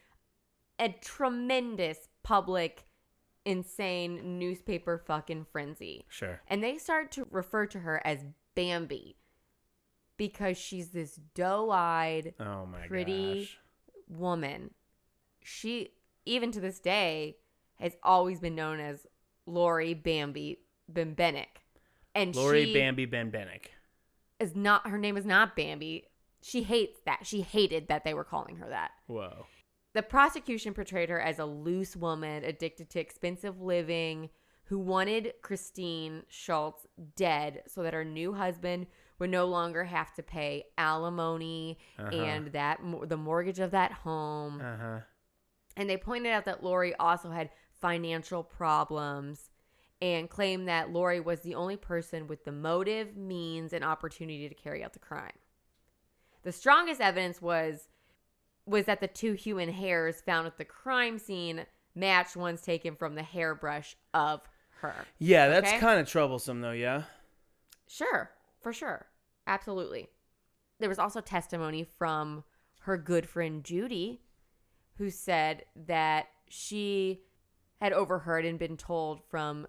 [SPEAKER 1] a tremendous public, insane newspaper fucking frenzy.
[SPEAKER 2] Sure.
[SPEAKER 1] And they start to refer to her as Bambi because she's this doe eyed
[SPEAKER 2] Oh my
[SPEAKER 1] Pretty-
[SPEAKER 2] gosh.
[SPEAKER 1] woman. She, even to this day, has always been known as Lori Bambi Bembenick. And
[SPEAKER 2] Lori
[SPEAKER 1] she
[SPEAKER 2] Bambi Ben Bennick.
[SPEAKER 1] is not, her name is not Bambi. She hates that. She hated that they were calling her that.
[SPEAKER 2] Whoa.
[SPEAKER 1] The prosecution portrayed her as a loose woman addicted to expensive living who wanted Christine Schultz dead so that her new husband would no longer have to pay alimony
[SPEAKER 2] Uh-huh.
[SPEAKER 1] and that mo- the mortgage of that home.
[SPEAKER 2] uh-huh.
[SPEAKER 1] And they pointed out that Lori also had financial problems and claimed that Lori was the only person with the motive, means, and opportunity to carry out the crime. The strongest evidence was was that the two human hairs found at the crime scene matched ones taken from the hairbrush of her.
[SPEAKER 2] Yeah, that's
[SPEAKER 1] Okay.
[SPEAKER 2] kind of troublesome though, yeah.
[SPEAKER 1] Sure, for sure. Absolutely. There was also testimony from her good friend Judy, who said that she had overheard and been told from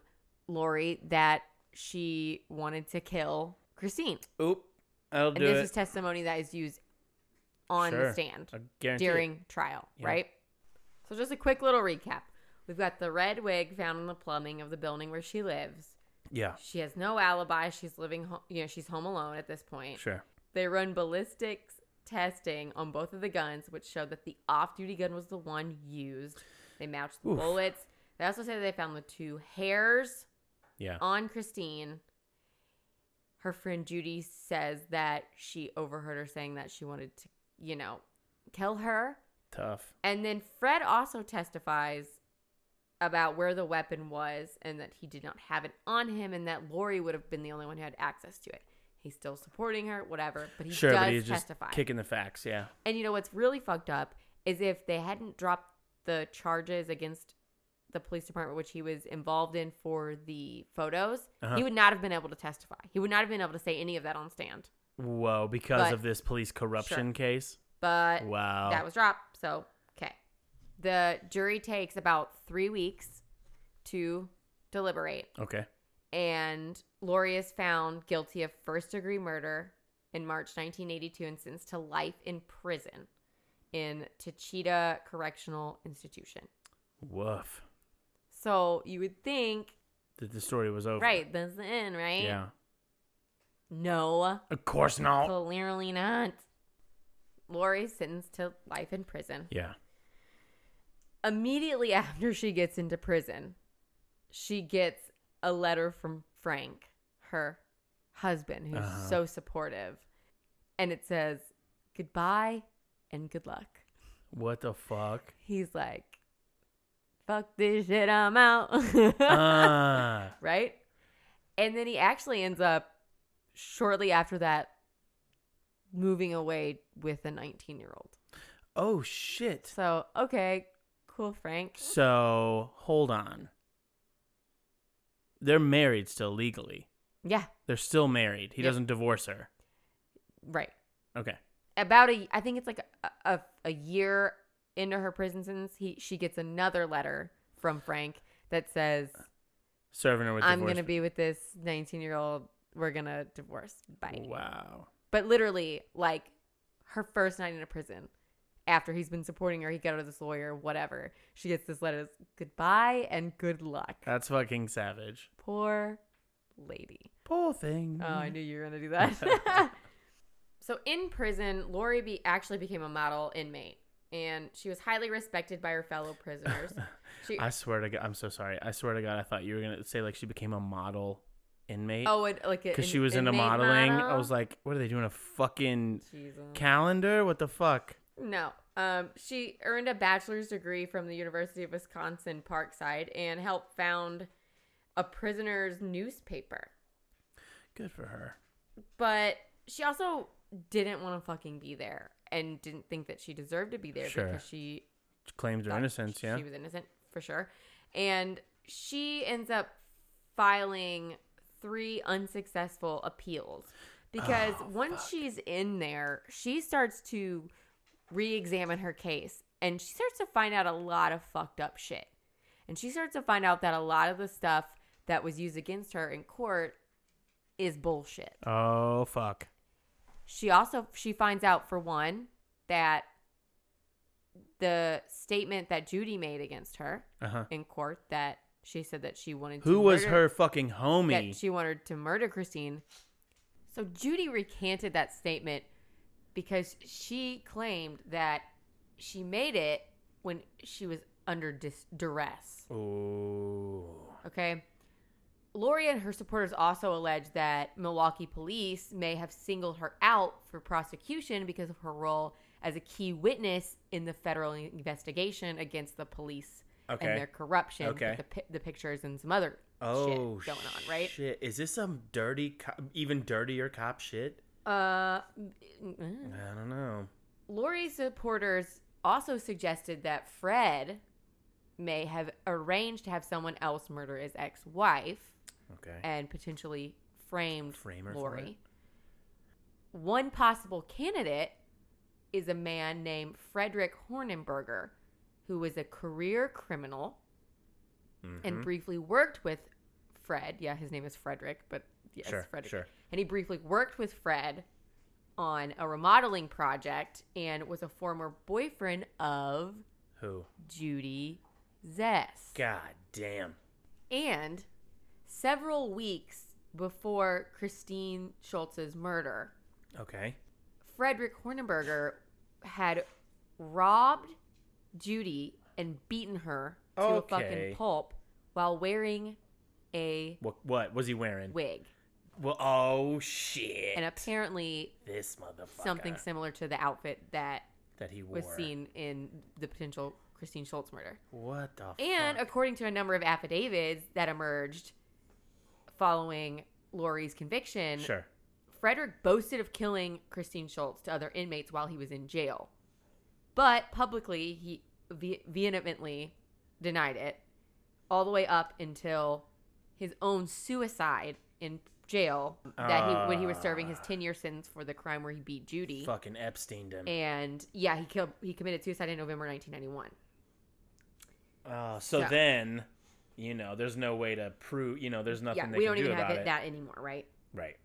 [SPEAKER 1] Lori that she wanted to kill Christine.
[SPEAKER 2] Oop. I'll
[SPEAKER 1] And
[SPEAKER 2] do
[SPEAKER 1] this
[SPEAKER 2] it.
[SPEAKER 1] is testimony that is used on
[SPEAKER 2] Sure.
[SPEAKER 1] the stand
[SPEAKER 2] I guarantee it.
[SPEAKER 1] during trial,
[SPEAKER 2] Yeah.
[SPEAKER 1] right? So just a quick little recap. We've got the red wig found in the plumbing of the building where she lives.
[SPEAKER 2] Yeah,
[SPEAKER 1] She has no alibi. She's living, ho- you know, she's home alone at this point.
[SPEAKER 2] sure.
[SPEAKER 1] They run ballistics testing on both of the guns, which showed that the off-duty gun was the one used. They matched the
[SPEAKER 2] Oof.
[SPEAKER 1] bullets. They also said they found the two hairs
[SPEAKER 2] Yeah.
[SPEAKER 1] on Christine. Her friend Judy says that she overheard her saying that she wanted to, you know, kill her.
[SPEAKER 2] Tough.
[SPEAKER 1] And then Fred also testifies about where the weapon was and that he did not have it on him and that Lori would have been the only one who had access to it. He's still supporting her, whatever, but he
[SPEAKER 2] sure,
[SPEAKER 1] does
[SPEAKER 2] but he's just
[SPEAKER 1] testify.
[SPEAKER 2] kicking the facts, yeah.
[SPEAKER 1] and you know what's really fucked up is if they hadn't dropped the charges against the police department, which he was involved in for the photos,
[SPEAKER 2] Uh-huh.
[SPEAKER 1] he would not have been able to testify. He would not have been able to say any of that on stand.
[SPEAKER 2] Whoa, because
[SPEAKER 1] But-
[SPEAKER 2] of this police corruption case?
[SPEAKER 1] But
[SPEAKER 2] Wow.
[SPEAKER 1] that was dropped. So, okay. The jury takes about three weeks to deliberate,
[SPEAKER 2] okay.
[SPEAKER 1] and Lori is found guilty of first degree murder in March 1982 and sentenced to life in prison in Tachita Correctional Institution.
[SPEAKER 2] Woof.
[SPEAKER 1] So, you would think,
[SPEAKER 2] That the story was over.
[SPEAKER 1] right, that's the end, right?
[SPEAKER 2] Yeah. Oh.
[SPEAKER 1] No,
[SPEAKER 2] Of course not.
[SPEAKER 1] clearly not. Lori is sentenced to life in prison.
[SPEAKER 2] Yeah.
[SPEAKER 1] immediately [laughs] after she gets into prison, she gets a letter from Frank, her husband, who's
[SPEAKER 2] Uh-huh.
[SPEAKER 1] so supportive. And it says, Goodbye and good luck.
[SPEAKER 2] What the
[SPEAKER 1] [laughs]
[SPEAKER 2] fuck?
[SPEAKER 1] He's like, Fuck this shit, I'm out. [laughs]
[SPEAKER 2] Ah.
[SPEAKER 1] right? And then he actually ends up shortly after that moving away with a 19 year old.
[SPEAKER 2] oh shit.
[SPEAKER 1] So, okay, cool, Frank.
[SPEAKER 2] So hold on. They're married still legally.
[SPEAKER 1] Yeah,
[SPEAKER 2] They're still married. He
[SPEAKER 1] Yep.
[SPEAKER 2] doesn't divorce her.
[SPEAKER 1] right.
[SPEAKER 2] Okay.
[SPEAKER 1] About a, I think it's like a, a, a year into her prison sentence, he, she gets another letter from Frank that says,
[SPEAKER 2] Serving her with
[SPEAKER 1] I'm
[SPEAKER 2] divorce.
[SPEAKER 1] going to be with this 19 year old. We're going to divorce. Bye.
[SPEAKER 2] Wow.
[SPEAKER 1] But literally, like her first night in a prison, after he's been supporting her, he got her this lawyer, whatever. She gets this letter, it's, goodbye and good luck.
[SPEAKER 2] That's fucking savage.
[SPEAKER 1] Poor lady.
[SPEAKER 2] Poor thing.
[SPEAKER 1] Oh, I knew you were gonna do that. [laughs] so in prison, Lori be- actually became a model inmate, and she was highly respected by her fellow
[SPEAKER 2] [laughs]
[SPEAKER 1] prisoners. She,
[SPEAKER 2] I swear to God, I'm so sorry. I swear to God, I thought you were gonna say like she became a model inmate
[SPEAKER 1] oh, and, like
[SPEAKER 2] because she was into modeling. I was like, what are they doing? A fucking calendar? What the fuck?
[SPEAKER 1] No. Um, she earned a bachelor's degree from the University of Wisconsin Parkside and helped found a prisoner's newspaper.
[SPEAKER 2] Good for her.
[SPEAKER 1] But she also didn't want to fucking be there and didn't think that she deserved to be there
[SPEAKER 2] Sure.
[SPEAKER 1] because she
[SPEAKER 2] Claims her
[SPEAKER 1] thought
[SPEAKER 2] innocence.
[SPEAKER 1] she-
[SPEAKER 2] Yeah.
[SPEAKER 1] She was innocent for sure. And she ends up filing three unsuccessful appeals because
[SPEAKER 2] Oh,
[SPEAKER 1] once she's in there, she starts to re examine her case and she starts to find out a lot of fucked up shit. And she starts to find out that a lot of the stuff that was used against her in court is bullshit.
[SPEAKER 2] Oh fuck.
[SPEAKER 1] She also she finds out for one that the statement that Judy made against her
[SPEAKER 2] Uh huh.
[SPEAKER 1] in court that she said that she wanted to
[SPEAKER 2] Who was
[SPEAKER 1] murder-
[SPEAKER 2] her fucking homie?
[SPEAKER 1] that she wanted to murder Christine. So Judy recanted that statement because she claimed that she made it when she was under dis- duress.
[SPEAKER 2] Ooh.
[SPEAKER 1] Okay. Lori and her supporters also allege that Milwaukee police may have singled her out for prosecution because of her role as a key witness in the federal investigation against the police
[SPEAKER 2] Okay.
[SPEAKER 1] and their corruption. with
[SPEAKER 2] Okay.
[SPEAKER 1] The, pi- the pictures and some other
[SPEAKER 2] Oh
[SPEAKER 1] shit going on, right?
[SPEAKER 2] Shit. Is this some dirty, co- even dirtier cop shit?
[SPEAKER 1] Uh, mm, mm.
[SPEAKER 2] I don't know.
[SPEAKER 1] Lori's supporters also suggested that Fred may have arranged to have someone else murder his ex wife.
[SPEAKER 2] Okay.
[SPEAKER 1] and potentially framed
[SPEAKER 2] Frame her for
[SPEAKER 1] Lori. One possible candidate is a man named Frederick Hornenberger, who was a career criminal and
[SPEAKER 2] Mhm.
[SPEAKER 1] briefly worked with Fred. Yeah, his name is Frederick, but yes,
[SPEAKER 2] sure,
[SPEAKER 1] Frederick.
[SPEAKER 2] sure.
[SPEAKER 1] And he briefly worked with Fred on a remodeling project and was a former boyfriend of
[SPEAKER 2] Who?
[SPEAKER 1] Judy Zest.
[SPEAKER 2] God damn.
[SPEAKER 1] And several weeks before Christine Schultz's murder,
[SPEAKER 2] Okay.
[SPEAKER 1] Frederick Hornenberger had robbed Judy and beaten her to a
[SPEAKER 2] Okay.
[SPEAKER 1] fucking pulp while wearing a
[SPEAKER 2] What? What was he wearing?
[SPEAKER 1] wig.
[SPEAKER 2] Well, oh shit.
[SPEAKER 1] And apparently,
[SPEAKER 2] this motherfucker.
[SPEAKER 1] something similar to the outfit that
[SPEAKER 2] that he wore.
[SPEAKER 1] was seen in the potential Christine Schultz murder.
[SPEAKER 2] What the?
[SPEAKER 1] And
[SPEAKER 2] fuck?
[SPEAKER 1] according to a number of affidavits that emerged following Lori's conviction,
[SPEAKER 2] sure.
[SPEAKER 1] Frederick boasted of killing Christine Schultz to other inmates while he was in jail. But publicly, he ve- vehemently denied it, all the way up until his own suicide in jail that he, when he was serving his
[SPEAKER 2] Ah.
[SPEAKER 1] 10 year sentence for the crime where he beat Judy.
[SPEAKER 2] Fucking Epstein him.
[SPEAKER 1] And yeah, he killed he committed suicide in November 1991.
[SPEAKER 2] Oh, so
[SPEAKER 1] So-
[SPEAKER 2] then, you know, there's no way to prove. You know, there's nothing
[SPEAKER 1] yeah,
[SPEAKER 2] they
[SPEAKER 1] we
[SPEAKER 2] can
[SPEAKER 1] don't
[SPEAKER 2] do
[SPEAKER 1] even
[SPEAKER 2] about
[SPEAKER 1] have
[SPEAKER 2] it.
[SPEAKER 1] it, that anymore, right?
[SPEAKER 2] Right.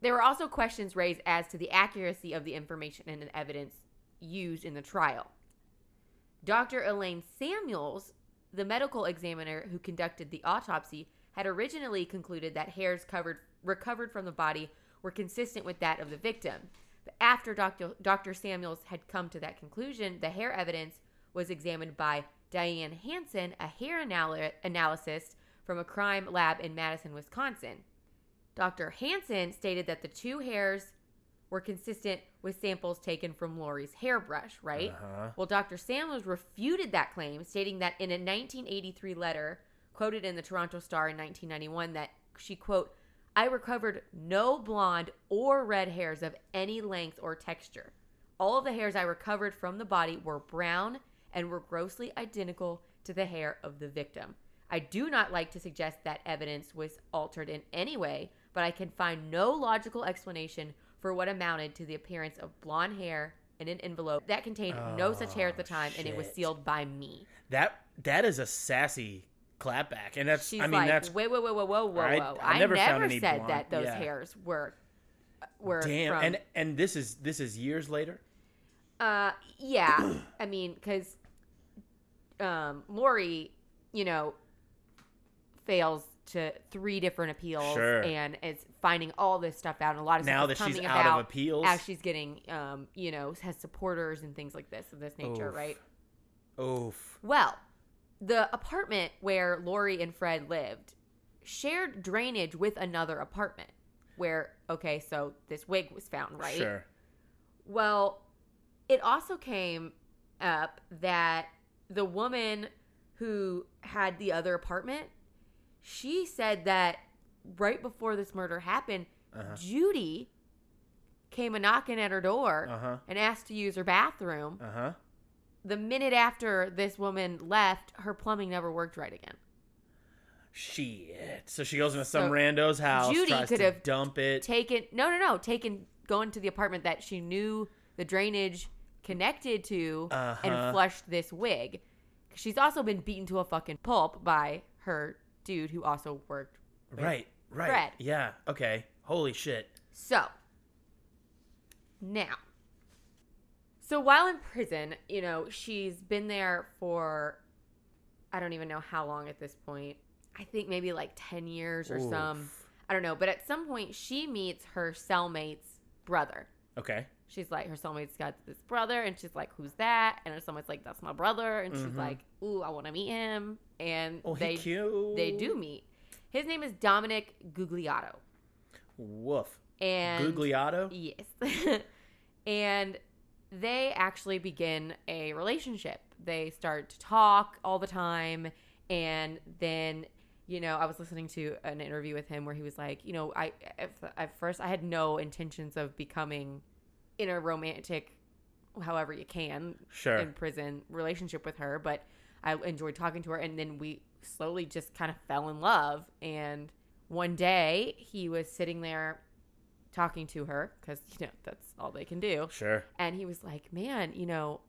[SPEAKER 1] There were also questions raised as to the accuracy of the information and the evidence used in the trial. Dr. Elaine Samuels, the medical examiner who conducted the autopsy, had originally concluded that hairs covered, recovered from the body were consistent with that of the victim. But after Dr. Dr. Samuels had come to that conclusion, the hair evidence was examined by Diane Hansen, a hair anal- analyst from a crime lab in Madison, Wisconsin. Dr. Hansen stated that the two hairs were consistent with samples taken from Lori's hairbrush, right?
[SPEAKER 2] Uh-huh.
[SPEAKER 1] Well, Dr. Sanders refuted that claim, stating that in a 1983 letter quoted in the Toronto Star in 1991 that she quote, "I recovered no blonde or red hairs of any length or texture. All of the hairs I recovered from the body were brown and were grossly identical to the hair of the victim. I do not like to suggest that evidence was altered in any way, but I can find no logical explanation for what amounted to the appearance of blonde hair in an envelope that contained no such hair at the
[SPEAKER 2] Oh,
[SPEAKER 1] time and it was
[SPEAKER 2] shit.
[SPEAKER 1] sealed by me.
[SPEAKER 2] That that is a sassy clapback, and that's
[SPEAKER 1] She's
[SPEAKER 2] I mean
[SPEAKER 1] like,
[SPEAKER 2] that's
[SPEAKER 1] wait, wait, wait, whoa, whoa, whoa,
[SPEAKER 2] I-
[SPEAKER 1] whoa.
[SPEAKER 2] I
[SPEAKER 1] I,
[SPEAKER 2] never
[SPEAKER 1] never,
[SPEAKER 2] found any
[SPEAKER 1] said
[SPEAKER 2] blonde-
[SPEAKER 1] that those
[SPEAKER 2] yeah.
[SPEAKER 1] hairs were were
[SPEAKER 2] damn.
[SPEAKER 1] from.
[SPEAKER 2] And and this is this is years later.
[SPEAKER 1] uh, yeah, I mean, because um, Lori, you know, fails to three different appeals
[SPEAKER 2] Sure.
[SPEAKER 1] and is finding all this stuff out and a lot of
[SPEAKER 2] Now
[SPEAKER 1] stuff
[SPEAKER 2] that
[SPEAKER 1] is
[SPEAKER 2] she's
[SPEAKER 1] coming
[SPEAKER 2] out
[SPEAKER 1] about
[SPEAKER 2] of appeals,
[SPEAKER 1] as she's getting, um, you know, has supporters and things like this of this nature,
[SPEAKER 2] Oof.
[SPEAKER 1] right?
[SPEAKER 2] oof.
[SPEAKER 1] Well, the apartment where Lori and Fred lived shared drainage with another apartment where, okay, so this wig was found, right?
[SPEAKER 2] Sure.
[SPEAKER 1] Well, it also came up that the woman who had the other apartment, she said that right before this murder happened,
[SPEAKER 2] Uh-huh.
[SPEAKER 1] Judy came a knocking at her door
[SPEAKER 2] Uh huh.
[SPEAKER 1] and asked to use her bathroom
[SPEAKER 2] Uh huh.
[SPEAKER 1] the minute after this woman left, her plumbing never worked right again.
[SPEAKER 2] Shit. So she goes into some
[SPEAKER 1] So
[SPEAKER 2] rando's house,
[SPEAKER 1] Judy
[SPEAKER 2] tries
[SPEAKER 1] could
[SPEAKER 2] to
[SPEAKER 1] have
[SPEAKER 2] dump it.
[SPEAKER 1] Taken no no no, taken going to the apartment that she knew the drainage connected to
[SPEAKER 2] Uh-huh.
[SPEAKER 1] and flushed this wig. She's also been beaten to a fucking pulp by her dude who also worked.
[SPEAKER 2] right. Right.
[SPEAKER 1] Fred.
[SPEAKER 2] Yeah. Okay. Holy shit.
[SPEAKER 1] So now so while in prison, you know, she's been there for I don't even know how long at this point. I think maybe like 10 years or some.
[SPEAKER 2] Oof.
[SPEAKER 1] I don't know, but at some point she meets her cellmate's brother.
[SPEAKER 2] Okay.
[SPEAKER 1] She's like, her cellmate's got this brother, and she's like, who's that? And her cellmate's like, that's my brother, and
[SPEAKER 2] Mhm.
[SPEAKER 1] she's like, ooh, I want to meet him, and
[SPEAKER 2] Oh,
[SPEAKER 1] they
[SPEAKER 2] he cute.
[SPEAKER 1] they do meet. His name is Dominic Gugliotto,
[SPEAKER 2] Woof.
[SPEAKER 1] and
[SPEAKER 2] Gugliotto.
[SPEAKER 1] yes, [laughs] and they actually begin a relationship. They start to talk all the time, and then you know, I was listening to an interview with him where he was like, you know, I at, at first I had no intentions of becoming in a romantic, however you can,
[SPEAKER 2] Sure.
[SPEAKER 1] in prison relationship with her, but I enjoyed talking to her. And then we slowly just kind of fell in love. And one day he was sitting there talking to her because, you know, that's all they can do.
[SPEAKER 2] sure.
[SPEAKER 1] And he was like, man, you know,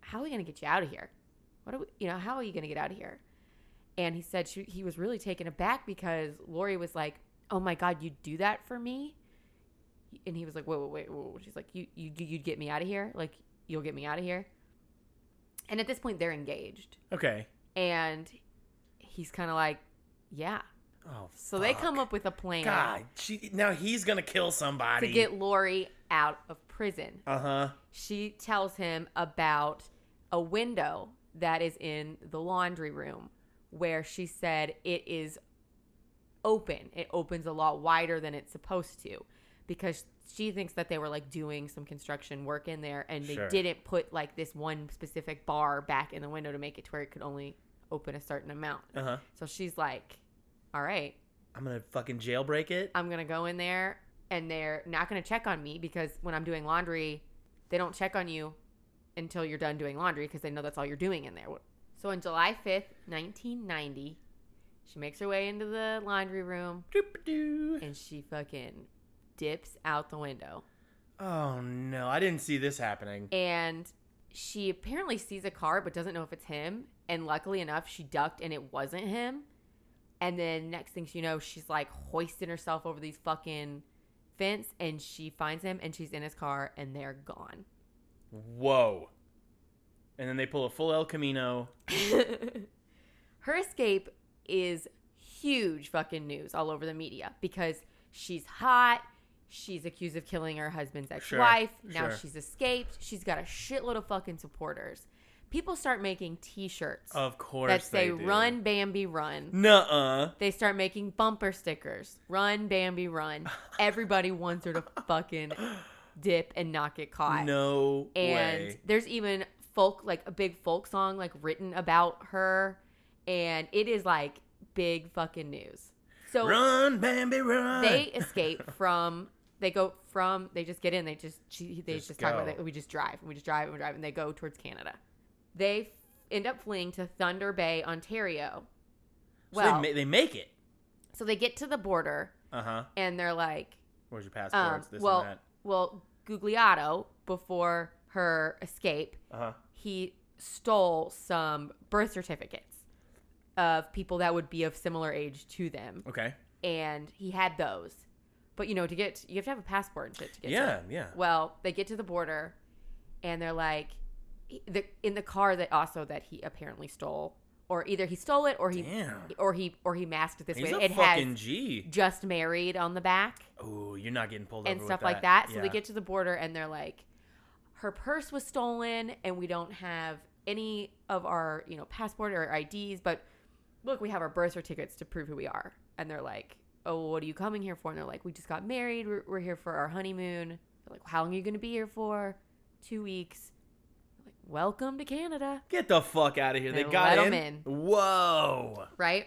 [SPEAKER 1] how are we going to get you out of here? What are we, you know, how are you going to get out of here? And he said she, he was really taken aback because Lori was like, oh my God, you do that for me? And he was like, wait, wait, wait, wait. She's like, you, you, you'd get me out of here? Like, you'll get me out of here? And at this point, they're engaged.
[SPEAKER 2] Okay.
[SPEAKER 1] And he's kind of like, yeah.
[SPEAKER 2] Oh.
[SPEAKER 1] So they
[SPEAKER 2] fuck.
[SPEAKER 1] come up with a plan
[SPEAKER 2] God. She, now he's gonna kill
[SPEAKER 1] to
[SPEAKER 2] somebody.
[SPEAKER 1] get Lori out of prison.
[SPEAKER 2] Uh huh.
[SPEAKER 1] she tells him about a window that is in the laundry room where she said it is open. It opens a lot wider than it's supposed to because she thinks that they were like doing some construction work in there and they
[SPEAKER 2] Sure.
[SPEAKER 1] didn't put like this one specific bar back in the window to make it to where it could only open a certain amount.
[SPEAKER 2] Uh huh.
[SPEAKER 1] So she's like, all right,
[SPEAKER 2] I'm gonna fucking jailbreak it.
[SPEAKER 1] I'm gonna go in there and they're not gonna check on me because when I'm doing laundry, they don't check on you until you're done doing laundry because they know that's all you're doing in there. So on July 5th, 1990, she makes her way into the laundry room
[SPEAKER 2] Doop-a-doo.
[SPEAKER 1] and she fucking dips out the window.
[SPEAKER 2] Oh no, I didn't see this happening.
[SPEAKER 1] And she apparently sees a car but doesn't know if it's him. And luckily enough, she ducked and it wasn't him. And then next thing she knows, she's like hoisting herself over these fucking fence and she finds him and she's in his car and they're gone.
[SPEAKER 2] Whoa. And then they pull a full El Camino.
[SPEAKER 1] [laughs] Her escape is huge fucking news all over the media because she's hot. She's accused of killing her husband's ex wife. now
[SPEAKER 2] sure.
[SPEAKER 1] she's escaped. She's got a shitload of fucking supporters. people start making T-shirts
[SPEAKER 2] Of course,
[SPEAKER 1] that say
[SPEAKER 2] they do.
[SPEAKER 1] "Run Bambi Run."
[SPEAKER 2] Nuh-uh.
[SPEAKER 1] They start making bumper stickers. Run, Bambi,
[SPEAKER 2] [laughs]
[SPEAKER 1] run. Everybody wants her to fucking dip and not get caught.
[SPEAKER 2] No
[SPEAKER 1] and
[SPEAKER 2] way.
[SPEAKER 1] there's even folk, like a big folk song, like written about her. And it is like big fucking news. So
[SPEAKER 2] Run, Bambi, run.
[SPEAKER 1] they
[SPEAKER 2] [laughs]
[SPEAKER 1] escape from, they go from, they just get in, they just, she- they just,
[SPEAKER 2] Just
[SPEAKER 1] talk about
[SPEAKER 2] go.
[SPEAKER 1] it. We just drive, and we just drive, and we drive, and they go towards Canada. They end up fleeing to Thunder Bay, Ontario.
[SPEAKER 2] So
[SPEAKER 1] Well,
[SPEAKER 2] they, ma- they make it.
[SPEAKER 1] so they get to the border
[SPEAKER 2] Uh-huh.
[SPEAKER 1] and they're like,
[SPEAKER 2] Where's your passports?
[SPEAKER 1] um,
[SPEAKER 2] this and
[SPEAKER 1] well,
[SPEAKER 2] that.
[SPEAKER 1] well, Gugliotto before her escape,
[SPEAKER 2] Uh-huh.
[SPEAKER 1] he stole some birth certificates of people that would be of similar age to them,
[SPEAKER 2] Okay.
[SPEAKER 1] and he had those. But you know, to get you have to have a passport and shit to get. to
[SPEAKER 2] Yeah, yeah.
[SPEAKER 1] well, they get to the border, and they're like, the in the car that also that he apparently stole, or either he stole it or he
[SPEAKER 2] Damn.
[SPEAKER 1] or he or he masked it this
[SPEAKER 2] He's
[SPEAKER 1] way.
[SPEAKER 2] a
[SPEAKER 1] it
[SPEAKER 2] fucking
[SPEAKER 1] has
[SPEAKER 2] G.
[SPEAKER 1] just married on the back
[SPEAKER 2] Oh, you're not getting pulled
[SPEAKER 1] and
[SPEAKER 2] over
[SPEAKER 1] stuff
[SPEAKER 2] with
[SPEAKER 1] like that. So they
[SPEAKER 2] Yeah.
[SPEAKER 1] get to the border and they're like, her purse was stolen and we don't have any of our, you know, passport or IDs, but look, we have our birth certificates to prove who we are. And they're like, oh, what are you coming here for? And they're like, we just got married. We're, we're here for our honeymoon. They're like, how long are you going to be here for? Two weeks. They're like, welcome to Canada,
[SPEAKER 2] Get the fuck out of here. They
[SPEAKER 1] They
[SPEAKER 2] got
[SPEAKER 1] let
[SPEAKER 2] in.
[SPEAKER 1] 'em
[SPEAKER 2] Whoa.
[SPEAKER 1] right?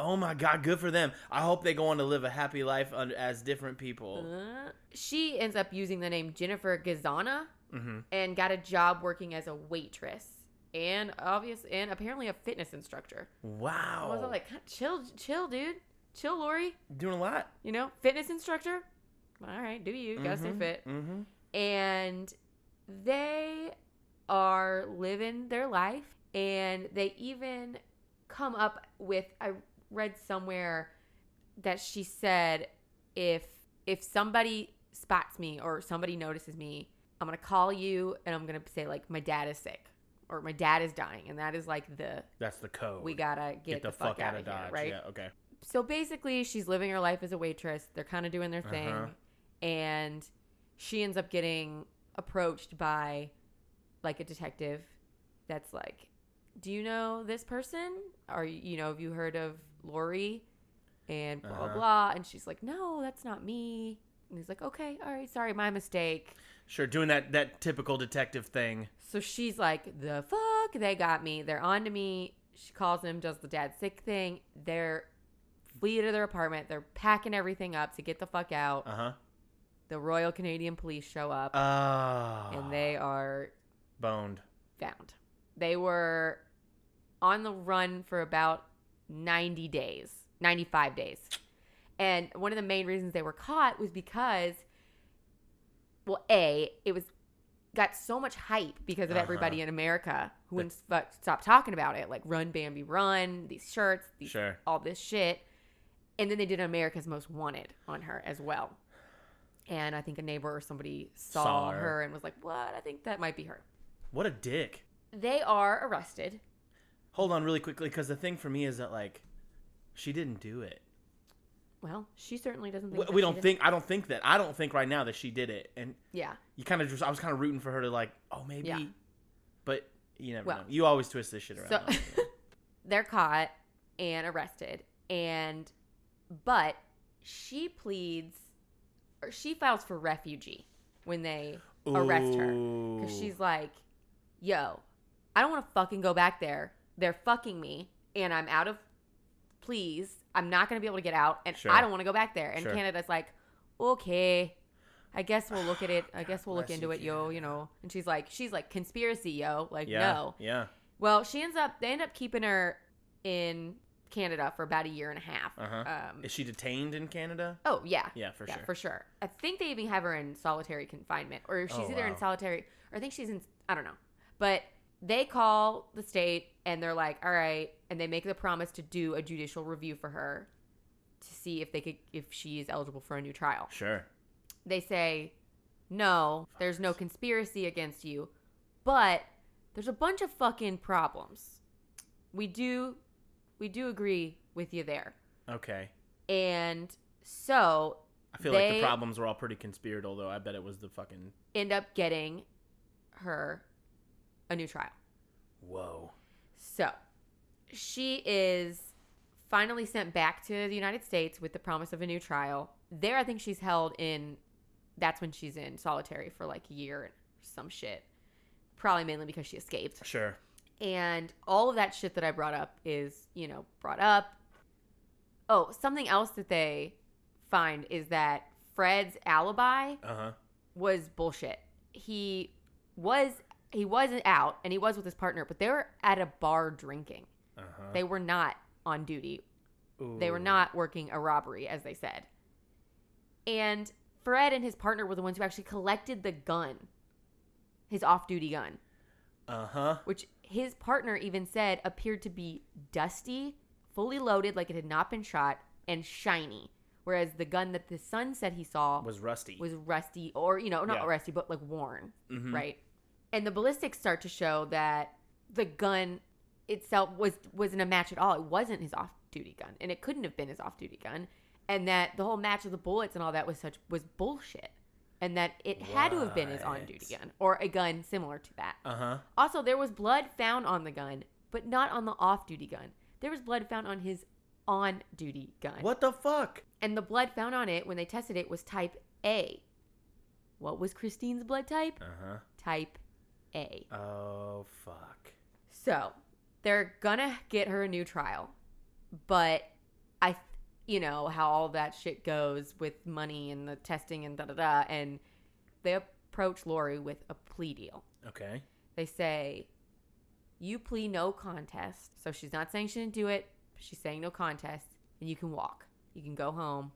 [SPEAKER 2] Oh my god, good for them. I hope they go on to live a happy life un- as different people.
[SPEAKER 1] Uh, she ends up using the name Jennifer Gazana.
[SPEAKER 2] Mm-hmm.
[SPEAKER 1] and got a job working as a waitress and obvious and apparently a fitness instructor. I
[SPEAKER 2] Wow.
[SPEAKER 1] was all like, "God, chill, chill, dude, chill, Lori.
[SPEAKER 2] doing a lot.
[SPEAKER 1] You know, fitness instructor. All right, do you gotta stay
[SPEAKER 2] Mhm,
[SPEAKER 1] fit?
[SPEAKER 2] Mm-hmm.
[SPEAKER 1] And they are living their life, and they even come up with. I read somewhere that she said, if if somebody spots me or somebody notices me, I'm gonna call you and I'm gonna say like my dad is sick or my dad is dying, and that is like the
[SPEAKER 2] That's the code.
[SPEAKER 1] we gotta Oh, get, the, fuck, out of here,
[SPEAKER 2] Dodge.
[SPEAKER 1] right?
[SPEAKER 2] Yeah, okay.
[SPEAKER 1] So basically, she's living her life as a waitress. They're kind of doing their thing,
[SPEAKER 2] Uh-huh.
[SPEAKER 1] and she ends up getting approached by like a detective that's like, "Do you know this person? Are you you know have you heard of Lori?" And blah blah
[SPEAKER 2] Uh-huh.
[SPEAKER 1] blah. And she's like, "No, that's not me." And he's like, "Okay, all right, sorry, my mistake."
[SPEAKER 2] Sure, doing that that typical detective thing.
[SPEAKER 1] So she's like, the fuck? They got me. They're on to me. She calls him, does the dad sick thing. They're flee to their apartment. They're packing everything up to get the fuck out.
[SPEAKER 2] Uh-huh.
[SPEAKER 1] The Royal Canadian Police show up
[SPEAKER 2] Ah.
[SPEAKER 1] and they are
[SPEAKER 2] boned.
[SPEAKER 1] found. They were on the run for about 90 days, 95 days. And one of the main reasons they were caught was because well, A, it was got so much hype because of
[SPEAKER 2] Uh-huh.
[SPEAKER 1] everybody in America who wouldn't fuck, stop talking about it, like run Bambi run, these shirts, these,
[SPEAKER 2] Sure.
[SPEAKER 1] all this shit. And then they did America's Most Wanted on her as well. And I think a neighbor or somebody saw,
[SPEAKER 2] Saw her.
[SPEAKER 1] her. and was like, "What? I think that might be her."
[SPEAKER 2] What a dick.
[SPEAKER 1] They are arrested.
[SPEAKER 2] Hold on really quickly cuz the thing for me is that like she didn't do it.
[SPEAKER 1] Well, she certainly doesn't think
[SPEAKER 2] We,
[SPEAKER 1] that
[SPEAKER 2] we
[SPEAKER 1] she
[SPEAKER 2] don't
[SPEAKER 1] did.
[SPEAKER 2] think I don't think that. I don't think right now that she did it. And
[SPEAKER 1] Yeah.
[SPEAKER 2] you kind of just I was kind of rooting for her to like, "Oh, maybe."
[SPEAKER 1] Yeah.
[SPEAKER 2] But you never
[SPEAKER 1] Well.
[SPEAKER 2] know. You always twist this shit around.
[SPEAKER 1] So they're caught and arrested and but she pleads or she files for refugee when they [laughs] arrest her cuz
[SPEAKER 2] Ooh.
[SPEAKER 1] she's like, "Yo, I don't want to fucking go back there. They're fucking me and I'm out of please. I'm not going to be able to get out and
[SPEAKER 2] Sure.
[SPEAKER 1] I don't want to go back there." And
[SPEAKER 2] Sure.
[SPEAKER 1] Canada's like, "Okay, I guess we'll look at it.
[SPEAKER 2] [sighs]
[SPEAKER 1] I guess we'll look
[SPEAKER 2] bless
[SPEAKER 1] into
[SPEAKER 2] you,
[SPEAKER 1] it, yo, you know." And she's like, she's like conspiracy, yo. Like,
[SPEAKER 2] yeah.
[SPEAKER 1] no.
[SPEAKER 2] Yeah.
[SPEAKER 1] Well, she ends up they end up keeping her in Canada for about a year and a half.
[SPEAKER 2] Uh-huh.
[SPEAKER 1] Um,
[SPEAKER 2] Is she detained in Canada?
[SPEAKER 1] oh yeah,
[SPEAKER 2] Yeah, for
[SPEAKER 1] yeah,
[SPEAKER 2] sure.
[SPEAKER 1] for sure. I think they even have her in solitary confinement, or she's
[SPEAKER 2] Oh,
[SPEAKER 1] either in
[SPEAKER 2] wow.
[SPEAKER 1] solitary, or I think she's in. I don't know, but they call the state and they're like, all right, and they make the promise to do a judicial review for her to see if they could if she is eligible for a new trial.
[SPEAKER 2] Sure.
[SPEAKER 1] They say, no, there's no conspiracy against you, but there's a bunch of fucking problems. We do we do agree with you there.
[SPEAKER 2] Okay.
[SPEAKER 1] And so
[SPEAKER 2] I feel like
[SPEAKER 1] They-
[SPEAKER 2] the problems were all pretty conspiratorial, though. I bet it was the fucking
[SPEAKER 1] end up getting her a new trial.
[SPEAKER 2] Whoa.
[SPEAKER 1] So she is finally sent back to the United States with the promise of a new trial. There, I think she's held in, that's when she's in solitary for like a year and some shit. Probably mainly because she escaped.
[SPEAKER 2] Sure.
[SPEAKER 1] And all of that shit that I brought up is, you know, brought up. Oh, something else that they find is that Fred's alibi
[SPEAKER 2] Uh huh.
[SPEAKER 1] was bullshit. He was he wasn't out and he was with his partner, but they were at a bar drinking.
[SPEAKER 2] Uh huh.
[SPEAKER 1] They were not on duty. They were not working a robbery, as they said. And Fred and his partner were the ones who actually collected the gun, his off duty gun,
[SPEAKER 2] Uh huh.
[SPEAKER 1] which his partner even said appeared to be dusty, fully loaded, like it had not been shot, and shiny. Whereas the gun that the son said he saw
[SPEAKER 2] Was rusty.
[SPEAKER 1] was rusty or you know not
[SPEAKER 2] Yeah.
[SPEAKER 1] rusty but like worn
[SPEAKER 2] Mhm.
[SPEAKER 1] right and the ballistics start to show that the gun itself was wasn't a match at all it wasn't his off-duty gun and it couldn't have been his off-duty gun and that the whole match of the bullets and all that was such was bullshit and that it had to have been his on-duty
[SPEAKER 2] Right.
[SPEAKER 1] gun or a gun similar to that
[SPEAKER 2] Uh huh.
[SPEAKER 1] also there was blood found on the gun but not on the off-duty gun there was blood found on his on-duty gun
[SPEAKER 2] What the fuck?
[SPEAKER 1] and the blood found on it when they tested it was type A. What was Christine's blood type?
[SPEAKER 2] Uh
[SPEAKER 1] Type A.
[SPEAKER 2] huh. Oh fuck.
[SPEAKER 1] So they're gonna get her a new trial, but I, th- you know how all that shit goes with money and the testing and da da da, and they approach Lori with a plea deal.
[SPEAKER 2] Okay.
[SPEAKER 1] They say, "You plea no contest." So she's not saying she didn't do it. but She's saying no contest, and you can walk. You can go home.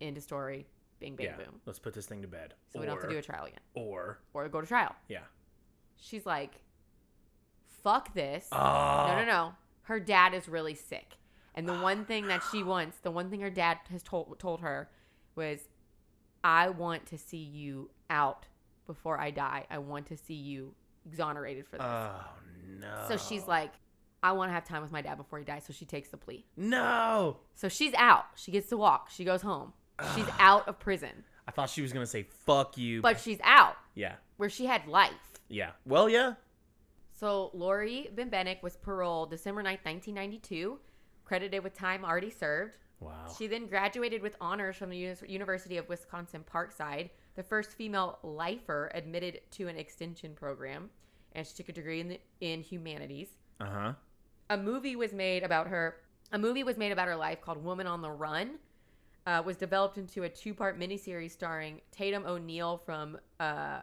[SPEAKER 1] End of story. Bing, bang,
[SPEAKER 2] yeah.
[SPEAKER 1] boom.
[SPEAKER 2] Let's put this thing to bed.
[SPEAKER 1] So we don't have to
[SPEAKER 2] Or-
[SPEAKER 1] do a trial again
[SPEAKER 2] Or
[SPEAKER 1] or go to trial.
[SPEAKER 2] yeah.
[SPEAKER 1] She's like, fuck
[SPEAKER 2] [gasps]
[SPEAKER 1] this. [laughs]
[SPEAKER 2] Oh.
[SPEAKER 1] no, no, no. Her dad is really sick. And the one thing that she wants, the one thing her dad has told, told her was, I want to see you out before I die. I want to see you exonerated for this.
[SPEAKER 2] Oh no.
[SPEAKER 1] so she's like, I want to have time with my dad before he dies. So she takes the plea.
[SPEAKER 2] no.
[SPEAKER 1] So she's out. She gets to walk. She goes home. [sighs] She's out of prison,
[SPEAKER 2] [sighs] I thought she was gonna say fuck you.
[SPEAKER 1] but she's out
[SPEAKER 2] yeah.
[SPEAKER 1] where she had life.
[SPEAKER 2] Yeah. Well, yeah.
[SPEAKER 1] So Lori Bimbenek was paroled December 9th, 1992, credited with time already served.
[SPEAKER 2] Wow.
[SPEAKER 1] She then graduated with honors from the Unis- University of Wisconsin Parkside, the first female lifer admitted to an extension program, and she took a degree in, the, in humanities.
[SPEAKER 2] Uh huh.
[SPEAKER 1] A movie was made about her. A movie was made about her life called "Woman on the Run." Uh, was developed into a two-part miniseries starring Tatum O'Neill from uh,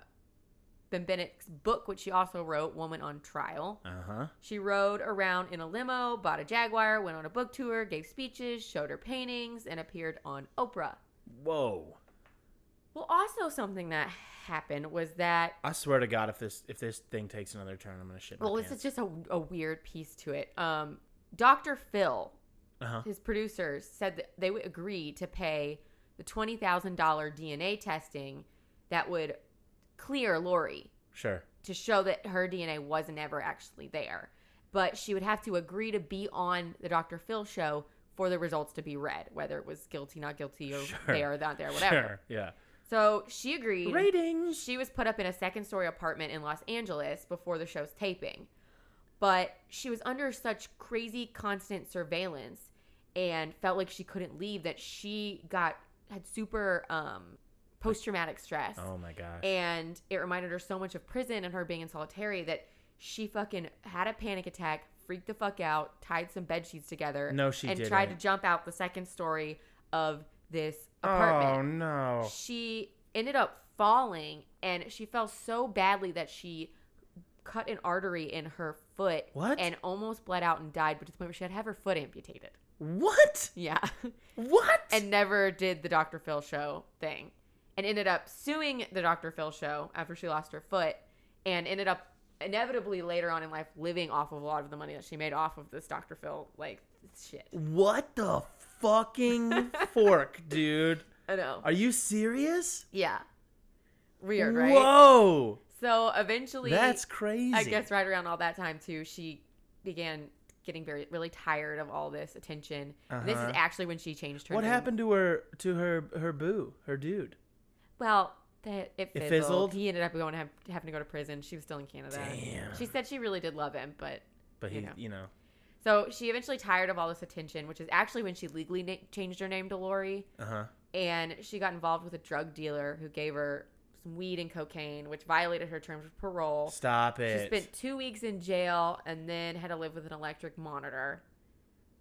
[SPEAKER 1] Bimbenek's book, which she also wrote, "Woman on Trial."
[SPEAKER 2] Uh huh.
[SPEAKER 1] She rode around in a limo, bought a Jaguar, went on a book tour, gave speeches, showed her paintings, and appeared on Oprah.
[SPEAKER 2] Whoa.
[SPEAKER 1] Well, also something that happened was that
[SPEAKER 2] I swear to God, if this if this thing takes another turn, I'm gonna shit my
[SPEAKER 1] well, this
[SPEAKER 2] pants.
[SPEAKER 1] is just a, a weird piece to it. Um, Dr. Phil,
[SPEAKER 2] Uh-huh.
[SPEAKER 1] his producers said that they would agree to pay the twenty thousand dollar DNA testing that would clear Lori
[SPEAKER 2] Sure.
[SPEAKER 1] to show that her DNA wasn't ever actually there. But she would have to agree to be on the Dr. Phil show for the results to be read, whether it was guilty, not guilty, or
[SPEAKER 2] Sure.
[SPEAKER 1] there [laughs] or not there, whatever.
[SPEAKER 2] Sure. Yeah.
[SPEAKER 1] So she agreed.
[SPEAKER 2] Ratings.
[SPEAKER 1] She was put up in a second story apartment in Los Angeles before the show's taping. But she was under such crazy constant surveillance and felt like she couldn't leave that she got had super um post traumatic stress.
[SPEAKER 2] Oh my gosh.
[SPEAKER 1] And it reminded her so much of prison and her being in solitary that she fucking had a panic attack, freaked the fuck out, tied some bed sheets together,
[SPEAKER 2] No, she
[SPEAKER 1] and
[SPEAKER 2] didn't.
[SPEAKER 1] tried to jump out the second story of this apartment.
[SPEAKER 2] Oh no.
[SPEAKER 1] She ended up falling and she fell so badly that she cut an artery in her foot
[SPEAKER 2] What?
[SPEAKER 1] and almost bled out and died, but to the point where she had to have her foot amputated.
[SPEAKER 2] What?
[SPEAKER 1] Yeah.
[SPEAKER 2] What?
[SPEAKER 1] and never did the Dr. Phil show thing. And ended up suing the Dr. Phil show after she lost her foot and ended up inevitably later on in life living off of a lot of the money that she made off of this Dr. Phil like shit.
[SPEAKER 2] what the
[SPEAKER 1] [laughs]
[SPEAKER 2] fucking fork, dude?
[SPEAKER 1] I know.
[SPEAKER 2] Are you serious?
[SPEAKER 1] Yeah. Weird, right?
[SPEAKER 2] Whoa.
[SPEAKER 1] So eventually
[SPEAKER 2] That's crazy.
[SPEAKER 1] I guess right around all that time too, she began getting very really tired of all this attention. And This
[SPEAKER 2] Uh-huh.
[SPEAKER 1] is actually when she changed her.
[SPEAKER 2] What
[SPEAKER 1] name.
[SPEAKER 2] happened to her to her her boo, her dude?
[SPEAKER 1] Well, That it
[SPEAKER 2] It
[SPEAKER 1] fizzled.
[SPEAKER 2] fizzled?
[SPEAKER 1] He ended up going have, having to go to prison. She was still in Canada.
[SPEAKER 2] Damn.
[SPEAKER 1] She said she really did love him, but
[SPEAKER 2] But he,
[SPEAKER 1] you know.
[SPEAKER 2] you know,
[SPEAKER 1] so she eventually tired of all this attention, which is actually when she legally na- changed her name to Lori,
[SPEAKER 2] uh huh.
[SPEAKER 1] and she got involved with a drug dealer who gave her some weed and cocaine, which violated her terms of parole.
[SPEAKER 2] Stop it.
[SPEAKER 1] She spent two weeks in jail and then had to live with an electric monitor.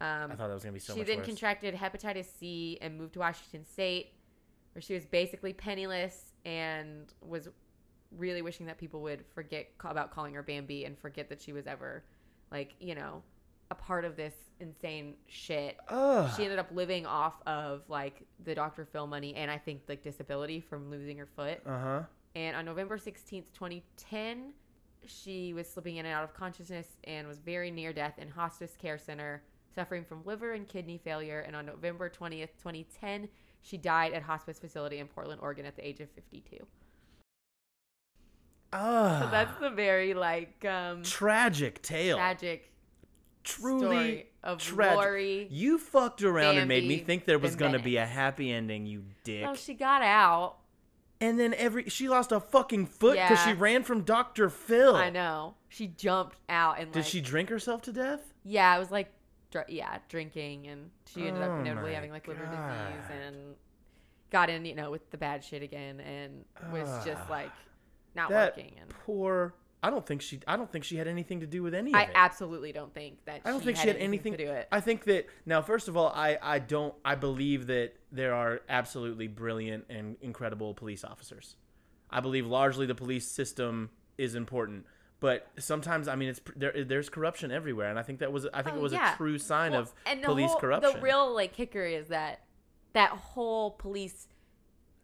[SPEAKER 1] Um,
[SPEAKER 2] I thought that was gonna be so
[SPEAKER 1] she
[SPEAKER 2] much
[SPEAKER 1] then
[SPEAKER 2] worse.
[SPEAKER 1] contracted hepatitis C and moved to Washington State, where she was basically penniless and was really wishing that people would forget ca- about calling her Bambi and forget that she was ever, like, you know, a part of this insane shit.
[SPEAKER 2] Ugh.
[SPEAKER 1] She ended up living off of like the Dr. Phil money and I think like disability from losing her foot.
[SPEAKER 2] Uh huh.
[SPEAKER 1] And on November 16th, 2010, she was slipping in and out of consciousness and was very near death in hospice care center, suffering from liver and kidney failure. And on November 20th, 2010, she died at hospice facility in Portland, Oregon at the age of 52.
[SPEAKER 2] Ugh.
[SPEAKER 1] So that's the very like um
[SPEAKER 2] tragic tale.
[SPEAKER 1] tragic
[SPEAKER 2] Truly
[SPEAKER 1] story of
[SPEAKER 2] tragic.
[SPEAKER 1] Lori.
[SPEAKER 2] You fucked around and made me
[SPEAKER 1] Bambi,
[SPEAKER 2] think there was
[SPEAKER 1] and
[SPEAKER 2] gonna
[SPEAKER 1] Bennett.
[SPEAKER 2] be a happy ending, you dick.
[SPEAKER 1] Oh, she got out.
[SPEAKER 2] and then every she lost a fucking foot because she
[SPEAKER 1] Yeah.
[SPEAKER 2] ran from Doctor Phil.
[SPEAKER 1] I know. She jumped out and
[SPEAKER 2] Did
[SPEAKER 1] like,
[SPEAKER 2] she drink herself to death?
[SPEAKER 1] Yeah, it was like, dr- yeah, drinking, and she ended
[SPEAKER 2] Oh
[SPEAKER 1] up notably
[SPEAKER 2] my
[SPEAKER 1] having like liver disease
[SPEAKER 2] God.
[SPEAKER 1] and got in, you know, with the bad shit again, and was just
[SPEAKER 2] Ugh.
[SPEAKER 1] like not
[SPEAKER 2] that
[SPEAKER 1] working. And
[SPEAKER 2] poor. I don't think she. I don't think she had anything to do with any of
[SPEAKER 1] I
[SPEAKER 2] it.
[SPEAKER 1] absolutely don't think that.
[SPEAKER 2] I don't think she had anything
[SPEAKER 1] to do with it.
[SPEAKER 2] I think that now, first of all, I I don't I believe that there are absolutely brilliant and incredible police officers. I believe largely the police system is important, but sometimes I mean it's there there's corruption everywhere, and I think that was I think
[SPEAKER 1] Oh,
[SPEAKER 2] it was
[SPEAKER 1] yeah.
[SPEAKER 2] a true sign
[SPEAKER 1] Well,
[SPEAKER 2] of
[SPEAKER 1] and the
[SPEAKER 2] police
[SPEAKER 1] whole-
[SPEAKER 2] corruption.
[SPEAKER 1] The real like kicker is that that whole police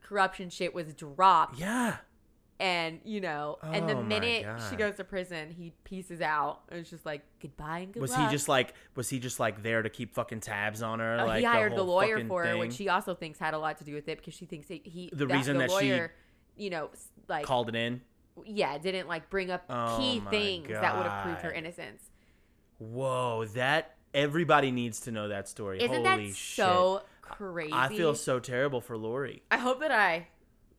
[SPEAKER 1] corruption shit was dropped,
[SPEAKER 2] yeah,
[SPEAKER 1] and you know, and
[SPEAKER 2] Oh
[SPEAKER 1] the
[SPEAKER 2] my
[SPEAKER 1] minute she
[SPEAKER 2] God.
[SPEAKER 1] goes to prison, he pieces out. It's just like goodbye and good
[SPEAKER 2] was
[SPEAKER 1] luck.
[SPEAKER 2] he just like was he just like there to keep fucking tabs on her?
[SPEAKER 1] Uh,
[SPEAKER 2] like
[SPEAKER 1] he hired the,
[SPEAKER 2] whole
[SPEAKER 1] lawyer
[SPEAKER 2] fucking
[SPEAKER 1] for her, which
[SPEAKER 2] thing?
[SPEAKER 1] she also thinks had a lot to do with it because she thinks he, he
[SPEAKER 2] The reason that she
[SPEAKER 1] she you know s- like
[SPEAKER 2] called it in.
[SPEAKER 1] yeah didn't like bring up
[SPEAKER 2] Oh
[SPEAKER 1] key
[SPEAKER 2] my
[SPEAKER 1] things that would have proved her
[SPEAKER 2] God.
[SPEAKER 1] innocence.
[SPEAKER 2] Whoa, that everybody needs to know that story.
[SPEAKER 1] Isn't
[SPEAKER 2] Holy
[SPEAKER 1] that
[SPEAKER 2] shit.
[SPEAKER 1] so crazy?
[SPEAKER 2] I feel so terrible for Lori.
[SPEAKER 1] I hope that I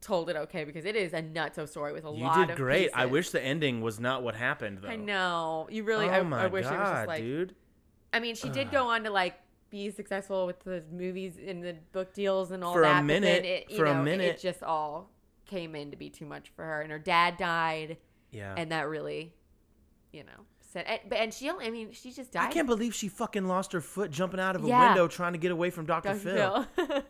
[SPEAKER 1] told it okay because it is a nutso story with a
[SPEAKER 2] You
[SPEAKER 1] lot.
[SPEAKER 2] did
[SPEAKER 1] of
[SPEAKER 2] great. I
[SPEAKER 1] pieces.
[SPEAKER 2] wish the ending was not what happened, though.
[SPEAKER 1] I know you really.
[SPEAKER 2] oh
[SPEAKER 1] I,
[SPEAKER 2] my
[SPEAKER 1] I wish
[SPEAKER 2] god,
[SPEAKER 1] it was just like.
[SPEAKER 2] dude!
[SPEAKER 1] I mean, she did go on to like be successful with the movies and the book deals and all
[SPEAKER 2] For a
[SPEAKER 1] that. but then
[SPEAKER 2] minute-
[SPEAKER 1] it, you
[SPEAKER 2] for a
[SPEAKER 1] know, it-
[SPEAKER 2] minute.
[SPEAKER 1] it just all came in to be too much for her. And her dad died,
[SPEAKER 2] Yeah,
[SPEAKER 1] and that really, you know, said. And, but and she, only, I mean, she just died.
[SPEAKER 2] I can't believe she fucking lost her foot jumping out of a
[SPEAKER 1] Yeah.
[SPEAKER 2] window trying to get away from Doctor
[SPEAKER 1] Dr.
[SPEAKER 2] Phil.
[SPEAKER 1] Phil.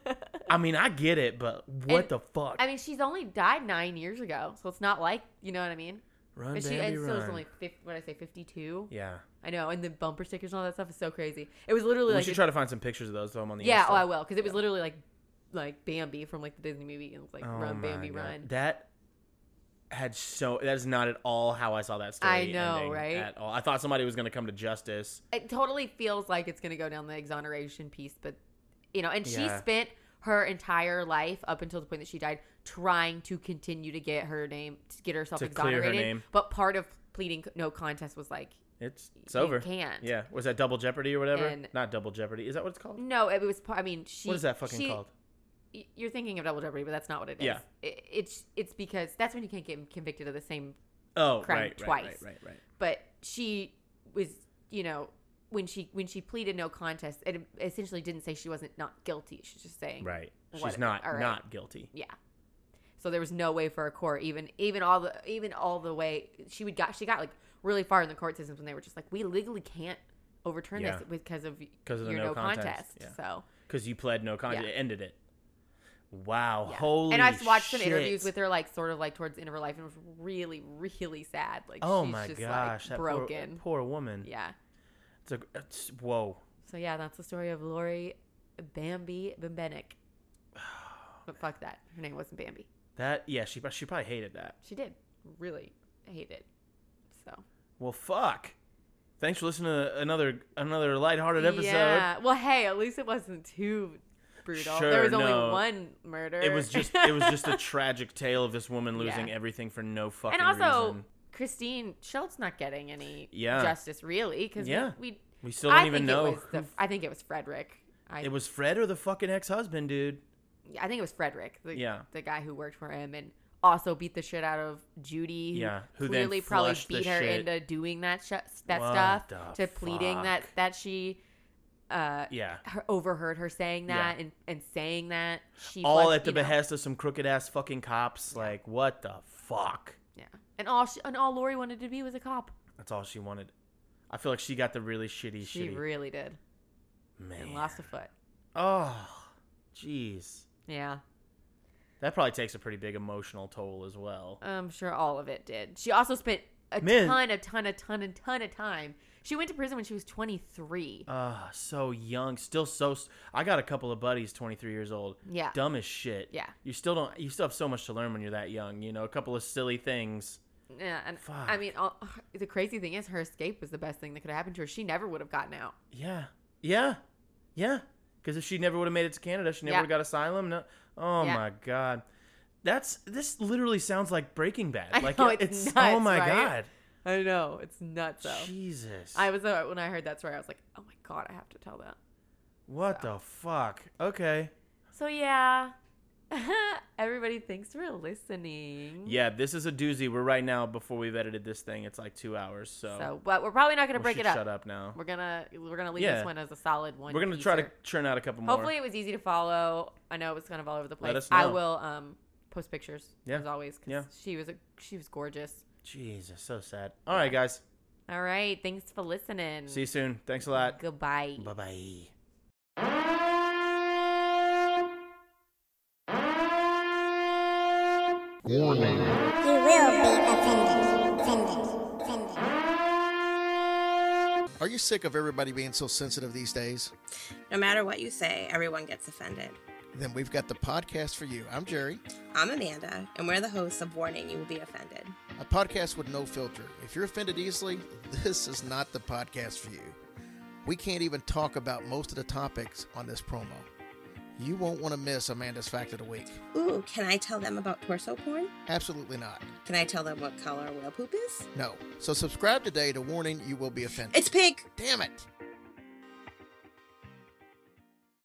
[SPEAKER 2] I mean, I get it, but what
[SPEAKER 1] And-
[SPEAKER 2] the fuck?
[SPEAKER 1] [laughs] I mean, she's only died nine years ago, so it's not like you know what I mean.
[SPEAKER 2] run,
[SPEAKER 1] But she
[SPEAKER 2] Bambi,
[SPEAKER 1] and so
[SPEAKER 2] run.
[SPEAKER 1] it's only 50, what did I say, fifty-two.
[SPEAKER 2] yeah,
[SPEAKER 1] I know, and the bumper stickers and all that stuff is so crazy. It was literally
[SPEAKER 2] we
[SPEAKER 1] like
[SPEAKER 2] should
[SPEAKER 1] a-
[SPEAKER 2] try to find some pictures of those. Throw them on the
[SPEAKER 1] Yeah,
[SPEAKER 2] Insta.
[SPEAKER 1] oh, I will, because it was literally like like Bambi from like the Disney movie, and it was like
[SPEAKER 2] Oh
[SPEAKER 1] run
[SPEAKER 2] my
[SPEAKER 1] Bambi
[SPEAKER 2] God.
[SPEAKER 1] run.
[SPEAKER 2] That had so that is not at all how I saw that story.
[SPEAKER 1] I know,
[SPEAKER 2] ending
[SPEAKER 1] right?
[SPEAKER 2] At all, I thought somebody was going to come to justice.
[SPEAKER 1] It totally feels like it's gonna go down the exoneration piece, but you know, and she
[SPEAKER 2] Yeah.
[SPEAKER 1] spent her entire life up until the point that she died trying to continue to get her name to get herself
[SPEAKER 2] To clear her
[SPEAKER 1] exonerated.
[SPEAKER 2] name.
[SPEAKER 1] But part of pleading no contest was like
[SPEAKER 2] It's it's
[SPEAKER 1] You
[SPEAKER 2] over.
[SPEAKER 1] can't.
[SPEAKER 2] Yeah, was that Double Jeopardy or whatever?
[SPEAKER 1] And-
[SPEAKER 2] not Double Jeopardy. Is that what it's called?
[SPEAKER 1] no, it was. par- I mean, she.
[SPEAKER 2] what is that fucking
[SPEAKER 1] she-
[SPEAKER 2] called?
[SPEAKER 1] y- You're thinking of double jeopardy, but that's not what it is.
[SPEAKER 2] Yeah.
[SPEAKER 1] It- it's it's because that's when you can't get convicted of the same
[SPEAKER 2] Oh,
[SPEAKER 1] crime
[SPEAKER 2] right,
[SPEAKER 1] twice.
[SPEAKER 2] Right, right, right, right.
[SPEAKER 1] but she was you know when she when she pleaded no contest it essentially didn't say she wasn't not guilty she's just saying
[SPEAKER 2] Right. She's
[SPEAKER 1] What-
[SPEAKER 2] not
[SPEAKER 1] all right.
[SPEAKER 2] not guilty.
[SPEAKER 1] yeah so there was no way for a court even even all the even all the way she would got she got like really far in the court systems when they were just like we legally can't overturn
[SPEAKER 2] Yeah.
[SPEAKER 1] this because of
[SPEAKER 2] 'Cause of the
[SPEAKER 1] your
[SPEAKER 2] no
[SPEAKER 1] no, contest,
[SPEAKER 2] contest, yeah.
[SPEAKER 1] so
[SPEAKER 2] Because you pled no contest.
[SPEAKER 1] Yeah.
[SPEAKER 2] It ended it. Wow.
[SPEAKER 1] yeah.
[SPEAKER 2] Oh, Holy
[SPEAKER 1] and i've watched
[SPEAKER 2] shit.
[SPEAKER 1] some interviews with her like sort of like towards the end of her life and it was really really sad like
[SPEAKER 2] Oh
[SPEAKER 1] she's
[SPEAKER 2] my
[SPEAKER 1] just
[SPEAKER 2] gosh.
[SPEAKER 1] like
[SPEAKER 2] that poor-
[SPEAKER 1] broken
[SPEAKER 2] Poor, woman.
[SPEAKER 1] yeah
[SPEAKER 2] It's a, it's, whoa.
[SPEAKER 1] So yeah, that's the story of Lori Bambi Bembenek.
[SPEAKER 2] [sighs]
[SPEAKER 1] But fuck that. Her name wasn't Bambi.
[SPEAKER 2] That, yeah, she, she probably hated that.
[SPEAKER 1] She did really hate it. So
[SPEAKER 2] Well, fuck. Thanks for listening to another another lighthearted episode.
[SPEAKER 1] Yeah. Well, hey, at least it wasn't too brutal.
[SPEAKER 2] Sure,
[SPEAKER 1] there was
[SPEAKER 2] no.
[SPEAKER 1] only one murder.
[SPEAKER 2] It was just it was
[SPEAKER 1] [laughs]
[SPEAKER 2] just a tragic tale of this woman losing
[SPEAKER 1] Yeah.
[SPEAKER 2] everything for no fucking
[SPEAKER 1] and also
[SPEAKER 2] reason.
[SPEAKER 1] Christine Schultz not getting any
[SPEAKER 2] Yeah.
[SPEAKER 1] justice really because
[SPEAKER 2] Yeah.
[SPEAKER 1] we, we
[SPEAKER 2] We still don't
[SPEAKER 1] I
[SPEAKER 2] even
[SPEAKER 1] think
[SPEAKER 2] know.
[SPEAKER 1] It was the,
[SPEAKER 2] who-
[SPEAKER 1] I think it was Frederick. I,
[SPEAKER 2] it was Fred or the fucking ex husband, dude.
[SPEAKER 1] I think it was Frederick. The,
[SPEAKER 2] Yeah.
[SPEAKER 1] The guy who worked for him and also beat the shit out of Judy. who
[SPEAKER 2] Yeah, who then
[SPEAKER 1] clearly probably
[SPEAKER 2] flushed the
[SPEAKER 1] beat her
[SPEAKER 2] shit.
[SPEAKER 1] into doing that sh- that
[SPEAKER 2] What
[SPEAKER 1] stuff
[SPEAKER 2] the
[SPEAKER 1] to pleading that
[SPEAKER 2] fuck?
[SPEAKER 1] that she uh
[SPEAKER 2] Yeah.
[SPEAKER 1] her, overheard her saying
[SPEAKER 2] Yeah.
[SPEAKER 1] that and and saying that she
[SPEAKER 2] All
[SPEAKER 1] flushed,
[SPEAKER 2] at the
[SPEAKER 1] you know,
[SPEAKER 2] behest of some crooked ass fucking cops. Like, what the fuck?
[SPEAKER 1] Yeah, and all she, and all Lori wanted to be was a cop.
[SPEAKER 2] That's all she wanted. I feel like she got the really shitty,
[SPEAKER 1] She
[SPEAKER 2] shitty
[SPEAKER 1] really did,
[SPEAKER 2] man.
[SPEAKER 1] and lost a foot.
[SPEAKER 2] Oh, jeez.
[SPEAKER 1] Yeah,
[SPEAKER 2] That probably takes a pretty big emotional toll as well.
[SPEAKER 1] I'm sure all of it did. She also spent a
[SPEAKER 2] Man.
[SPEAKER 1] ton, a ton, a ton, a ton of time. She went to prison when she was 23.
[SPEAKER 2] Ah, so young, still so. s- I got a couple of buddies, twenty three years old.
[SPEAKER 1] Yeah.
[SPEAKER 2] dumb as shit.
[SPEAKER 1] Yeah.
[SPEAKER 2] you still don't. You still have so much to learn when you're that young. You know, a couple of silly things.
[SPEAKER 1] yeah, and I
[SPEAKER 2] fuck.
[SPEAKER 1] mean, all, [sighs] the crazy thing is, her escape was the best thing that could have happened to her. She never would have gotten out.
[SPEAKER 2] Yeah, yeah, yeah. Because if she never would have made it to Canada, she never
[SPEAKER 1] Yeah.
[SPEAKER 2] would have got asylum. No. Oh
[SPEAKER 1] Yeah.
[SPEAKER 2] my god, that's this literally sounds like Breaking Bad.
[SPEAKER 1] [laughs] I
[SPEAKER 2] like
[SPEAKER 1] know,
[SPEAKER 2] it-
[SPEAKER 1] it's
[SPEAKER 2] it's, oh
[SPEAKER 1] nuts,
[SPEAKER 2] my
[SPEAKER 1] right?
[SPEAKER 2] god,
[SPEAKER 1] I know it's nuts. Though
[SPEAKER 2] Jesus.
[SPEAKER 1] I was uh, when I heard that story, I was like, oh my god, I have to tell that.
[SPEAKER 2] what the fuck? Okay.
[SPEAKER 1] So yeah, [laughs] everybody, thanks for listening.
[SPEAKER 2] Yeah, this is a doozy. We're right now before we've edited this thing. It's like two hours, so,
[SPEAKER 1] So, but we're probably not
[SPEAKER 2] we
[SPEAKER 1] gonna break
[SPEAKER 2] should
[SPEAKER 1] it up.
[SPEAKER 2] shut up now.
[SPEAKER 1] We're gonna we're gonna leave
[SPEAKER 2] Yeah.
[SPEAKER 1] this one as a solid one.
[SPEAKER 2] We're gonna try to
[SPEAKER 1] piecer.
[SPEAKER 2] churn out a couple more.
[SPEAKER 1] Hopefully, it was easy to follow. I know it was kind of all over the place.
[SPEAKER 2] Let us
[SPEAKER 1] I
[SPEAKER 2] know.
[SPEAKER 1] will um post pictures
[SPEAKER 2] Yeah.
[SPEAKER 1] as always. 'cause
[SPEAKER 2] Yeah.
[SPEAKER 1] she was a, she was gorgeous.
[SPEAKER 2] Jesus, so sad. All right, guys.
[SPEAKER 1] All right, thanks for listening.
[SPEAKER 2] See you soon. Thanks a lot.
[SPEAKER 1] Goodbye.
[SPEAKER 2] Bye bye.
[SPEAKER 3] You will be offended. Offended. Offended.
[SPEAKER 4] Are you sick of everybody being so sensitive these days?
[SPEAKER 5] No matter what you say, everyone gets offended.
[SPEAKER 4] Then we've got the podcast for you. I'm Jerry,
[SPEAKER 5] I'm Amanda, and we're the hosts of Warning You Will Be Offended.
[SPEAKER 4] a podcast with no filter. If you're offended easily, [laughs] this is not the podcast for you. We can't even talk about most of the topics on this promo. You won't want to miss Amanda's Fact of the Week.
[SPEAKER 5] Ooh, can I tell them about torso porn?
[SPEAKER 4] Absolutely not.
[SPEAKER 5] Can I tell them what color whale poop is?
[SPEAKER 4] No. So subscribe today to Warning You Will Be Offended.
[SPEAKER 5] It's pink!
[SPEAKER 4] Damn it!